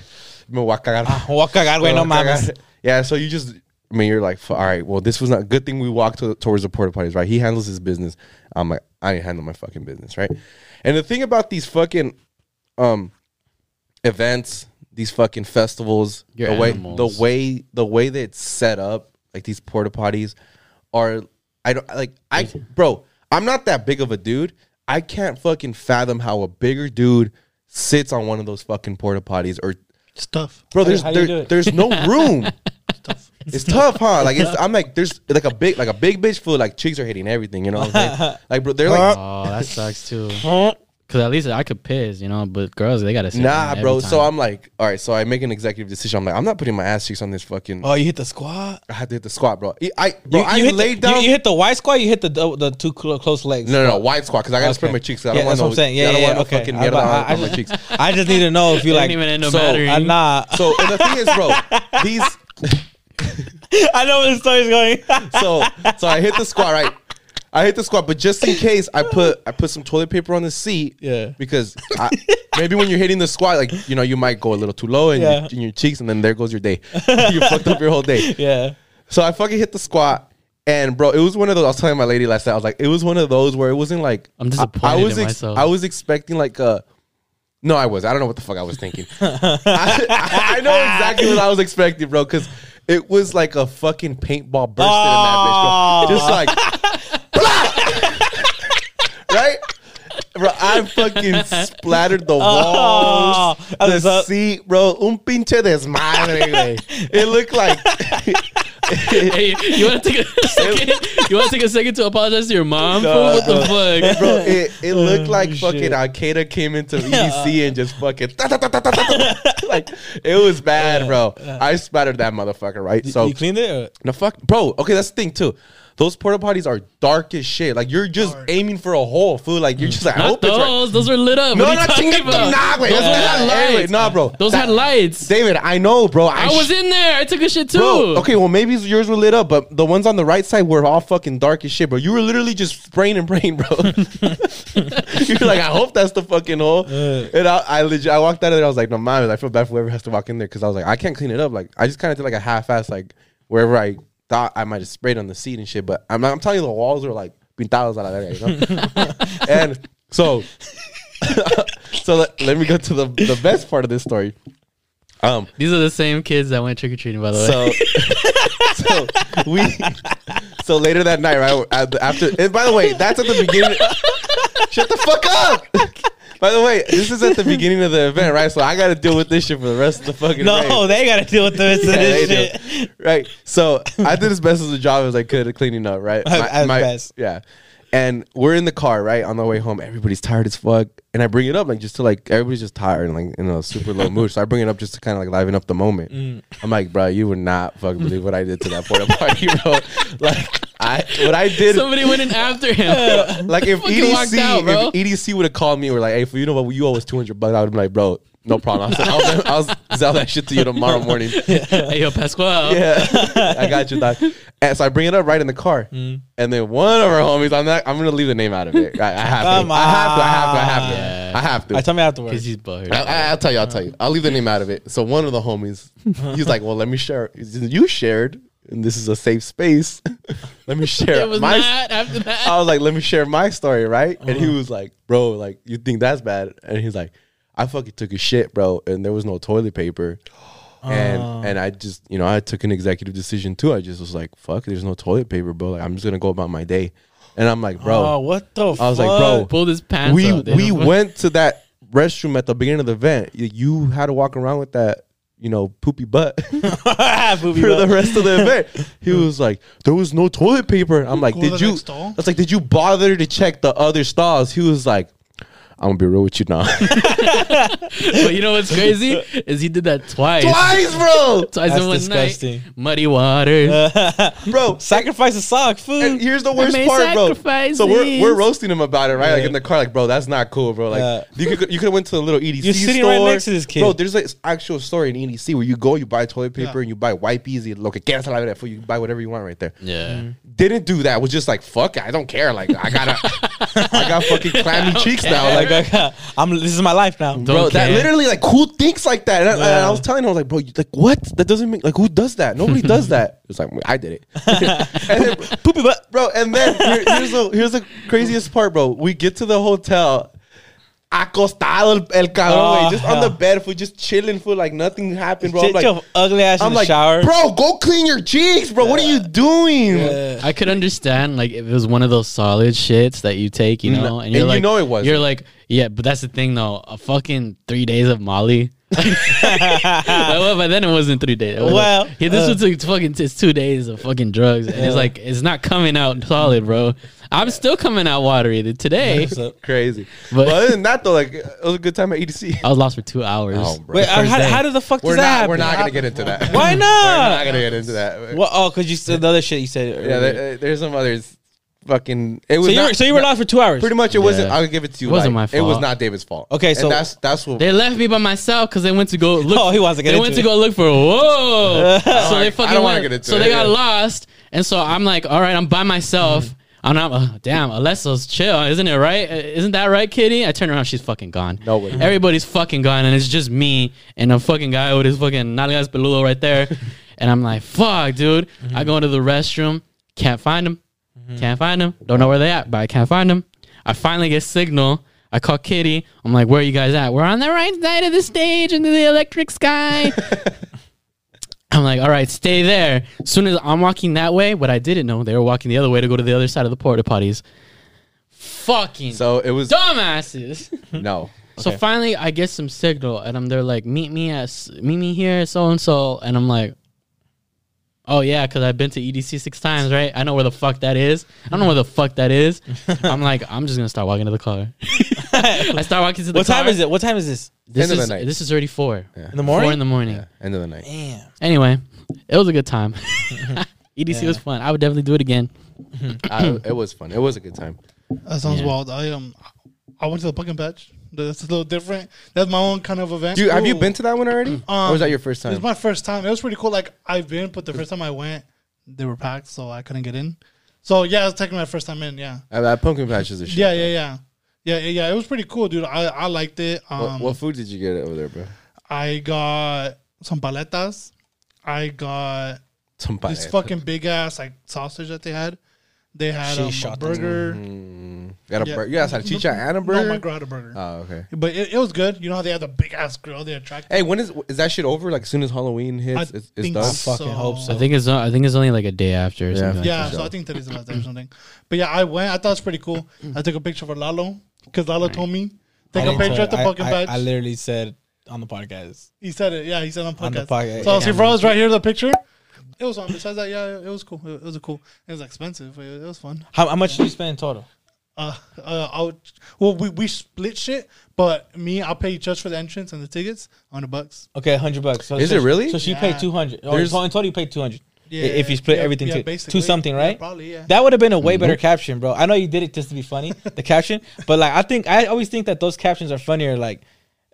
[SPEAKER 5] voy a cagar.
[SPEAKER 3] Walk cagado, Oh, güey, no
[SPEAKER 5] Me voy a
[SPEAKER 3] mames.
[SPEAKER 5] cagar. Yeah, so you just. I mean, you're like, "F- all right. Well, this was not good thing. We walked to, towards the porta potties, right? He handles his business. I'm like, I didn't handle my fucking business, right? And the thing about these fucking um events, these fucking festivals,
[SPEAKER 2] Your
[SPEAKER 5] the way
[SPEAKER 2] animals.
[SPEAKER 5] the way the way that it's set up, like these porta potties are I don't like I bro, I'm not that big of a dude. I can't fucking fathom how a bigger dude sits on one of those fucking porta potties or
[SPEAKER 4] Stuff.
[SPEAKER 5] bro there's
[SPEAKER 3] how do you
[SPEAKER 5] there-
[SPEAKER 3] do it?
[SPEAKER 5] there's no room
[SPEAKER 4] Stuff.
[SPEAKER 5] it's tough huh like it's, i'm like there's like a big like a big bitch food like chicks are hitting everything you know what I'm saying? like bro they're like
[SPEAKER 2] Oh, that sucks too. Cause at least I could piss, you know. But girls, they gotta sit
[SPEAKER 5] nah
[SPEAKER 2] down
[SPEAKER 5] bro
[SPEAKER 2] every
[SPEAKER 5] so
[SPEAKER 2] time.
[SPEAKER 5] i'm like all right so i make an executive decision i'm like i'm not putting my ass cheeks on this fucking
[SPEAKER 3] Oh, you hit the squat.
[SPEAKER 5] i had to hit the squat bro i, I bro
[SPEAKER 3] you,
[SPEAKER 5] i
[SPEAKER 3] you hit
[SPEAKER 5] laid
[SPEAKER 3] the, you-
[SPEAKER 5] down
[SPEAKER 3] You, hit the wide squat. You hit the the, the two cl- close legs.
[SPEAKER 5] no, no, no, wide squat because I gotta
[SPEAKER 3] Okay.
[SPEAKER 5] spread my cheeks. I
[SPEAKER 3] Yeah,
[SPEAKER 5] don't want
[SPEAKER 3] that's
[SPEAKER 5] no,
[SPEAKER 3] what I'm saying. Yeah,
[SPEAKER 5] I don't
[SPEAKER 3] yeah,
[SPEAKER 5] want no
[SPEAKER 3] okay.
[SPEAKER 5] fucking
[SPEAKER 3] I-
[SPEAKER 5] mierda
[SPEAKER 3] I-
[SPEAKER 5] on,
[SPEAKER 3] I
[SPEAKER 5] on my
[SPEAKER 3] just-
[SPEAKER 5] cheeks.
[SPEAKER 3] I just need to know if you
[SPEAKER 2] It
[SPEAKER 3] like.
[SPEAKER 2] ain't even in no
[SPEAKER 5] so,
[SPEAKER 2] battery.
[SPEAKER 3] Uh, nah,
[SPEAKER 5] So and the thing is, bro, these
[SPEAKER 3] I know where the story's going.
[SPEAKER 5] so so I hit the squat right. I hit the squat, but just in case, I put I put some toilet paper on the seat.
[SPEAKER 3] Yeah.
[SPEAKER 5] Because I, maybe when you're hitting the squat, like you know, you might go a little too low in,
[SPEAKER 3] Yeah.
[SPEAKER 5] your, in your cheeks, and then there goes your day. you fucked up your whole day.
[SPEAKER 3] yeah.
[SPEAKER 5] So I fucking hit the squat, and bro, it was one of those. I was telling my lady last night. I was like, it was one of those where it wasn't like
[SPEAKER 2] I'm
[SPEAKER 5] I- I,
[SPEAKER 2] disappointed
[SPEAKER 5] was
[SPEAKER 2] in
[SPEAKER 5] ex-
[SPEAKER 2] myself.
[SPEAKER 5] I was expecting like a. No, I was. I don't know what the fuck I was thinking. I, I- I know exactly what I was expecting, bro, because it was like a fucking paintball bursting
[SPEAKER 3] Oh.
[SPEAKER 5] in that bitch, bro. Just like, right? Bro, I fucking splattered the walls,
[SPEAKER 3] Oh, I
[SPEAKER 5] the
[SPEAKER 3] was so-
[SPEAKER 5] seat, bro. Un pinche desmadre, güey. It looked like.
[SPEAKER 2] hey, you want to take a second? You want to take a second to apologize to your mom?
[SPEAKER 5] Nah,
[SPEAKER 2] fool? what
[SPEAKER 5] bro.
[SPEAKER 2] the fuck,
[SPEAKER 5] Bro, it, it looked like fucking
[SPEAKER 3] shit.
[SPEAKER 5] Arcada came into EDC and just fucking ta- ta- ta- ta- ta- ta- ta- like it was bad, bro. I splattered that motherfucker, right? So
[SPEAKER 3] you cleaned it. Or?
[SPEAKER 5] no fuck, bro. Okay, that's the thing too. Those porta potties are dark as shit. Like you're just aiming for a hole, fool. Like you're just like,
[SPEAKER 2] Mm.
[SPEAKER 5] I
[SPEAKER 2] Not
[SPEAKER 5] hope it's right.
[SPEAKER 2] those. Those were lit up.
[SPEAKER 5] No,
[SPEAKER 2] what are you
[SPEAKER 5] not
[SPEAKER 2] talking
[SPEAKER 5] chinga tu
[SPEAKER 2] about?
[SPEAKER 5] madre.
[SPEAKER 2] Those
[SPEAKER 5] That's not
[SPEAKER 2] had
[SPEAKER 5] light.
[SPEAKER 2] lights.
[SPEAKER 5] Nah, bro.
[SPEAKER 2] Those
[SPEAKER 5] That-
[SPEAKER 2] had lights.
[SPEAKER 5] David, I know, bro.
[SPEAKER 2] I was in there. I took a shit too.
[SPEAKER 5] Bro, okay, well maybe yours were lit up, but the ones on the right side were all fucking dark as shit, bro. You were literally just spraying and praying, bro. You're like, I hope that's the fucking hole. And I, I legit, I walked out of there. I was like, no man, I feel bad for whoever has to walk in there because I was like, I can't clean it up. Like, I just kind of did like a half-ass like wherever I thought I might have sprayed on the seat and shit. But I'm, I'm telling you, the walls were like pintados a la verga, you know? and so, so let, let me go to the the best part of this story. Um,
[SPEAKER 2] These are the same kids that went trick or treating, by the way.
[SPEAKER 5] so, so we so later that night, right at the- after. And by the way, that's at the beginning. shut the fuck up. By the way, this is at the beginning of the event, right? So I got to deal with this shit for the rest of the fucking night.
[SPEAKER 3] No, they gotta deal with the rest of
[SPEAKER 5] Yeah,
[SPEAKER 3] this
[SPEAKER 5] they
[SPEAKER 3] shit.
[SPEAKER 5] do. Right. So I did as best as a job as I could at cleaning up, right?
[SPEAKER 3] As best.
[SPEAKER 5] Yeah. And we're in the car, right? On the way home, everybody's tired as fuck. And I bring it up like just to like everybody's just tired and like in a super low mood. So I bring it up just to kind of like liven up the moment.
[SPEAKER 2] Mm.
[SPEAKER 5] I'm like, bro, you would not fucking believe what I did to that porta party, bro. Like I what I did
[SPEAKER 2] Somebody went in after him.
[SPEAKER 5] like if
[SPEAKER 2] Fucking walked
[SPEAKER 5] EDC,
[SPEAKER 2] out, bro.
[SPEAKER 5] if E EDC would have called me, and were like, "Hey, for you know what, you owe us two hundred bucks." I would be like, "Bro, no problem. I'll, I'll, I'll, I'll sell that shit to you tomorrow morning."
[SPEAKER 2] hey, yo, Pascual.
[SPEAKER 5] Yeah, I got you, doc. And so I bring it up right in the car,
[SPEAKER 3] Mm.
[SPEAKER 5] and then one of our homies. I'm not. I'm gonna leave the name out of it. I, I have
[SPEAKER 3] Come
[SPEAKER 5] to. I have to. I have to. I have to.
[SPEAKER 2] on.
[SPEAKER 5] I have to.
[SPEAKER 3] I tell me
[SPEAKER 2] Because
[SPEAKER 3] afterwards.
[SPEAKER 2] he's butthurt.
[SPEAKER 5] I, I, I'll tell you. I'll tell you. I'll leave the name out of it. So one of the homies, he's like, "Well, let me share. You shared, and this is a safe space. let me share
[SPEAKER 2] it was
[SPEAKER 5] my Uh,
[SPEAKER 2] not after that.
[SPEAKER 5] I was like, let me share my story, right? And he was like, bro, like, you think that's bad? And he's like, I fucking took a shit, bro, and there was no toilet paper. And and I just, you know, I took an executive decision too. I just was like, fuck, there's no toilet paper, bro. Like, I'm just gonna go about my day. And I'm like, bro,
[SPEAKER 3] Oh, what the fuck?
[SPEAKER 5] I was like, bro,
[SPEAKER 2] Pull his pants
[SPEAKER 5] we
[SPEAKER 2] up. They
[SPEAKER 5] we
[SPEAKER 2] don't-
[SPEAKER 5] went to that restroom at the beginning of the event. You- You had to walk around with that, you know, poopy butt for
[SPEAKER 3] Ah, Booby
[SPEAKER 5] the
[SPEAKER 3] butt.
[SPEAKER 5] rest of the event. He was like, "There was no toilet paper." I'm like,
[SPEAKER 4] Go to
[SPEAKER 5] "Did
[SPEAKER 4] the
[SPEAKER 5] you?"
[SPEAKER 4] next stall.
[SPEAKER 5] I was like, "Did you bother to check the other stalls?" He was like, "I'm gonna be real with you now."
[SPEAKER 2] But you know what's crazy? Is he did that twice.
[SPEAKER 5] Twice, bro.
[SPEAKER 2] Twice
[SPEAKER 3] That's
[SPEAKER 2] in one
[SPEAKER 3] disgusting.
[SPEAKER 2] night. Muddy waters.
[SPEAKER 5] bro.
[SPEAKER 3] Sacrifice a sock,
[SPEAKER 5] And
[SPEAKER 3] food.
[SPEAKER 5] here's the worst
[SPEAKER 2] made
[SPEAKER 5] part, bro. So we're,
[SPEAKER 2] sacrifices.
[SPEAKER 5] we're roasting him about it, right? Like
[SPEAKER 3] Yeah.
[SPEAKER 5] in the car, like bro, that's not cool, bro. Like
[SPEAKER 3] Yeah.
[SPEAKER 5] you could you could have went to the little EDC
[SPEAKER 3] You're sitting
[SPEAKER 5] store,
[SPEAKER 3] right next to this kid.
[SPEAKER 5] bro. There's like this actual store in EDC where you go, you buy toilet paper, and you buy wipes, you look against like that for you buy whatever you want right there.
[SPEAKER 2] Yeah.
[SPEAKER 5] Mm. Didn't do that. Was just like fuck, it, I don't care. Like I gotta, I got fucking clammy cheeks now. Like
[SPEAKER 3] Like, I- I'm. This is my life now.
[SPEAKER 2] Don't
[SPEAKER 5] bro, that
[SPEAKER 2] care.
[SPEAKER 5] literally like who thinks like that? And I, and I
[SPEAKER 3] Yeah.
[SPEAKER 5] was telling him, I was like, bro, you, like what? That doesn't make like who does that? Nobody does that. It's like I did it. and then,
[SPEAKER 3] Poopy butt.
[SPEAKER 5] bro. And then here- here's the here's the craziest part, bro. We get to the hotel. Acostado el, el cabrón,
[SPEAKER 3] Oh,
[SPEAKER 5] güey, just on
[SPEAKER 3] hell.
[SPEAKER 5] the bed, for just chilling, for like nothing happened, bro. I'm
[SPEAKER 3] Get
[SPEAKER 5] like,
[SPEAKER 3] your ugly ass
[SPEAKER 5] I'm
[SPEAKER 3] in the
[SPEAKER 5] like,
[SPEAKER 3] shower.
[SPEAKER 5] bro, go clean your cheeks, bro. What are you doing?
[SPEAKER 2] I could understand like if it was one of those solid shits that you take, you
[SPEAKER 5] No,
[SPEAKER 2] know,
[SPEAKER 5] and
[SPEAKER 2] you're
[SPEAKER 5] you
[SPEAKER 2] like,
[SPEAKER 5] know it wasn't.
[SPEAKER 2] You're like, yeah, but that's the thing though. A fucking three days of Molly. well, but then it wasn't three days. It was
[SPEAKER 3] Well,
[SPEAKER 2] like, yeah, this
[SPEAKER 3] uh,
[SPEAKER 2] was like fucking it's two days of fucking drugs, and it's like it's not coming out solid, bro. I'm still coming out watery th- today.
[SPEAKER 3] What's up?
[SPEAKER 5] Crazy. But,
[SPEAKER 2] But-
[SPEAKER 5] other than that, though, like it was a good time at E EDC.
[SPEAKER 2] I was lost for two hours.
[SPEAKER 5] Oh, bro.
[SPEAKER 3] Wait,
[SPEAKER 2] The first
[SPEAKER 3] how,
[SPEAKER 2] day.
[SPEAKER 3] how did the fuck does
[SPEAKER 5] we're
[SPEAKER 3] that
[SPEAKER 5] not.
[SPEAKER 3] happen?
[SPEAKER 5] We're not gonna get into that.
[SPEAKER 3] Why
[SPEAKER 5] We're
[SPEAKER 3] not?
[SPEAKER 5] not gonna get into that.
[SPEAKER 3] What? Oh, because you said the other shit you said.
[SPEAKER 5] Yeah,
[SPEAKER 3] Earlier.
[SPEAKER 5] there, uh, there's some others. Fucking. It was
[SPEAKER 3] so you were
[SPEAKER 5] not-
[SPEAKER 3] so you were lost for two hours.
[SPEAKER 5] Pretty much, it wasn't.
[SPEAKER 2] Yeah.
[SPEAKER 5] I'll give it to you.
[SPEAKER 2] It wasn't
[SPEAKER 5] like,
[SPEAKER 2] my
[SPEAKER 5] It was
[SPEAKER 2] fault.
[SPEAKER 5] not David's fault.
[SPEAKER 3] Okay,
[SPEAKER 5] And
[SPEAKER 3] so-
[SPEAKER 5] that's that's what
[SPEAKER 2] They left me by myself because they went to go look.
[SPEAKER 3] Oh, he wants to get
[SPEAKER 2] They
[SPEAKER 3] into
[SPEAKER 2] went to
[SPEAKER 3] it.
[SPEAKER 2] go look for. Whoa! so
[SPEAKER 5] wanna- I
[SPEAKER 2] they fucking
[SPEAKER 5] don't wanna
[SPEAKER 2] went.
[SPEAKER 5] get into
[SPEAKER 2] so
[SPEAKER 5] it,
[SPEAKER 2] they got
[SPEAKER 5] yeah.
[SPEAKER 2] lost, and so I'm like, all right, I'm by myself.
[SPEAKER 5] Mm-hmm.
[SPEAKER 2] And I'm uh, damn, Alessa's chill, isn't it right? Uh, Isn't that right, Kitty? I turn around, she's fucking gone.
[SPEAKER 5] No way.
[SPEAKER 2] Everybody's fucking gone, and it's just me and a fucking guy with his fucking nalgas peludo right there. and I'm like, fuck, dude. I
[SPEAKER 5] Mm-hmm.
[SPEAKER 2] go into the restroom, can't find him. Can't find them. Don't know where they at, but I can't find them. I finally get signal. I call Kitty. I'm like, where are you guys at? We're on the right side of the stage under the electric sky. I'm like, all right, stay there. As soon as I'm walking that way, what I didn't know, they were walking the other way to go to the other side of the porta potties. Fucking
[SPEAKER 5] So it was
[SPEAKER 2] dumbasses.
[SPEAKER 5] no.
[SPEAKER 2] So finally, I get some signal, and I'm there like, meet me at, s- meet me here, so and so, and I'm like, oh yeah, because I've been to EDC six times, right? I know where the fuck that is. I don't know where the fuck that is. I'm like, I'm just gonna start walking to the car. I start walking to the
[SPEAKER 3] What
[SPEAKER 2] car.
[SPEAKER 3] time is it? What time is this?
[SPEAKER 2] This
[SPEAKER 5] End of
[SPEAKER 2] is
[SPEAKER 5] the night.
[SPEAKER 2] this is already four.
[SPEAKER 3] In the
[SPEAKER 2] Four in
[SPEAKER 3] morning.
[SPEAKER 2] the morning.
[SPEAKER 5] End of the night.
[SPEAKER 3] Damn.
[SPEAKER 2] Anyway, it was a good time. EDC was fun. I would definitely do it again.
[SPEAKER 5] I, it was fun. It was a good time.
[SPEAKER 4] That sounds
[SPEAKER 2] Yeah.
[SPEAKER 4] wild. I um, I went to the puck and patch. That's a little different. That's my own kind of event.
[SPEAKER 5] Dude, have you
[SPEAKER 4] Ooh.
[SPEAKER 5] been to that one already? or
[SPEAKER 3] Um,
[SPEAKER 5] was that your first
[SPEAKER 4] It was
[SPEAKER 5] time?
[SPEAKER 4] my first time. It was pretty cool. Like I've been, but the first time I went, they were packed, so I couldn't get in. So yeah, it was technically my first time in. Yeah,
[SPEAKER 5] Uh, that pumpkin patch is a shit.
[SPEAKER 4] yeah, yeah, yeah, yeah, yeah. yeah. It was pretty cool, dude. I I liked it.
[SPEAKER 5] What,
[SPEAKER 4] Um,
[SPEAKER 5] what food did you get over there, bro?
[SPEAKER 4] I got some paletas. I got
[SPEAKER 5] Some
[SPEAKER 4] this fucking big ass like sausage that they had. They had
[SPEAKER 3] She
[SPEAKER 4] um, a
[SPEAKER 3] shot them.
[SPEAKER 4] burger.
[SPEAKER 5] Mm. Got a
[SPEAKER 4] Yeah.
[SPEAKER 5] burger. You got a salchicha and a
[SPEAKER 4] No, my
[SPEAKER 5] burger.
[SPEAKER 4] girl had a burger.
[SPEAKER 5] oh, okay.
[SPEAKER 4] but it, it was good. You know how they had the big ass grill. They attract.
[SPEAKER 5] Hey, when is is that shit over? Like as soon as Halloween hits,
[SPEAKER 4] I
[SPEAKER 5] it's, it's
[SPEAKER 4] think
[SPEAKER 5] done.
[SPEAKER 3] so. fucking hope so.
[SPEAKER 2] I think it's not, I think it's only like a day after or
[SPEAKER 5] Yeah.
[SPEAKER 2] something. like
[SPEAKER 4] Yeah,
[SPEAKER 2] that.
[SPEAKER 4] so I think today's the last day or something. But yeah, I went. I thought it was pretty cool. I took a picture for Lalo because Lalo told me take a
[SPEAKER 3] didn't
[SPEAKER 4] picture
[SPEAKER 3] tell-
[SPEAKER 4] at the
[SPEAKER 3] I-
[SPEAKER 4] fucking
[SPEAKER 3] I-
[SPEAKER 4] patch.
[SPEAKER 3] I literally said on the podcast.
[SPEAKER 4] he said it. Yeah, he said on podcast.
[SPEAKER 3] On the podcast,
[SPEAKER 4] So I was
[SPEAKER 3] yeah.
[SPEAKER 4] like, bro, it's right here the picture. It was fun. Besides that, yeah, it was cool. It, it was cool. It was expensive. But it, it was fun.
[SPEAKER 3] How, how much did you spend in total?
[SPEAKER 4] Uh, uh, I would, well, we we split shit, but me, I paid just for the entrance and the tickets, hundred bucks.
[SPEAKER 3] Okay, hundred bucks. So,
[SPEAKER 5] Is
[SPEAKER 3] so-
[SPEAKER 5] it really?
[SPEAKER 3] So she
[SPEAKER 4] Yeah.
[SPEAKER 3] paid two hundred. Or in
[SPEAKER 5] There's-
[SPEAKER 3] total, you paid two hundred. if you split
[SPEAKER 4] yeah,
[SPEAKER 3] everything
[SPEAKER 4] yeah,
[SPEAKER 3] to
[SPEAKER 4] basically.
[SPEAKER 3] two something,
[SPEAKER 4] Yeah,
[SPEAKER 3] right?
[SPEAKER 4] probably, yeah.
[SPEAKER 3] That would have been a way
[SPEAKER 5] Mm-hmm.
[SPEAKER 3] better caption, bro. I know you did it just to be funny, the caption. But like, I think I always think that those captions are funnier, like,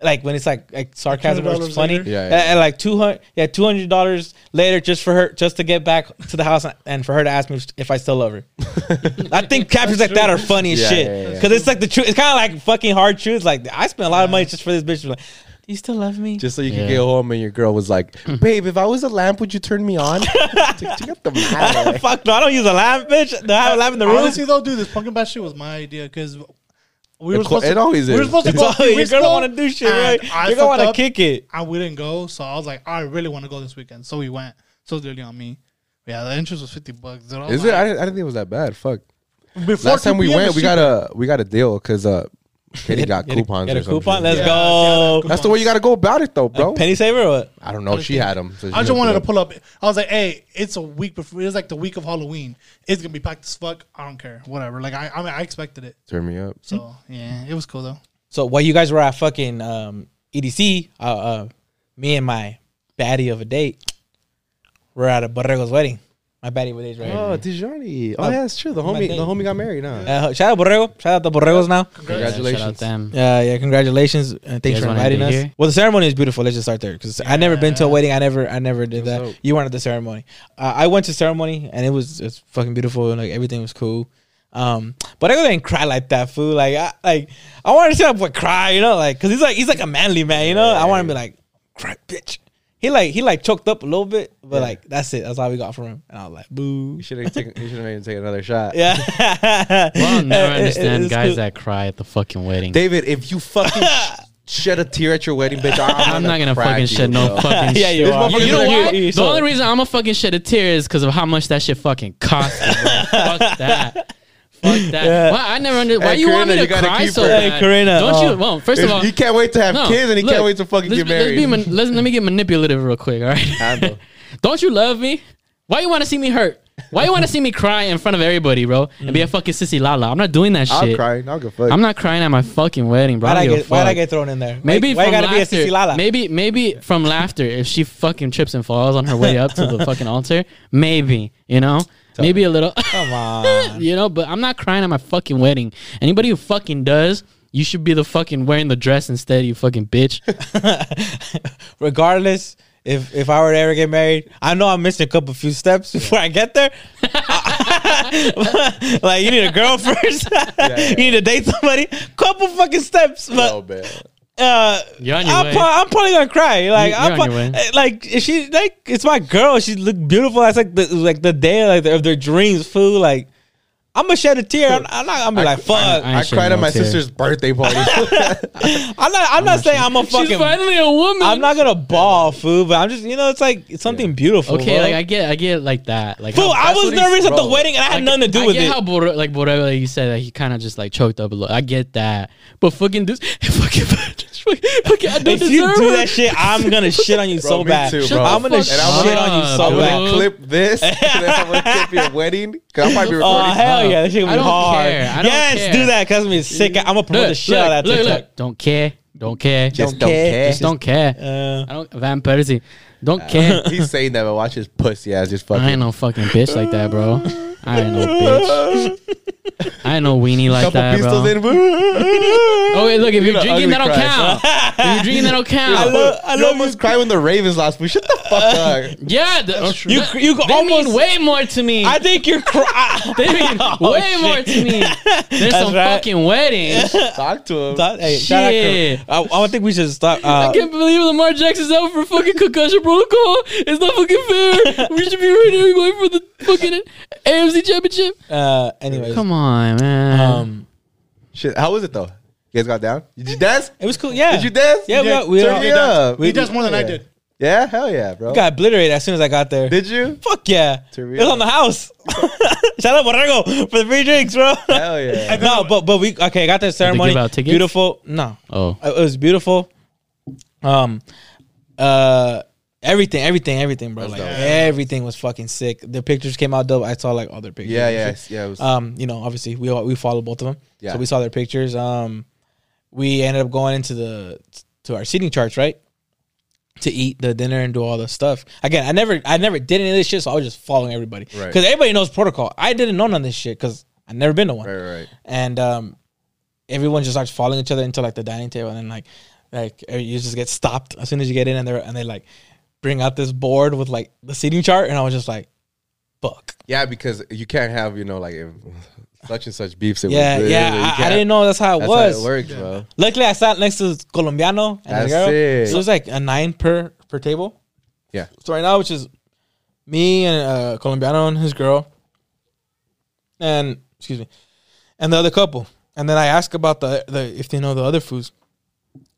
[SPEAKER 3] like when it's like like sarcasm or
[SPEAKER 4] $200
[SPEAKER 3] it's funny.
[SPEAKER 4] later.
[SPEAKER 5] Yeah,
[SPEAKER 3] And-
[SPEAKER 5] yeah.
[SPEAKER 3] And, like two hundred, yeah, two hundred dollars later just for her, just to get back to the house and for her to ask me if I still love her. I think captions like that are funny as
[SPEAKER 5] Yeah,
[SPEAKER 3] shit
[SPEAKER 5] yeah, yeah, yeah.
[SPEAKER 3] because it's like the truth. It's kind of like fucking hard truth. Like I spent a lot of money just for this bitch. Like, do you still love me?
[SPEAKER 5] Just so you
[SPEAKER 2] Yeah.
[SPEAKER 5] could get home and your girl was like, "Babe, if I was a lamp, would you turn me on?" It's like, check out the matter.
[SPEAKER 3] Fuck no, I don't use a lamp, bitch. Do I have a lamp in the room?
[SPEAKER 4] Honestly, though, dude, this pumpkin bash shit was my idea because we
[SPEAKER 5] It
[SPEAKER 4] were
[SPEAKER 5] co-
[SPEAKER 4] supposed to.
[SPEAKER 5] it always
[SPEAKER 4] We were
[SPEAKER 5] is.
[SPEAKER 4] supposed to
[SPEAKER 3] It's
[SPEAKER 4] go.
[SPEAKER 3] all-
[SPEAKER 4] a few
[SPEAKER 3] you're
[SPEAKER 4] weeks
[SPEAKER 3] gonna
[SPEAKER 4] ago,
[SPEAKER 3] want to do shit,
[SPEAKER 4] and
[SPEAKER 3] right?
[SPEAKER 4] I
[SPEAKER 3] You're gonna want to
[SPEAKER 4] fucked up,
[SPEAKER 3] kick it.
[SPEAKER 4] And we didn't go, so I was like, I really want to go this weekend. So we went. So it's literally on me. Yeah, the entrance was fifty bucks. Dude, I was
[SPEAKER 5] Is
[SPEAKER 4] like,
[SPEAKER 5] it? I didn't, I didn't think it was that bad. Fuck.
[SPEAKER 4] Before
[SPEAKER 5] Last time
[SPEAKER 4] 2
[SPEAKER 5] we
[SPEAKER 4] p.m.
[SPEAKER 5] went,
[SPEAKER 4] is
[SPEAKER 5] we got a we got a deal because uh, Kitty got
[SPEAKER 3] Get a-
[SPEAKER 5] coupons.
[SPEAKER 3] Get
[SPEAKER 5] or
[SPEAKER 3] a
[SPEAKER 5] something.
[SPEAKER 3] coupon. Let's
[SPEAKER 4] Yeah,
[SPEAKER 3] go.
[SPEAKER 5] That's the way you got to go about it, though, bro.
[SPEAKER 3] A penny saver or what?
[SPEAKER 5] I don't know. She had them. So she
[SPEAKER 4] I
[SPEAKER 5] hooked
[SPEAKER 4] just
[SPEAKER 5] it
[SPEAKER 4] wanted to
[SPEAKER 5] up.
[SPEAKER 4] pull up. I was like, hey, it's a week before. It's like the week of Halloween. It's gonna be packed as fuck. I don't care. Whatever. Like I, I, mean, I expected it.
[SPEAKER 5] Turn me up.
[SPEAKER 4] So yeah, it was cool though.
[SPEAKER 3] So while you guys were at fucking um, EDC, uh, uh, me and my baddie of a date were at a Borrego's wedding. My baddie of a date, right?
[SPEAKER 5] Oh, Dijani. Oh,
[SPEAKER 4] Uh,
[SPEAKER 3] Oh,
[SPEAKER 5] yeah, that's true. The
[SPEAKER 3] my
[SPEAKER 5] homie,
[SPEAKER 3] date.
[SPEAKER 5] the homie got married, huh?
[SPEAKER 3] Uh, shout out Borrego. Shout out to Borregos now.
[SPEAKER 5] Congratulations.
[SPEAKER 2] shout out them.
[SPEAKER 3] Yeah, Uh, yeah. Congratulations. And
[SPEAKER 2] You
[SPEAKER 3] thanks
[SPEAKER 2] guys
[SPEAKER 3] for
[SPEAKER 2] wanna
[SPEAKER 3] inviting
[SPEAKER 2] be
[SPEAKER 3] us.
[SPEAKER 2] here?
[SPEAKER 3] Well, the ceremony is beautiful. Let's just start there because I never been to a wedding. I never, I never did that.
[SPEAKER 5] dope.
[SPEAKER 3] You weren't at the ceremony. Uh, I went to ceremony and it was it's fucking beautiful and like everything was cool. Um, but I didn't cry like that, fool. Like, I, like I wanted to sit up with cry, you know, like because he's like he's like a manly man, you know. I want to be like cry, bitch. He like he like choked up a little bit, but like that's it. That's all we got from him. And I was like, boo.
[SPEAKER 5] You should have taken. You should have made him take another shot.
[SPEAKER 3] Yeah.
[SPEAKER 2] Well, I'll never
[SPEAKER 3] It- it-
[SPEAKER 2] understand
[SPEAKER 3] it's
[SPEAKER 2] guys
[SPEAKER 3] cool.
[SPEAKER 2] that cry at the fucking wedding.
[SPEAKER 5] David, if you fucking shed a tear at your wedding, bitch, I'm,
[SPEAKER 2] I'm not gonna
[SPEAKER 5] crack
[SPEAKER 2] fucking
[SPEAKER 5] you,
[SPEAKER 2] shed no
[SPEAKER 5] bro.
[SPEAKER 2] fucking.
[SPEAKER 3] Yeah,
[SPEAKER 2] shit.
[SPEAKER 3] you
[SPEAKER 5] This
[SPEAKER 3] are.
[SPEAKER 5] motherfucker's
[SPEAKER 2] You know
[SPEAKER 5] like,
[SPEAKER 2] what?
[SPEAKER 3] you- you
[SPEAKER 2] the
[SPEAKER 3] saw
[SPEAKER 2] only
[SPEAKER 3] it.
[SPEAKER 2] reason I'm gonna fucking shed a tear is because of how much that shit fucking cost. me, bro. Fuck that. Fuck that.
[SPEAKER 3] Yeah.
[SPEAKER 2] Why I never under, Why
[SPEAKER 5] Hey,
[SPEAKER 2] you want
[SPEAKER 5] Karina,
[SPEAKER 2] me to
[SPEAKER 5] you gotta
[SPEAKER 2] cry
[SPEAKER 5] keep
[SPEAKER 2] so
[SPEAKER 5] her.
[SPEAKER 2] bad?
[SPEAKER 3] Hey, Karina,
[SPEAKER 2] Don't
[SPEAKER 3] oh.
[SPEAKER 2] you? Well, first of all,
[SPEAKER 5] he can't wait to have
[SPEAKER 2] no,
[SPEAKER 5] kids, and he
[SPEAKER 2] look,
[SPEAKER 5] can't wait to fucking
[SPEAKER 2] let's
[SPEAKER 5] get
[SPEAKER 2] be- Let's
[SPEAKER 5] married.
[SPEAKER 2] be man- let's- let me get manipulative real quick. All
[SPEAKER 5] I
[SPEAKER 2] right.
[SPEAKER 5] know.
[SPEAKER 2] Don't you love me? Why you want to see me hurt? Why you want to see me cry in front of everybody, bro? And
[SPEAKER 3] Mm.
[SPEAKER 2] be a fucking sissy lala. I'm not doing that
[SPEAKER 5] I'll
[SPEAKER 2] shit.
[SPEAKER 5] cry. I'll go fuck.
[SPEAKER 2] I'm not crying at my fucking wedding, bro.
[SPEAKER 3] Why'd
[SPEAKER 2] I
[SPEAKER 3] I
[SPEAKER 2] don't give a
[SPEAKER 3] get, why'd I
[SPEAKER 2] fuck.
[SPEAKER 3] get thrown in there? why,
[SPEAKER 2] Maybe
[SPEAKER 3] why
[SPEAKER 2] from
[SPEAKER 3] you gotta
[SPEAKER 2] laughter.
[SPEAKER 3] be a sissy lala?
[SPEAKER 2] Maybe maybe from laughter. If she fucking trips and falls on her way up to the fucking altar, maybe you know, maybe a little,
[SPEAKER 3] Come on.
[SPEAKER 2] you know. But I'm not crying at my fucking wedding. Anybody who fucking does, you should be the fucking wearing the dress instead. You fucking bitch.
[SPEAKER 3] regardless if if I were to ever get married, I know I'm missing a couple few steps before I get there. like you need a girl first.
[SPEAKER 5] yeah.
[SPEAKER 3] you need to date somebody. Couple fucking steps,
[SPEAKER 5] Oh,
[SPEAKER 3] but
[SPEAKER 5] man.
[SPEAKER 3] uh,
[SPEAKER 2] You're on your
[SPEAKER 3] I'm,
[SPEAKER 2] way.
[SPEAKER 3] pro- I'm probably gonna cry. Like
[SPEAKER 2] You-
[SPEAKER 3] I'm
[SPEAKER 2] you're
[SPEAKER 3] pro-
[SPEAKER 2] on your way.
[SPEAKER 3] eh, like if she like it's my girl. She look beautiful. That's like the like the day like of their dreams. Food like I'm gonna shed a tear. I'm, I'm not. I'm gonna be like fuck. I,
[SPEAKER 2] I
[SPEAKER 5] I
[SPEAKER 2] ain't
[SPEAKER 5] cried
[SPEAKER 2] shedding
[SPEAKER 5] at
[SPEAKER 2] no
[SPEAKER 5] my
[SPEAKER 2] tear.
[SPEAKER 5] sister's birthday party.
[SPEAKER 3] am not. I'm, not, saying I'm a
[SPEAKER 2] She's
[SPEAKER 3] fucking.
[SPEAKER 2] finally a woman.
[SPEAKER 3] I'm not gonna ball food, but I'm just you know it's like it's something beautiful.
[SPEAKER 2] okay.
[SPEAKER 3] bro.
[SPEAKER 2] Like I get, I get like that. Like
[SPEAKER 3] Fool,
[SPEAKER 2] how-
[SPEAKER 3] I
[SPEAKER 5] That's
[SPEAKER 3] was
[SPEAKER 5] what he's-
[SPEAKER 3] nervous at the
[SPEAKER 5] bro.
[SPEAKER 3] wedding and I had
[SPEAKER 2] I
[SPEAKER 3] nothing to
[SPEAKER 2] get-
[SPEAKER 3] do
[SPEAKER 2] I
[SPEAKER 3] with
[SPEAKER 2] get
[SPEAKER 3] it.
[SPEAKER 2] How Bore- like whatever like you said that he kind of just like choked up a little. I get that, but fucking this fucking fucking I don't
[SPEAKER 3] if you
[SPEAKER 2] deserve
[SPEAKER 3] do
[SPEAKER 2] her.
[SPEAKER 3] that shit, I'm gonna shit on you
[SPEAKER 5] Bro,
[SPEAKER 3] so
[SPEAKER 5] me
[SPEAKER 3] bad.
[SPEAKER 5] too,
[SPEAKER 2] Shut the
[SPEAKER 5] bro.
[SPEAKER 3] I'm gonna
[SPEAKER 2] fuck
[SPEAKER 3] shit
[SPEAKER 5] up.
[SPEAKER 3] on you so
[SPEAKER 5] I'm
[SPEAKER 2] Dude.
[SPEAKER 3] bad.
[SPEAKER 5] gonna clip this. and then I'm gonna clip your wedding. Cause I'll probably be
[SPEAKER 3] Oh
[SPEAKER 5] recording.
[SPEAKER 3] hell yeah, that shit gonna
[SPEAKER 2] I
[SPEAKER 3] be
[SPEAKER 2] don't
[SPEAKER 3] hard.
[SPEAKER 2] care. I don't
[SPEAKER 3] yes,
[SPEAKER 2] care.
[SPEAKER 3] do that. Cause I'm gonna be sick. I'm gonna promote the shit out of that TikTok.
[SPEAKER 2] Don't care. Don't care. Just
[SPEAKER 5] Just don't
[SPEAKER 3] care.
[SPEAKER 5] care.
[SPEAKER 2] don't care.
[SPEAKER 3] Uh,
[SPEAKER 2] I don't Van Persie. Don't care.
[SPEAKER 5] He's saying that, but watch his pussy ass just
[SPEAKER 2] I
[SPEAKER 5] fucking.
[SPEAKER 2] ain't no fucking bitch like that, bro. I ain't no bitch. I ain't no weenie like
[SPEAKER 5] Couple
[SPEAKER 2] that,
[SPEAKER 5] pistols
[SPEAKER 2] bro.
[SPEAKER 5] in. I
[SPEAKER 2] Oh wait, look, if
[SPEAKER 5] You
[SPEAKER 2] you're
[SPEAKER 5] know,
[SPEAKER 2] drinking,
[SPEAKER 5] ugly
[SPEAKER 2] that'll
[SPEAKER 5] cries,
[SPEAKER 2] count. If you're drinking, that'll count.
[SPEAKER 3] love- I
[SPEAKER 5] you
[SPEAKER 3] love
[SPEAKER 5] almost
[SPEAKER 3] you.
[SPEAKER 5] cried when the Ravens lost. We shut the fuck up.
[SPEAKER 2] Yeah, the,
[SPEAKER 3] you you
[SPEAKER 2] they
[SPEAKER 3] almost.
[SPEAKER 2] mean way more to me.
[SPEAKER 3] I think you're. Cry-
[SPEAKER 2] They mean
[SPEAKER 3] Oh,
[SPEAKER 2] way
[SPEAKER 3] shit.
[SPEAKER 2] more to me. There's
[SPEAKER 3] That's
[SPEAKER 2] some
[SPEAKER 3] right. Uh,
[SPEAKER 2] fucking weddings.
[SPEAKER 5] Talk to him.
[SPEAKER 3] Stop- hey, shout out
[SPEAKER 2] Shit.
[SPEAKER 3] Kareem. I, I don't think we should stop. Uh,
[SPEAKER 2] I can't believe Lamar Jackson's out for fucking concussion protocol. It's not fucking fair. we should be right here going for the fucking AFC championship.
[SPEAKER 3] uh, anyways,
[SPEAKER 2] Come on, man.
[SPEAKER 3] um,
[SPEAKER 5] Shit, how was it though? You guys got down? Did you dance?
[SPEAKER 3] it was cool. Yeah,
[SPEAKER 5] Did you dance?
[SPEAKER 3] Yeah, we
[SPEAKER 4] Yeah,
[SPEAKER 3] got, we,
[SPEAKER 5] Turn
[SPEAKER 3] got,
[SPEAKER 5] me
[SPEAKER 3] we
[SPEAKER 5] up.
[SPEAKER 4] He does more than I
[SPEAKER 5] Yeah.
[SPEAKER 4] did.
[SPEAKER 5] Yeah, hell yeah, bro.
[SPEAKER 3] got obliterated as soon as I got there.
[SPEAKER 5] Did you?
[SPEAKER 3] Fuck yeah. It
[SPEAKER 5] Turn me
[SPEAKER 3] was
[SPEAKER 5] up.
[SPEAKER 3] on the house. Shout out Borrego for the free drinks, bro.
[SPEAKER 5] Hell yeah.
[SPEAKER 3] no, but but we okay, got the ceremony.
[SPEAKER 2] give out tickets?
[SPEAKER 3] Beautiful. No.
[SPEAKER 2] oh,
[SPEAKER 3] It was beautiful. Um uh everything, everything, everything, bro. Like
[SPEAKER 5] dope.
[SPEAKER 3] everything was fucking sick. The pictures came out dope. I saw like all their pictures.
[SPEAKER 5] Yeah,
[SPEAKER 3] and
[SPEAKER 5] yeah,
[SPEAKER 3] shit.
[SPEAKER 5] it's- yeah. It was,
[SPEAKER 3] Um, you know, obviously we all- we follow both of them.
[SPEAKER 5] Yeah.
[SPEAKER 3] So we saw their pictures. Um we ended up going into the to our seating charts, right? To eat the dinner and do all the stuff. Again, I never I never did any of this shit, so I was just following everybody.
[SPEAKER 5] Right.
[SPEAKER 3] Cuz everybody knows protocol. I didn't know none of this shit cuz I never been to one
[SPEAKER 5] right, right, right.
[SPEAKER 3] and um, everyone just starts following each other into like the dining table, and then like like er, you just get stopped as soon as you get in, and they and they like bring out this board with like the seating chart, and I was just like, fuck.
[SPEAKER 5] Yeah, because you can't have, you know, like if such and such beefs. It
[SPEAKER 3] Yeah,
[SPEAKER 5] was,
[SPEAKER 3] yeah. I, I didn't know that's how it
[SPEAKER 5] That's
[SPEAKER 3] was.
[SPEAKER 5] how it works, bro.
[SPEAKER 3] Luckily, I sat next to Colombiano and
[SPEAKER 5] That's
[SPEAKER 3] a girl,
[SPEAKER 5] it.
[SPEAKER 3] so it was like a nine per per table.
[SPEAKER 5] Yeah.
[SPEAKER 3] So right now, which is me and uh, Colombiano and his girl, and excuse me, and the other couple. And then I ask about the, the if they know the other foods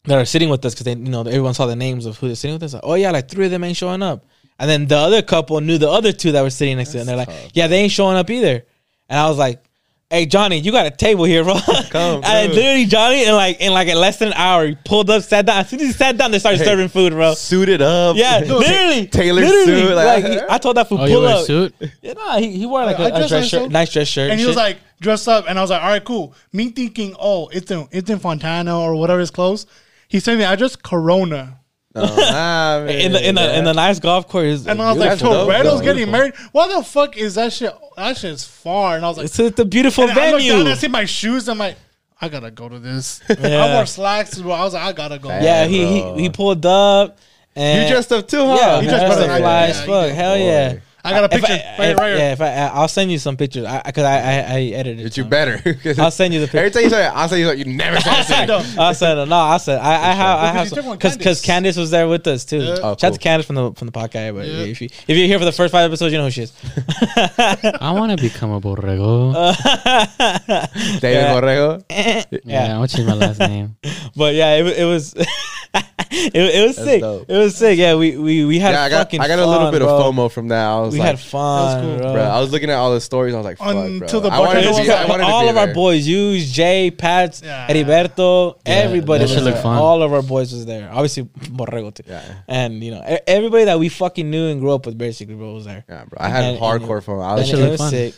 [SPEAKER 3] that are sitting with us because they you know everyone saw the names of who they're sitting with us. Like, oh yeah, like three of them ain't showing up. And then the other couple knew the other two that were sitting next to them. And they're like, yeah, they ain't showing up either. And I was like, hey Johnny, you got a table here, bro.
[SPEAKER 5] Come,
[SPEAKER 3] and
[SPEAKER 5] dude.
[SPEAKER 3] literally Johnny, in like in like in less than an hour, he pulled up, sat down. As soon as he sat down, they started
[SPEAKER 5] Hey.
[SPEAKER 3] serving food, bro.
[SPEAKER 5] suited up.
[SPEAKER 3] Yeah, literally,
[SPEAKER 5] Taylor
[SPEAKER 3] literally,
[SPEAKER 5] suit, like-
[SPEAKER 3] Like, he- I told that fool
[SPEAKER 2] Oh, you
[SPEAKER 3] pull
[SPEAKER 2] wear a
[SPEAKER 3] up.
[SPEAKER 2] suit?
[SPEAKER 3] Yeah, nah, he, he wore like
[SPEAKER 4] I-
[SPEAKER 3] a,
[SPEAKER 4] I
[SPEAKER 3] a
[SPEAKER 4] dress
[SPEAKER 3] dress
[SPEAKER 4] myself.
[SPEAKER 3] shirt, nice dress shirt,
[SPEAKER 4] and he was
[SPEAKER 3] shit.
[SPEAKER 4] like dressed up, and I was like, all right, cool. Me thinking, oh, it's in it's in Fontana or whatever is close. He sent me the address Corona,
[SPEAKER 5] Oh,
[SPEAKER 3] in the in the in the nice golf course.
[SPEAKER 4] and I was like,
[SPEAKER 5] that's dope,
[SPEAKER 4] Toretto's
[SPEAKER 5] though.
[SPEAKER 4] getting married. Why the fuck is that shit? That shit is far, and I was like,
[SPEAKER 3] it's at the beautiful
[SPEAKER 4] and I looked down, and I
[SPEAKER 3] venue.
[SPEAKER 4] see my shoes. I'm like, I gotta go to this. I
[SPEAKER 3] Yeah.
[SPEAKER 4] wore slacks, bro. I was like, I gotta go.
[SPEAKER 3] Yeah, he,
[SPEAKER 5] bro.
[SPEAKER 3] he he pulled up. And
[SPEAKER 5] you dressed up too, huh?
[SPEAKER 3] Yeah,
[SPEAKER 4] You
[SPEAKER 3] you
[SPEAKER 4] dressed
[SPEAKER 3] dressed
[SPEAKER 4] better than I
[SPEAKER 3] up fly
[SPEAKER 4] did.
[SPEAKER 3] as
[SPEAKER 4] Yeah, you
[SPEAKER 3] fuck.
[SPEAKER 4] did.
[SPEAKER 3] Hell yeah.
[SPEAKER 4] I got a
[SPEAKER 3] If
[SPEAKER 4] picture
[SPEAKER 3] I-
[SPEAKER 4] right,
[SPEAKER 3] if-
[SPEAKER 4] right here.
[SPEAKER 3] Yeah, if I, I'll send you some pictures. I, cause I, I, I edited.
[SPEAKER 5] But you
[SPEAKER 3] some.
[SPEAKER 5] better.
[SPEAKER 3] I'll send you the
[SPEAKER 5] Every
[SPEAKER 3] picture.
[SPEAKER 5] time you say it, I'll say you, you never said it.
[SPEAKER 4] I know.
[SPEAKER 3] I'll send it. No, I'll send. it. I, I have, I
[SPEAKER 4] Because
[SPEAKER 3] have,
[SPEAKER 4] you took one,
[SPEAKER 3] because because
[SPEAKER 4] Candice.
[SPEAKER 3] Candice was there with us too.
[SPEAKER 5] Oh,
[SPEAKER 4] Yeah.
[SPEAKER 3] Shout out
[SPEAKER 5] cool.
[SPEAKER 3] to Candice from the from the podcast. But
[SPEAKER 4] Yeah.
[SPEAKER 3] if you if you're here for the first five episodes, you know who she is.
[SPEAKER 2] I want to become a borrego.
[SPEAKER 5] David
[SPEAKER 3] Yeah. Eh,
[SPEAKER 5] Borrego.
[SPEAKER 2] yeah. I want to change my last name.
[SPEAKER 3] But yeah, it, wa- it was it, it was
[SPEAKER 5] That's
[SPEAKER 3] sick.
[SPEAKER 5] dope.
[SPEAKER 3] It was sick. Yeah, we we we had
[SPEAKER 5] Yeah, I got,
[SPEAKER 3] fucking.
[SPEAKER 5] I got a little
[SPEAKER 3] fun,
[SPEAKER 5] bit
[SPEAKER 3] bro.
[SPEAKER 5] of FOMO from that. I was
[SPEAKER 3] We
[SPEAKER 5] like,
[SPEAKER 3] had fun,
[SPEAKER 4] cool.
[SPEAKER 3] bro.
[SPEAKER 5] bro, I was looking at all the stories. I was like, fuck,
[SPEAKER 4] Until
[SPEAKER 5] bro.
[SPEAKER 4] the
[SPEAKER 5] I wanted
[SPEAKER 4] Borrego
[SPEAKER 5] to be, I wanted to
[SPEAKER 3] all
[SPEAKER 5] be
[SPEAKER 3] of our
[SPEAKER 5] there.
[SPEAKER 3] boys, you, Jay, Pats,
[SPEAKER 4] Yeah.
[SPEAKER 3] Heriberto, everybody
[SPEAKER 2] that
[SPEAKER 3] was
[SPEAKER 2] shit
[SPEAKER 3] there.
[SPEAKER 2] looked fun.
[SPEAKER 3] All of our boys was there. Obviously, Borrego too.
[SPEAKER 5] Yeah.
[SPEAKER 3] And, you know, e- everybody that we fucking knew and grew up with basically bro, was there.
[SPEAKER 5] Yeah, bro. I had
[SPEAKER 3] And-
[SPEAKER 5] hardcore FOMO. I was
[SPEAKER 3] And
[SPEAKER 2] shit
[SPEAKER 3] it
[SPEAKER 2] looked
[SPEAKER 3] was
[SPEAKER 2] fun.
[SPEAKER 3] sick.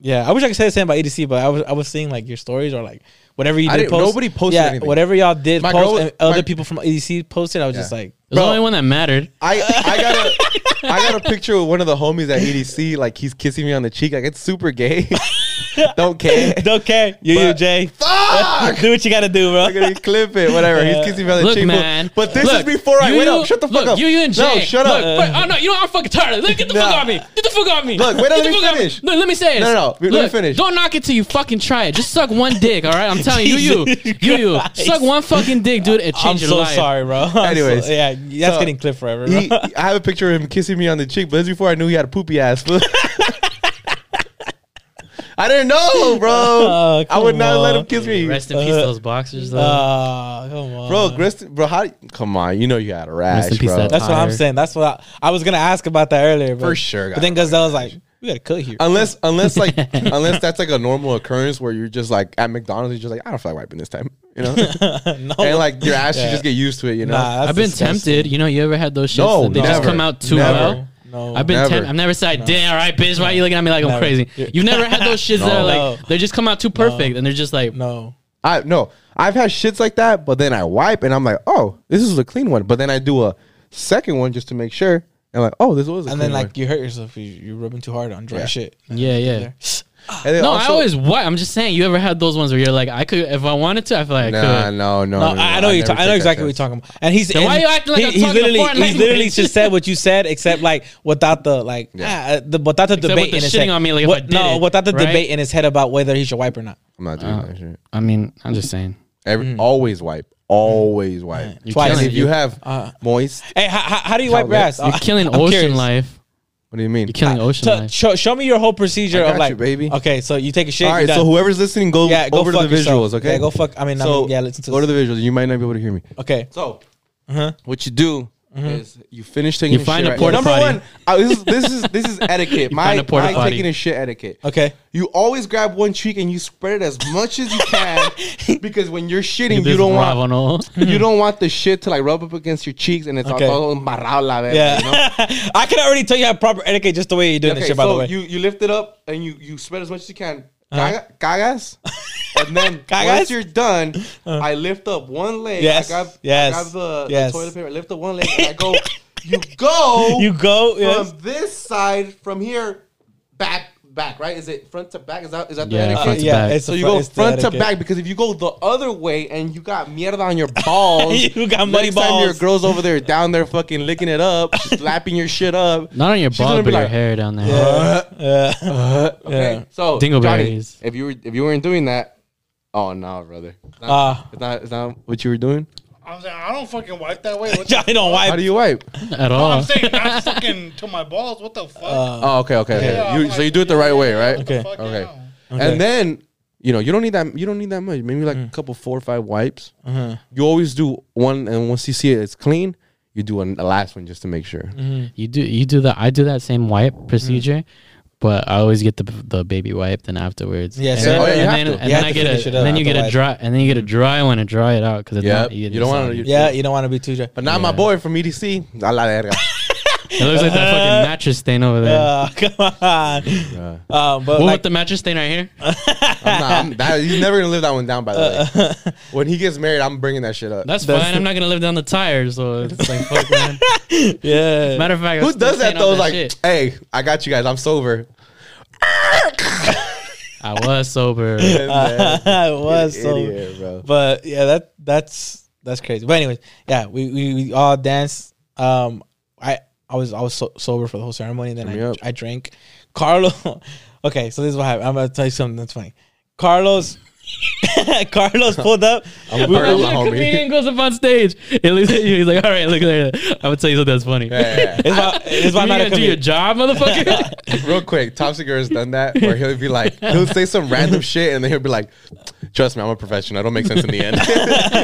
[SPEAKER 3] Yeah, I wish I could say the same about EDC, but I was I was seeing like your stories or like whatever you
[SPEAKER 5] I
[SPEAKER 3] did
[SPEAKER 5] didn't-
[SPEAKER 3] post.
[SPEAKER 5] nobody posted
[SPEAKER 3] yeah,
[SPEAKER 5] anything.
[SPEAKER 3] Whatever y'all did
[SPEAKER 5] My
[SPEAKER 3] post
[SPEAKER 5] girl-
[SPEAKER 3] and other
[SPEAKER 5] my-
[SPEAKER 3] people from EDC posted, I was just
[SPEAKER 5] Yeah.
[SPEAKER 3] like,
[SPEAKER 2] It was
[SPEAKER 5] Bro.
[SPEAKER 2] the only one that mattered.
[SPEAKER 5] I, I got a I got a picture with one of the homies at EDC. Like he's kissing me on the cheek. Like it's super gay. Don't care.
[SPEAKER 3] okay, you, you,
[SPEAKER 5] But-
[SPEAKER 3] Jay,
[SPEAKER 5] Fuck.
[SPEAKER 3] do what you gotta do, bro.
[SPEAKER 5] I'm gonna clip it. Whatever.
[SPEAKER 3] Yeah.
[SPEAKER 5] He's kissing me on the
[SPEAKER 2] Look,
[SPEAKER 5] cheek. but-
[SPEAKER 2] man.
[SPEAKER 5] But this
[SPEAKER 2] Look,
[SPEAKER 5] is before I
[SPEAKER 2] you-
[SPEAKER 5] went up. Shut the fuck
[SPEAKER 2] look,
[SPEAKER 5] up.
[SPEAKER 2] You, you and
[SPEAKER 5] no,
[SPEAKER 2] Jay.
[SPEAKER 5] shut
[SPEAKER 2] look,
[SPEAKER 5] up.
[SPEAKER 2] wait, oh no, you know I'm fucking tired. Look, get the
[SPEAKER 5] No.
[SPEAKER 2] fuck off me. Get the fuck off me.
[SPEAKER 5] Look, wait, let
[SPEAKER 2] Get the
[SPEAKER 5] me
[SPEAKER 2] fuck off
[SPEAKER 5] finish.
[SPEAKER 2] No, let me say it.
[SPEAKER 5] No, no, no, let me
[SPEAKER 2] Look,
[SPEAKER 5] finish.
[SPEAKER 2] Don't knock it till you fucking try it. Just suck one dick, all right? I'm telling you, you, you,
[SPEAKER 3] Jesus
[SPEAKER 2] you, you.
[SPEAKER 3] Christ.
[SPEAKER 2] Suck one fucking dick, dude. It
[SPEAKER 3] I'm
[SPEAKER 2] changed your
[SPEAKER 3] so
[SPEAKER 2] life.
[SPEAKER 3] sorry, bro. I'm so-
[SPEAKER 5] Anyways.
[SPEAKER 3] yeah, that's
[SPEAKER 5] So, E-
[SPEAKER 3] getting clipped forever. Bro.
[SPEAKER 5] He, I have a picture of him kissing me on the cheek, but this is before I knew he had a poopy ass. fool. I didn't know, bro.
[SPEAKER 3] Oh,
[SPEAKER 5] I would
[SPEAKER 3] come
[SPEAKER 5] not let him
[SPEAKER 3] on.
[SPEAKER 5] kiss me,
[SPEAKER 2] Rest in peace,
[SPEAKER 3] Uh,
[SPEAKER 2] those boxers. Though.
[SPEAKER 3] Ah, come on,
[SPEAKER 5] bro. Grist, bro, how? Come on, you know you had a rash,
[SPEAKER 2] Rest in peace,
[SPEAKER 5] bro.
[SPEAKER 2] that
[SPEAKER 3] That's what I'm
[SPEAKER 2] Tired.
[SPEAKER 3] saying. That's what I, I was gonna ask about that earlier, but
[SPEAKER 5] For sure,
[SPEAKER 3] But then
[SPEAKER 5] guys. Uh,
[SPEAKER 3] Gazelle was like, "We gotta cut here."
[SPEAKER 5] Unless, unless like, unless that's like a normal occurrence where you're just like at McDonald's, you're just like, I don't feel like wiping this time, you know.
[SPEAKER 3] no,
[SPEAKER 5] and like your ass, you
[SPEAKER 3] Yeah.
[SPEAKER 5] just get used to it, you know.
[SPEAKER 3] Nah, that's
[SPEAKER 2] I've been
[SPEAKER 3] disgusting.
[SPEAKER 2] tempted. You know, you ever had those shits
[SPEAKER 5] No,
[SPEAKER 2] that they just
[SPEAKER 5] never.
[SPEAKER 2] come out too
[SPEAKER 5] Never.
[SPEAKER 2] well?
[SPEAKER 3] No,
[SPEAKER 2] I've been
[SPEAKER 5] Never.
[SPEAKER 2] tempted. I've never said, damn, all right, bitch, why you looking at me like I'm
[SPEAKER 3] Never.
[SPEAKER 2] crazy? You've never had those shits that are like,
[SPEAKER 3] No.
[SPEAKER 2] they just come out too perfect and they're just like,
[SPEAKER 3] no.
[SPEAKER 5] I no, I've had shits like that, but then I wipe and I'm like, oh, this is a clean one. But then I do a second one just to make sure, and like, oh, this was a
[SPEAKER 3] And
[SPEAKER 5] clean
[SPEAKER 3] then
[SPEAKER 5] one.
[SPEAKER 3] like you hurt yourself. You, you're rubbing too hard on dry
[SPEAKER 5] Yeah.
[SPEAKER 3] shit.
[SPEAKER 2] yeah, yeah.
[SPEAKER 5] And then
[SPEAKER 2] No, I
[SPEAKER 5] also-
[SPEAKER 2] always wipe. I'm just saying, you ever had those ones where you're like, I could, if I wanted to, I feel like I
[SPEAKER 5] Nah,
[SPEAKER 2] could.
[SPEAKER 5] no, no,
[SPEAKER 3] No,
[SPEAKER 5] no, no,
[SPEAKER 3] I, I know you.
[SPEAKER 5] never
[SPEAKER 3] Talk, I
[SPEAKER 5] take
[SPEAKER 3] know
[SPEAKER 5] that
[SPEAKER 3] exactly what you're
[SPEAKER 5] chance.
[SPEAKER 3] talking about. And he's
[SPEAKER 2] Then
[SPEAKER 3] and
[SPEAKER 2] why you acting like
[SPEAKER 3] he-
[SPEAKER 2] I'm
[SPEAKER 3] he's
[SPEAKER 2] talking a
[SPEAKER 3] literally
[SPEAKER 2] foreign
[SPEAKER 3] he's literally
[SPEAKER 2] language?
[SPEAKER 3] just said what you said, except like without the like ah, the without the
[SPEAKER 2] Except
[SPEAKER 3] debate
[SPEAKER 2] with the
[SPEAKER 3] in his
[SPEAKER 2] shitting
[SPEAKER 3] head.
[SPEAKER 2] on me, like, if I did
[SPEAKER 3] no,
[SPEAKER 2] it,
[SPEAKER 3] without the
[SPEAKER 2] right?
[SPEAKER 3] debate in his head about whether he should wipe or not.
[SPEAKER 5] I'm not doing that shit.
[SPEAKER 2] I mean, I'm just saying.
[SPEAKER 5] Every, Always wipe. Always wipe.
[SPEAKER 2] You're
[SPEAKER 3] Mm. Twice. Uh,
[SPEAKER 5] And
[SPEAKER 2] killing,
[SPEAKER 5] if you have moist,
[SPEAKER 3] Hey, how, how, how do you wipe your
[SPEAKER 5] Calvin,
[SPEAKER 3] ass?
[SPEAKER 2] you're killing
[SPEAKER 3] I'm
[SPEAKER 2] ocean
[SPEAKER 3] curious.
[SPEAKER 2] life.
[SPEAKER 5] what do you mean?
[SPEAKER 2] You're killing ocean
[SPEAKER 3] So,
[SPEAKER 2] life.
[SPEAKER 3] show, show me your whole procedure
[SPEAKER 5] I
[SPEAKER 3] of
[SPEAKER 5] got
[SPEAKER 3] like,
[SPEAKER 5] you, baby.
[SPEAKER 3] Okay, so you take a shit.
[SPEAKER 5] All right,
[SPEAKER 3] you're
[SPEAKER 5] so
[SPEAKER 3] done.
[SPEAKER 5] whoever is listening, go
[SPEAKER 3] Yeah, go
[SPEAKER 5] over to
[SPEAKER 3] fuck
[SPEAKER 5] the
[SPEAKER 3] yourself.
[SPEAKER 5] visuals, okay?
[SPEAKER 3] Yeah, go fuck- I mean, I
[SPEAKER 5] so
[SPEAKER 3] mean, yeah, listen to Uh-huh.
[SPEAKER 5] go to
[SPEAKER 3] this.
[SPEAKER 5] the visuals. You might not be able to hear me.
[SPEAKER 3] okay,
[SPEAKER 5] So, what you do
[SPEAKER 3] Uh-huh.
[SPEAKER 5] is you finish taking
[SPEAKER 2] You
[SPEAKER 5] a
[SPEAKER 2] find
[SPEAKER 5] shit
[SPEAKER 2] a
[SPEAKER 5] right-
[SPEAKER 2] porta
[SPEAKER 5] Number
[SPEAKER 2] potty.
[SPEAKER 5] one, I- this, is, this is this is etiquette.
[SPEAKER 2] You
[SPEAKER 5] my
[SPEAKER 2] find a porta
[SPEAKER 5] my
[SPEAKER 2] potty.
[SPEAKER 5] taking a shit etiquette.
[SPEAKER 3] okay.
[SPEAKER 5] You always grab one cheek and you spread it as much as you can because when you're shitting, you
[SPEAKER 2] This
[SPEAKER 5] don't want
[SPEAKER 2] Ravano.
[SPEAKER 5] you don't want the shit to like rub up against your cheeks and it's
[SPEAKER 3] Hmm. Okay.
[SPEAKER 5] all all embarrado, la verga,
[SPEAKER 3] Yeah,
[SPEAKER 5] you know?
[SPEAKER 3] I can already tell you how proper etiquette just the way you're doing this shit. By
[SPEAKER 5] so
[SPEAKER 3] the way, Uh-huh.
[SPEAKER 5] You, you lift it up and you, you spread as much as you can. Caga- Cagas. and then
[SPEAKER 3] Cagas? Uh-huh.
[SPEAKER 5] once you're done, I lift up one leg.
[SPEAKER 3] Yes,
[SPEAKER 5] I grab,
[SPEAKER 3] yes,
[SPEAKER 5] I grab the, the
[SPEAKER 3] yes.
[SPEAKER 5] toilet paper, I lift up one leg, and I go, you go
[SPEAKER 3] you go.
[SPEAKER 5] from
[SPEAKER 3] Yes.
[SPEAKER 5] this side, from here, back, back, right? Is it front to back? Is that, is that the
[SPEAKER 2] Yeah,
[SPEAKER 5] etiquette?
[SPEAKER 2] front to
[SPEAKER 3] Uh, yeah,
[SPEAKER 2] back.
[SPEAKER 3] it's
[SPEAKER 5] So
[SPEAKER 3] the
[SPEAKER 5] you
[SPEAKER 3] fr-
[SPEAKER 5] go
[SPEAKER 3] it's the
[SPEAKER 5] front to
[SPEAKER 3] etiquette.
[SPEAKER 5] back because if you go the other way and you got mierda on your balls,
[SPEAKER 3] You got muddy
[SPEAKER 5] next Time your
[SPEAKER 3] balls.
[SPEAKER 5] girl's over there down there fucking licking it up, slapping your shit up.
[SPEAKER 2] Not on your
[SPEAKER 5] She's gonna
[SPEAKER 2] ball,
[SPEAKER 5] be
[SPEAKER 2] but your
[SPEAKER 5] like,
[SPEAKER 2] hair down there.
[SPEAKER 3] Yeah.
[SPEAKER 5] Okay, so Johnny,
[SPEAKER 2] Dingleberries.
[SPEAKER 5] if you were if you weren't doing that, oh no, brother, it's not,
[SPEAKER 3] Ah.
[SPEAKER 5] it's not, it's not what you were doing.
[SPEAKER 4] I was like, I don't fucking wipe that way. What the
[SPEAKER 3] Johnny don't
[SPEAKER 5] How
[SPEAKER 3] wipe.
[SPEAKER 5] do you wipe?
[SPEAKER 2] At
[SPEAKER 4] No, I'm
[SPEAKER 3] Uh.
[SPEAKER 2] all.
[SPEAKER 4] saying I'm fucking to my balls. What the fuck?
[SPEAKER 5] Oh, okay, okay, okay.
[SPEAKER 4] Yeah,
[SPEAKER 5] You-
[SPEAKER 4] I'm
[SPEAKER 5] so
[SPEAKER 4] like,
[SPEAKER 5] you do it the right way, right?
[SPEAKER 4] What the
[SPEAKER 3] okay,
[SPEAKER 4] fuck,
[SPEAKER 5] okay.
[SPEAKER 4] yeah.
[SPEAKER 5] And then you know you don't need that you don't need that much. Maybe like
[SPEAKER 3] Mm.
[SPEAKER 5] a couple four or five wipes.
[SPEAKER 3] Uh-huh.
[SPEAKER 5] You always do one, and once you see it, it's clean.
[SPEAKER 3] Mm-hmm.
[SPEAKER 5] You do an, the last one just to make sure. Mm-hmm.
[SPEAKER 2] You do you do the I do that same wipe procedure, but I always get the the baby wiped and afterwards.
[SPEAKER 3] Yeah,
[SPEAKER 2] and,
[SPEAKER 3] so-
[SPEAKER 2] then,
[SPEAKER 5] Oh, yeah,
[SPEAKER 2] and
[SPEAKER 5] you have
[SPEAKER 2] then,
[SPEAKER 5] to.
[SPEAKER 2] and
[SPEAKER 3] You
[SPEAKER 2] then
[SPEAKER 3] have
[SPEAKER 2] I
[SPEAKER 3] to
[SPEAKER 2] get
[SPEAKER 3] finish
[SPEAKER 2] a,
[SPEAKER 3] it
[SPEAKER 2] and then
[SPEAKER 3] up
[SPEAKER 2] you get a
[SPEAKER 3] otherwise.
[SPEAKER 2] dry, and then you get a dry one and dry it out because it's
[SPEAKER 5] Yep.
[SPEAKER 2] not.
[SPEAKER 5] You don't wanna-
[SPEAKER 2] It
[SPEAKER 3] Yeah, you don't want to be too dry.
[SPEAKER 5] But not my
[SPEAKER 2] Yeah.
[SPEAKER 5] boy from EDC. A la verga.
[SPEAKER 2] looks like that fucking mattress stain over there.
[SPEAKER 3] Uh, come on.
[SPEAKER 5] Yeah.
[SPEAKER 3] Um, but
[SPEAKER 2] what
[SPEAKER 3] like,
[SPEAKER 2] with the mattress stain right here?
[SPEAKER 5] I'm not, I'm, that, he's never gonna live that one down. By the way, when he gets married, I'm bringing that shit up.
[SPEAKER 2] That's fine. I'm not gonna live down the tires, so it's like fuck, man.
[SPEAKER 3] yeah.
[SPEAKER 2] Matter of fact, I'm
[SPEAKER 5] Who
[SPEAKER 2] still
[SPEAKER 5] does that
[SPEAKER 2] staying
[SPEAKER 5] though?
[SPEAKER 2] off
[SPEAKER 5] Like,
[SPEAKER 2] shit.
[SPEAKER 5] hey, I got you guys. I'm sober.
[SPEAKER 2] I was sober.
[SPEAKER 3] I was so.
[SPEAKER 5] Idiot, bro.
[SPEAKER 3] But yeah, that that's that's crazy. But anyways, yeah, we we, we all danced. Um, I I was I was so, sober for the whole ceremony. Then
[SPEAKER 5] Turn me
[SPEAKER 3] I
[SPEAKER 5] up.
[SPEAKER 3] I drank. Carlo, okay, so this is what happened. I'm gonna tell you something that's funny. Carlos, Carlos pulled up.
[SPEAKER 5] I'm
[SPEAKER 2] We
[SPEAKER 5] part of
[SPEAKER 2] Imagine
[SPEAKER 5] my
[SPEAKER 2] a
[SPEAKER 5] homie.
[SPEAKER 2] comedian goes up on stage. At least he's like, "All right, look there. I'm gonna tell you something that's funny.
[SPEAKER 5] Yeah, yeah,
[SPEAKER 3] It's why, it's
[SPEAKER 2] You
[SPEAKER 3] why I'm not a
[SPEAKER 2] gonna do your
[SPEAKER 3] comedian.
[SPEAKER 2] job, motherfucker."
[SPEAKER 5] yeah. Real quick, Top Secret has done that where he'll be like, he'll say some random shit, and then he'll be like, "Trust me, I'm a professional. I don't make sense in the end."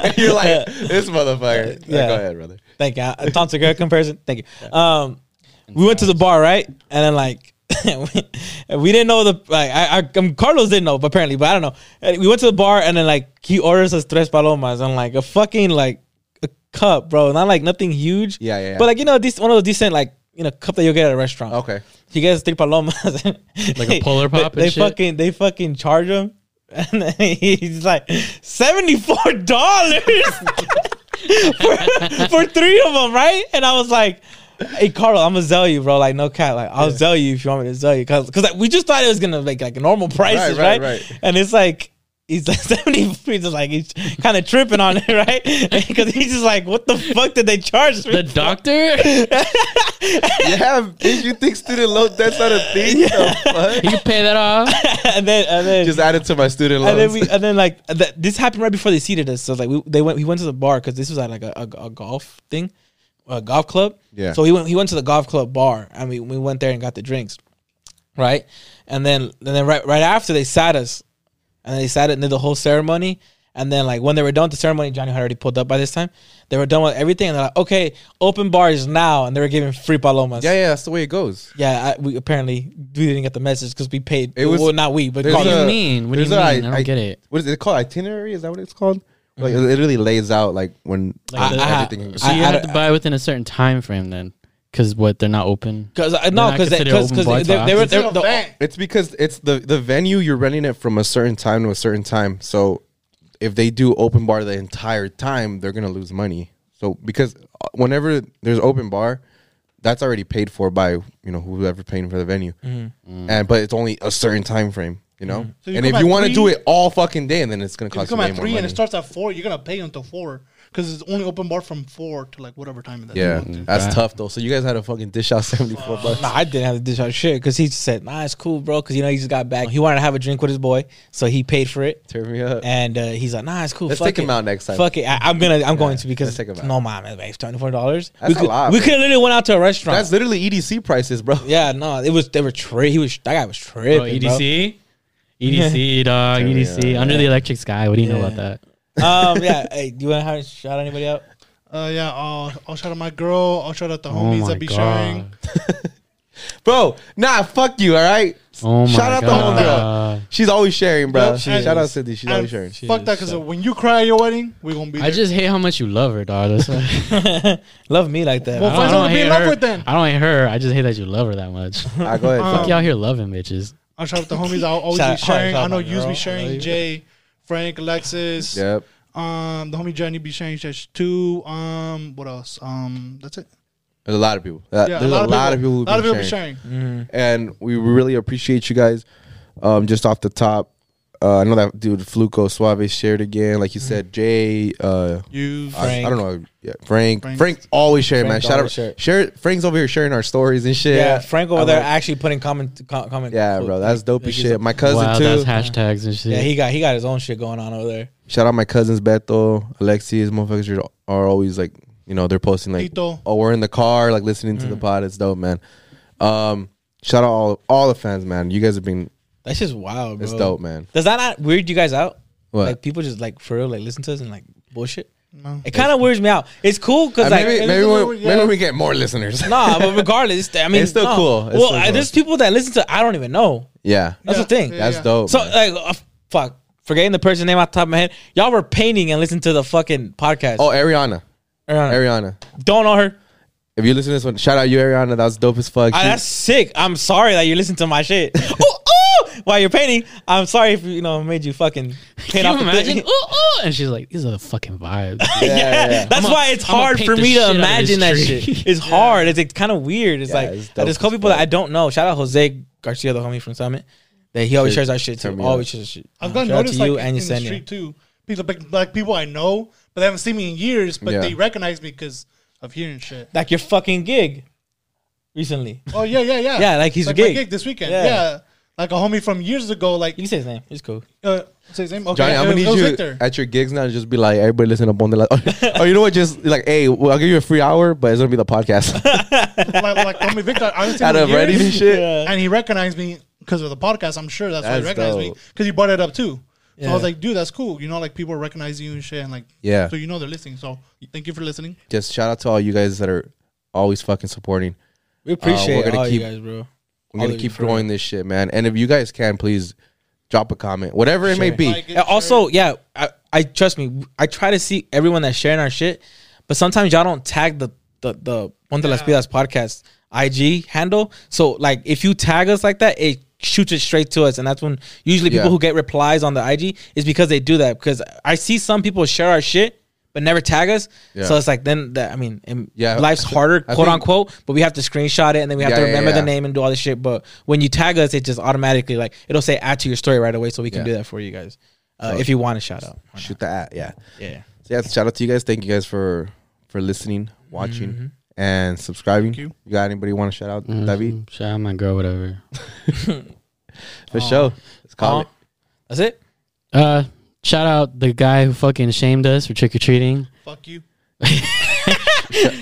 [SPEAKER 5] And you're like, "This motherfucker." Yeah.
[SPEAKER 3] Yeah.
[SPEAKER 5] go ahead, brother.
[SPEAKER 3] Thank you. Uh, Tom Segura comparison. Thank you. Um, we went to the bar, right? And then like we, we didn't know the like I, I um, Carlos didn't know, but apparently, but I don't know. And We went to the bar and then like he orders us tres palomas and like a fucking like a cup, bro. Not like nothing huge.
[SPEAKER 5] Yeah, yeah, yeah.
[SPEAKER 3] But like you know, this one of those decent like you know cup that you'll get at a restaurant.
[SPEAKER 5] Okay.
[SPEAKER 3] He gets three palomas. like
[SPEAKER 2] a Polar Pop
[SPEAKER 3] They,
[SPEAKER 2] and shit?
[SPEAKER 3] fucking they fucking charge him. And then he's like seventy four dollars for, for three of them, right? And I was like, "Hey, Carl, I'm gonna sell you, bro. Like, no cat. Like, I'll sell you if you want me to sell you, cause, 'cause, like, we just thought it was gonna like like normal prices, right?
[SPEAKER 5] right, right.
[SPEAKER 3] And it's like." He's like seventy. He's just like he's kind of tripping on it, right? Because he's just like, "What the fuck did they charge me?"
[SPEAKER 2] the doctor.
[SPEAKER 5] You have if you think student loan that's not a thing. The fuck?
[SPEAKER 2] You can pay that off.
[SPEAKER 3] and then, and then,
[SPEAKER 5] Just add it to my student loans.
[SPEAKER 3] and then we, and then like th- this happened right before they seated us. So like we, they went, he went to the bar because this was at like a, a, a golf thing, a golf club.
[SPEAKER 5] Yeah.
[SPEAKER 3] So he went, he went to the golf club bar, and we, we went there and got the drinks, right? And then, and then right, right after they sat us, and they sat it and did the whole ceremony. And then like when they were done with the ceremony, Johnny had already pulled up by this time. They were done with everything, and they're like, okay, open bars now, and they were giving free palomas.
[SPEAKER 5] yeah, yeah, that's the way it goes.
[SPEAKER 3] Yeah, I, we apparently we didn't get the message because we paid.
[SPEAKER 5] It was-
[SPEAKER 3] well, not we, but
[SPEAKER 5] there's
[SPEAKER 3] Carlos.
[SPEAKER 2] What do you
[SPEAKER 5] a-
[SPEAKER 2] mean? What do you mean?
[SPEAKER 5] there's a-
[SPEAKER 2] I, don't get it. Mm-hmm.
[SPEAKER 5] What is it called? Itinerary? Is that what it's called? Like it literally lays out like when
[SPEAKER 2] Like the-
[SPEAKER 5] everything.
[SPEAKER 2] So
[SPEAKER 3] I-
[SPEAKER 2] you
[SPEAKER 3] I
[SPEAKER 2] have
[SPEAKER 3] don't-
[SPEAKER 2] to buy within a certain time frame then, because what they're not open.
[SPEAKER 3] Cause I no,
[SPEAKER 2] not
[SPEAKER 3] cause they,
[SPEAKER 2] considered
[SPEAKER 3] cause,
[SPEAKER 2] open
[SPEAKER 3] cause
[SPEAKER 2] bar
[SPEAKER 3] they, they, they were
[SPEAKER 2] class.
[SPEAKER 4] It's an
[SPEAKER 3] they're, the,
[SPEAKER 4] event.
[SPEAKER 5] It's because it's the the venue you're renting it from a certain time to a certain time. So if they do open bar the entire time, they're gonna lose money. So because uh, whenever there's open bar, that's already paid for by you know whoever paying for the venue, and but it's only a certain time frame. You know,
[SPEAKER 4] Mm-hmm. So you
[SPEAKER 5] and
[SPEAKER 4] come
[SPEAKER 5] if
[SPEAKER 4] at
[SPEAKER 5] you want to
[SPEAKER 4] three-
[SPEAKER 5] do it all fucking day, and then it's gonna
[SPEAKER 4] If you
[SPEAKER 5] cost you
[SPEAKER 4] come
[SPEAKER 5] way
[SPEAKER 4] at
[SPEAKER 5] more
[SPEAKER 4] three
[SPEAKER 5] money.
[SPEAKER 4] and it starts at four, you're gonna pay until four because it's only open bar from four to like whatever time it is.
[SPEAKER 5] yeah, that's tough though. So you guys had to fucking dish out seventy four bucks.
[SPEAKER 3] nah, I didn't have to dish out shit because he just said, "Nah, it's cool, bro." Because you know he just got back. He wanted to have a drink with his boy, so he paid for it.
[SPEAKER 5] Turn me up.
[SPEAKER 3] And uh, he's like, "Nah, it's cool.
[SPEAKER 5] Let's
[SPEAKER 3] fuck
[SPEAKER 5] take
[SPEAKER 3] it.
[SPEAKER 5] him out next time.
[SPEAKER 3] Fuck it. I, I'm gonna. I'm going to because
[SPEAKER 5] let's take him out.
[SPEAKER 3] no, man, it's twenty four dollars.
[SPEAKER 5] That's
[SPEAKER 3] we
[SPEAKER 5] a
[SPEAKER 3] could,
[SPEAKER 5] lot,
[SPEAKER 3] We
[SPEAKER 5] bro.
[SPEAKER 3] could have literally went out to a restaurant.
[SPEAKER 5] That's literally EDC prices, bro.
[SPEAKER 3] yeah, no, it was they were tri- He was that guy was tripping.
[SPEAKER 2] Bro, E EDC, EDC, E dog, EDC, under the electric sky. What do you know about that?
[SPEAKER 3] bro. um, yeah. Hey, do you want to shout anybody out?
[SPEAKER 4] Uh, yeah. I'll, I'll shout out my girl. I'll shout out
[SPEAKER 3] Oh
[SPEAKER 4] the
[SPEAKER 2] Oh
[SPEAKER 4] homies that be sharing.
[SPEAKER 5] Bro, nah, fuck you, all right?
[SPEAKER 2] Oh my
[SPEAKER 5] Shout out
[SPEAKER 2] God.
[SPEAKER 5] the homegirl. She's always sharing, bro.
[SPEAKER 4] Yep, she
[SPEAKER 5] Shout out
[SPEAKER 4] is.
[SPEAKER 5] Cindy. She's
[SPEAKER 4] And
[SPEAKER 5] always sharing.
[SPEAKER 4] fuck that, because when you cry at your wedding, we're gonna be. There.
[SPEAKER 2] I just hate how much you love her, dog. That's why.
[SPEAKER 3] Love me like that.
[SPEAKER 4] Well,
[SPEAKER 2] I don't, I
[SPEAKER 4] find someone
[SPEAKER 2] don't
[SPEAKER 4] to be
[SPEAKER 2] hate
[SPEAKER 4] in love
[SPEAKER 2] her.
[SPEAKER 4] with then.
[SPEAKER 2] I don't hate her. I just hate that you love her that much.
[SPEAKER 5] All right, go ahead.
[SPEAKER 4] Um,
[SPEAKER 2] Fuck y'all here loving bitches.
[SPEAKER 4] I'll shout out the homies. I'll always
[SPEAKER 3] Shout
[SPEAKER 4] be
[SPEAKER 3] out- shout
[SPEAKER 4] sharing.
[SPEAKER 3] out
[SPEAKER 4] I know
[SPEAKER 3] my girl.
[SPEAKER 4] you be
[SPEAKER 3] I love you.
[SPEAKER 4] sharing. Jay, Frank, Alexis.
[SPEAKER 5] yep.
[SPEAKER 4] Um, the homie Johnny be sharing shit too. Um, what else? Um, that's it.
[SPEAKER 5] There's a lot of people. Uh,
[SPEAKER 4] Yeah,
[SPEAKER 5] there's a lot, of people who
[SPEAKER 4] A lot of
[SPEAKER 5] be
[SPEAKER 4] people be
[SPEAKER 5] sharing.
[SPEAKER 4] sharing.
[SPEAKER 5] And we really appreciate you guys. Um, just off the top, uh, I know that dude Fluco Suave shared again. Like you said, Jay, uh,
[SPEAKER 4] You.
[SPEAKER 5] I, I
[SPEAKER 3] Frank.
[SPEAKER 5] don't know, yeah, Frank. Frank,
[SPEAKER 4] Frank.
[SPEAKER 5] always sharing,
[SPEAKER 3] Frank
[SPEAKER 5] man. Shout out,
[SPEAKER 3] always share.
[SPEAKER 5] share. Frank's over here sharing our stories and shit.
[SPEAKER 3] yeah, Frank over
[SPEAKER 5] I
[SPEAKER 3] there
[SPEAKER 5] like-
[SPEAKER 3] actually putting comment com- comment.
[SPEAKER 5] yeah, bro, that's dope as
[SPEAKER 3] Thank you
[SPEAKER 5] shit.
[SPEAKER 3] so-
[SPEAKER 5] My cousin
[SPEAKER 2] wow,
[SPEAKER 5] too.
[SPEAKER 2] that's hashtags and shit.
[SPEAKER 3] Yeah, he got he got his own shit going on over there.
[SPEAKER 5] Shout out my cousins Beto, Alexis, motherfuckers are, are always like, you know, they're posting like,
[SPEAKER 4] Tito.
[SPEAKER 5] oh, we're in the car, like listening to the
[SPEAKER 3] Mm.
[SPEAKER 5] pod. It's dope, man. Um, shout out all all the fans, man. You guys have been,
[SPEAKER 3] That's just wild, bro.
[SPEAKER 5] it's dope, man.
[SPEAKER 3] Does that not weird you guys out?
[SPEAKER 5] What?
[SPEAKER 3] Like people just like for real like listen to us and like bullshit.
[SPEAKER 4] No.
[SPEAKER 3] It kind of weirds me out. It's cool because
[SPEAKER 5] Uh,
[SPEAKER 3] like
[SPEAKER 5] maybe
[SPEAKER 4] it
[SPEAKER 5] maybe,
[SPEAKER 4] is a
[SPEAKER 5] we,
[SPEAKER 4] little- yeah.
[SPEAKER 5] maybe we get more listeners.
[SPEAKER 3] nah, but regardless, I mean,
[SPEAKER 5] It's still
[SPEAKER 3] no.
[SPEAKER 5] cool. It's
[SPEAKER 3] well,
[SPEAKER 5] still
[SPEAKER 3] I-
[SPEAKER 5] cool.
[SPEAKER 3] there's people that listen to I don't even know.
[SPEAKER 5] yeah,
[SPEAKER 3] That's the thing.
[SPEAKER 5] that's
[SPEAKER 4] yeah.
[SPEAKER 5] dope.
[SPEAKER 3] So
[SPEAKER 5] So
[SPEAKER 3] like, uh, fuck, forgetting the person's name off the top of my head. Y'all were painting and listened to the fucking podcast.
[SPEAKER 5] oh, Ariana,
[SPEAKER 3] Ariana.
[SPEAKER 5] Ariana.
[SPEAKER 3] don't know her.
[SPEAKER 5] If you listen to this one, shout out you, Ariana. That's dope as fuck.
[SPEAKER 3] Ah,
[SPEAKER 5] She-
[SPEAKER 3] that's sick. I'm sorry that you listen to my shit. ooh, ooh, while you're painting, I'm sorry if you know made you fucking paint
[SPEAKER 2] Can
[SPEAKER 3] off
[SPEAKER 2] you
[SPEAKER 3] the
[SPEAKER 2] imagine?
[SPEAKER 3] thing.
[SPEAKER 2] Ooh, ooh. And she's like, these are the fucking vibes.
[SPEAKER 5] yeah, yeah, yeah.
[SPEAKER 3] That's
[SPEAKER 2] I'ma-
[SPEAKER 3] why it's
[SPEAKER 2] I'ma
[SPEAKER 3] hard
[SPEAKER 2] paint
[SPEAKER 3] for
[SPEAKER 2] the
[SPEAKER 3] me
[SPEAKER 2] shit
[SPEAKER 3] to
[SPEAKER 2] out of
[SPEAKER 3] imagine that
[SPEAKER 2] this tree.
[SPEAKER 3] shit. It's hard. It's like, kind of weird. It's
[SPEAKER 5] Yeah,
[SPEAKER 3] like
[SPEAKER 5] it's
[SPEAKER 3] I
[SPEAKER 5] dope
[SPEAKER 3] just call
[SPEAKER 5] as
[SPEAKER 3] people that
[SPEAKER 5] fuck.
[SPEAKER 3] I don't know. Shout out Jose Garcia, the homie from Summit. That he always
[SPEAKER 5] Shit,
[SPEAKER 3] shares our shit
[SPEAKER 5] turn
[SPEAKER 3] too.
[SPEAKER 5] me
[SPEAKER 3] Always
[SPEAKER 5] up.
[SPEAKER 3] shares shit.
[SPEAKER 4] I've
[SPEAKER 3] Shout
[SPEAKER 4] gotten
[SPEAKER 3] out
[SPEAKER 4] noticed like in the
[SPEAKER 3] Yesenia.
[SPEAKER 4] street too. People like black people I know, but they haven't seen me in years, but
[SPEAKER 5] Yeah.
[SPEAKER 4] they recognize me because of hearing shit.
[SPEAKER 3] Like your fucking gig recently.
[SPEAKER 4] Oh yeah, yeah, yeah.
[SPEAKER 3] Yeah, like he's
[SPEAKER 4] like
[SPEAKER 3] gig.
[SPEAKER 4] My gig this weekend.
[SPEAKER 3] Yeah.
[SPEAKER 4] Yeah. Like a homie from years ago, like
[SPEAKER 3] You can say his name. It's cool.
[SPEAKER 4] uh, say his name. Okay,
[SPEAKER 5] Johnny, I'm
[SPEAKER 4] it
[SPEAKER 5] gonna need
[SPEAKER 4] was
[SPEAKER 5] you
[SPEAKER 4] Victor.
[SPEAKER 5] at your gigs now to just be like, everybody listen up on the. Like, oh, you know what? Just like, hey, well, I'll give you a free hour, but it's gonna be the podcast.
[SPEAKER 4] like, like homie Victor, I haven't seen
[SPEAKER 5] out
[SPEAKER 4] him
[SPEAKER 5] of
[SPEAKER 4] in years,
[SPEAKER 5] ready and shit.
[SPEAKER 4] and he recognized me because of the podcast. I'm sure that's, why he
[SPEAKER 5] That's
[SPEAKER 4] recognized me
[SPEAKER 5] dope.
[SPEAKER 4] because he brought it up too. So I was
[SPEAKER 3] Yeah.
[SPEAKER 4] like, dude, that's cool. You know, like people recognize you and shit, and like
[SPEAKER 5] Yeah.
[SPEAKER 4] so you know they're listening. So thank you for listening.
[SPEAKER 5] Just shout out to all you guys that are always fucking supporting.
[SPEAKER 3] We
[SPEAKER 5] Uh, we're
[SPEAKER 3] appreciate
[SPEAKER 5] gonna
[SPEAKER 3] all
[SPEAKER 5] keep-
[SPEAKER 3] you guys, bro.
[SPEAKER 5] We're
[SPEAKER 3] All
[SPEAKER 5] gonna
[SPEAKER 3] of you
[SPEAKER 5] keep
[SPEAKER 3] for real.
[SPEAKER 5] growing this shit, man. And if you guys can, please drop a comment, whatever it may
[SPEAKER 3] Sure.
[SPEAKER 5] be.
[SPEAKER 4] Like,
[SPEAKER 3] And also, yeah, I, I trust me. I try to see everyone that's sharing our shit, but sometimes y'all don't tag the the the Ponte Las Pilas podcast IG handle. So like, if you tag us like that, it shoots it straight to us, and that's when usually people
[SPEAKER 5] Yeah.
[SPEAKER 3] who get replies on the IG is because they do that. Because I see some people share our shit. But never tag us,
[SPEAKER 5] Yeah.
[SPEAKER 3] so it's like then that I mean, and
[SPEAKER 5] Yeah,
[SPEAKER 3] life's
[SPEAKER 5] I thi-
[SPEAKER 3] harder,
[SPEAKER 5] I
[SPEAKER 3] quote
[SPEAKER 5] think-
[SPEAKER 3] unquote. But we have to screenshot it, and then we have
[SPEAKER 5] Yeah,
[SPEAKER 3] to
[SPEAKER 5] yeah,
[SPEAKER 3] remember the
[SPEAKER 5] yeah.
[SPEAKER 3] name and do all this shit. But when you tag us, it just automatically like it'll say add to your story right away, so we can
[SPEAKER 5] Yeah.
[SPEAKER 3] do that for you guys uh, if you want to shout out.
[SPEAKER 5] Shoot the at, yeah.
[SPEAKER 3] Yeah.
[SPEAKER 5] So yeah, shout out to you guys. Thank you guys for for listening, watching,
[SPEAKER 3] Mm-hmm.
[SPEAKER 5] and subscribing.
[SPEAKER 4] you.
[SPEAKER 5] You. got anybody want to shout out,
[SPEAKER 2] Mm-hmm.
[SPEAKER 5] David?
[SPEAKER 2] Mm, Shout out my girl, whatever.
[SPEAKER 5] For sure. Let's call it.
[SPEAKER 3] That's it.
[SPEAKER 2] Uh, shout out the guy who fucking shamed us for trick or treating.
[SPEAKER 4] fuck you.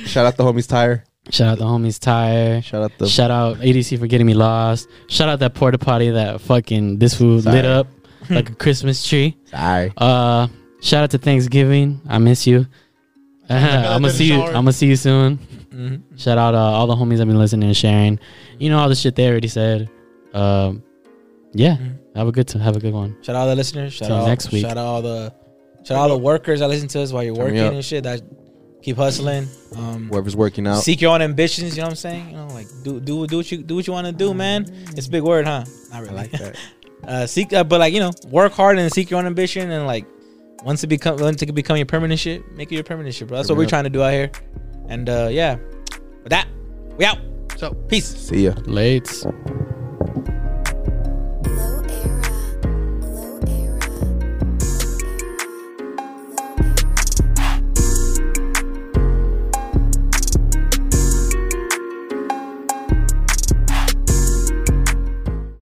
[SPEAKER 5] Shout out the homies tire.
[SPEAKER 2] Shout out the homies tire.
[SPEAKER 5] Shout out the
[SPEAKER 2] Shout out ADC for getting me lost. Shout out that porta potty that fucking this food
[SPEAKER 5] Sorry.
[SPEAKER 2] lit up like a Christmas tree.
[SPEAKER 5] Sorry.
[SPEAKER 2] Uh, shout out to Thanksgiving. I miss you. I'm gonna
[SPEAKER 4] that's
[SPEAKER 2] see you.
[SPEAKER 4] shower.
[SPEAKER 2] I'm gonna see you soon.
[SPEAKER 3] Mm-hmm.
[SPEAKER 2] Shout out uh, all the homies I've been listening and sharing. You know all the shit they already said. Um, yeah. Have a good. have a good one.
[SPEAKER 3] Mm-hmm. Shout out all the listeners. Shout
[SPEAKER 2] Till
[SPEAKER 3] out
[SPEAKER 2] next week.
[SPEAKER 3] Shout out all the shout out all the workers that listen to us while you're
[SPEAKER 5] Turn me
[SPEAKER 3] working
[SPEAKER 5] up.
[SPEAKER 3] and shit. That keep hustling. Um,
[SPEAKER 5] Whoever's working out.
[SPEAKER 3] seek your own ambitions. You know what I'm saying? You know, like do do do what you do what you want to do, man. It's a big word, huh? Not really.
[SPEAKER 5] like that.
[SPEAKER 3] uh, seek, uh, but like you know, work hard and seek your own ambition, and like once it become once it can become your permanent shit, make it your permanent shit, bro. That's what we're trying to do out here. And uh, yeah, with that, we out.
[SPEAKER 4] So.
[SPEAKER 3] Peace.
[SPEAKER 5] See ya.
[SPEAKER 2] Late.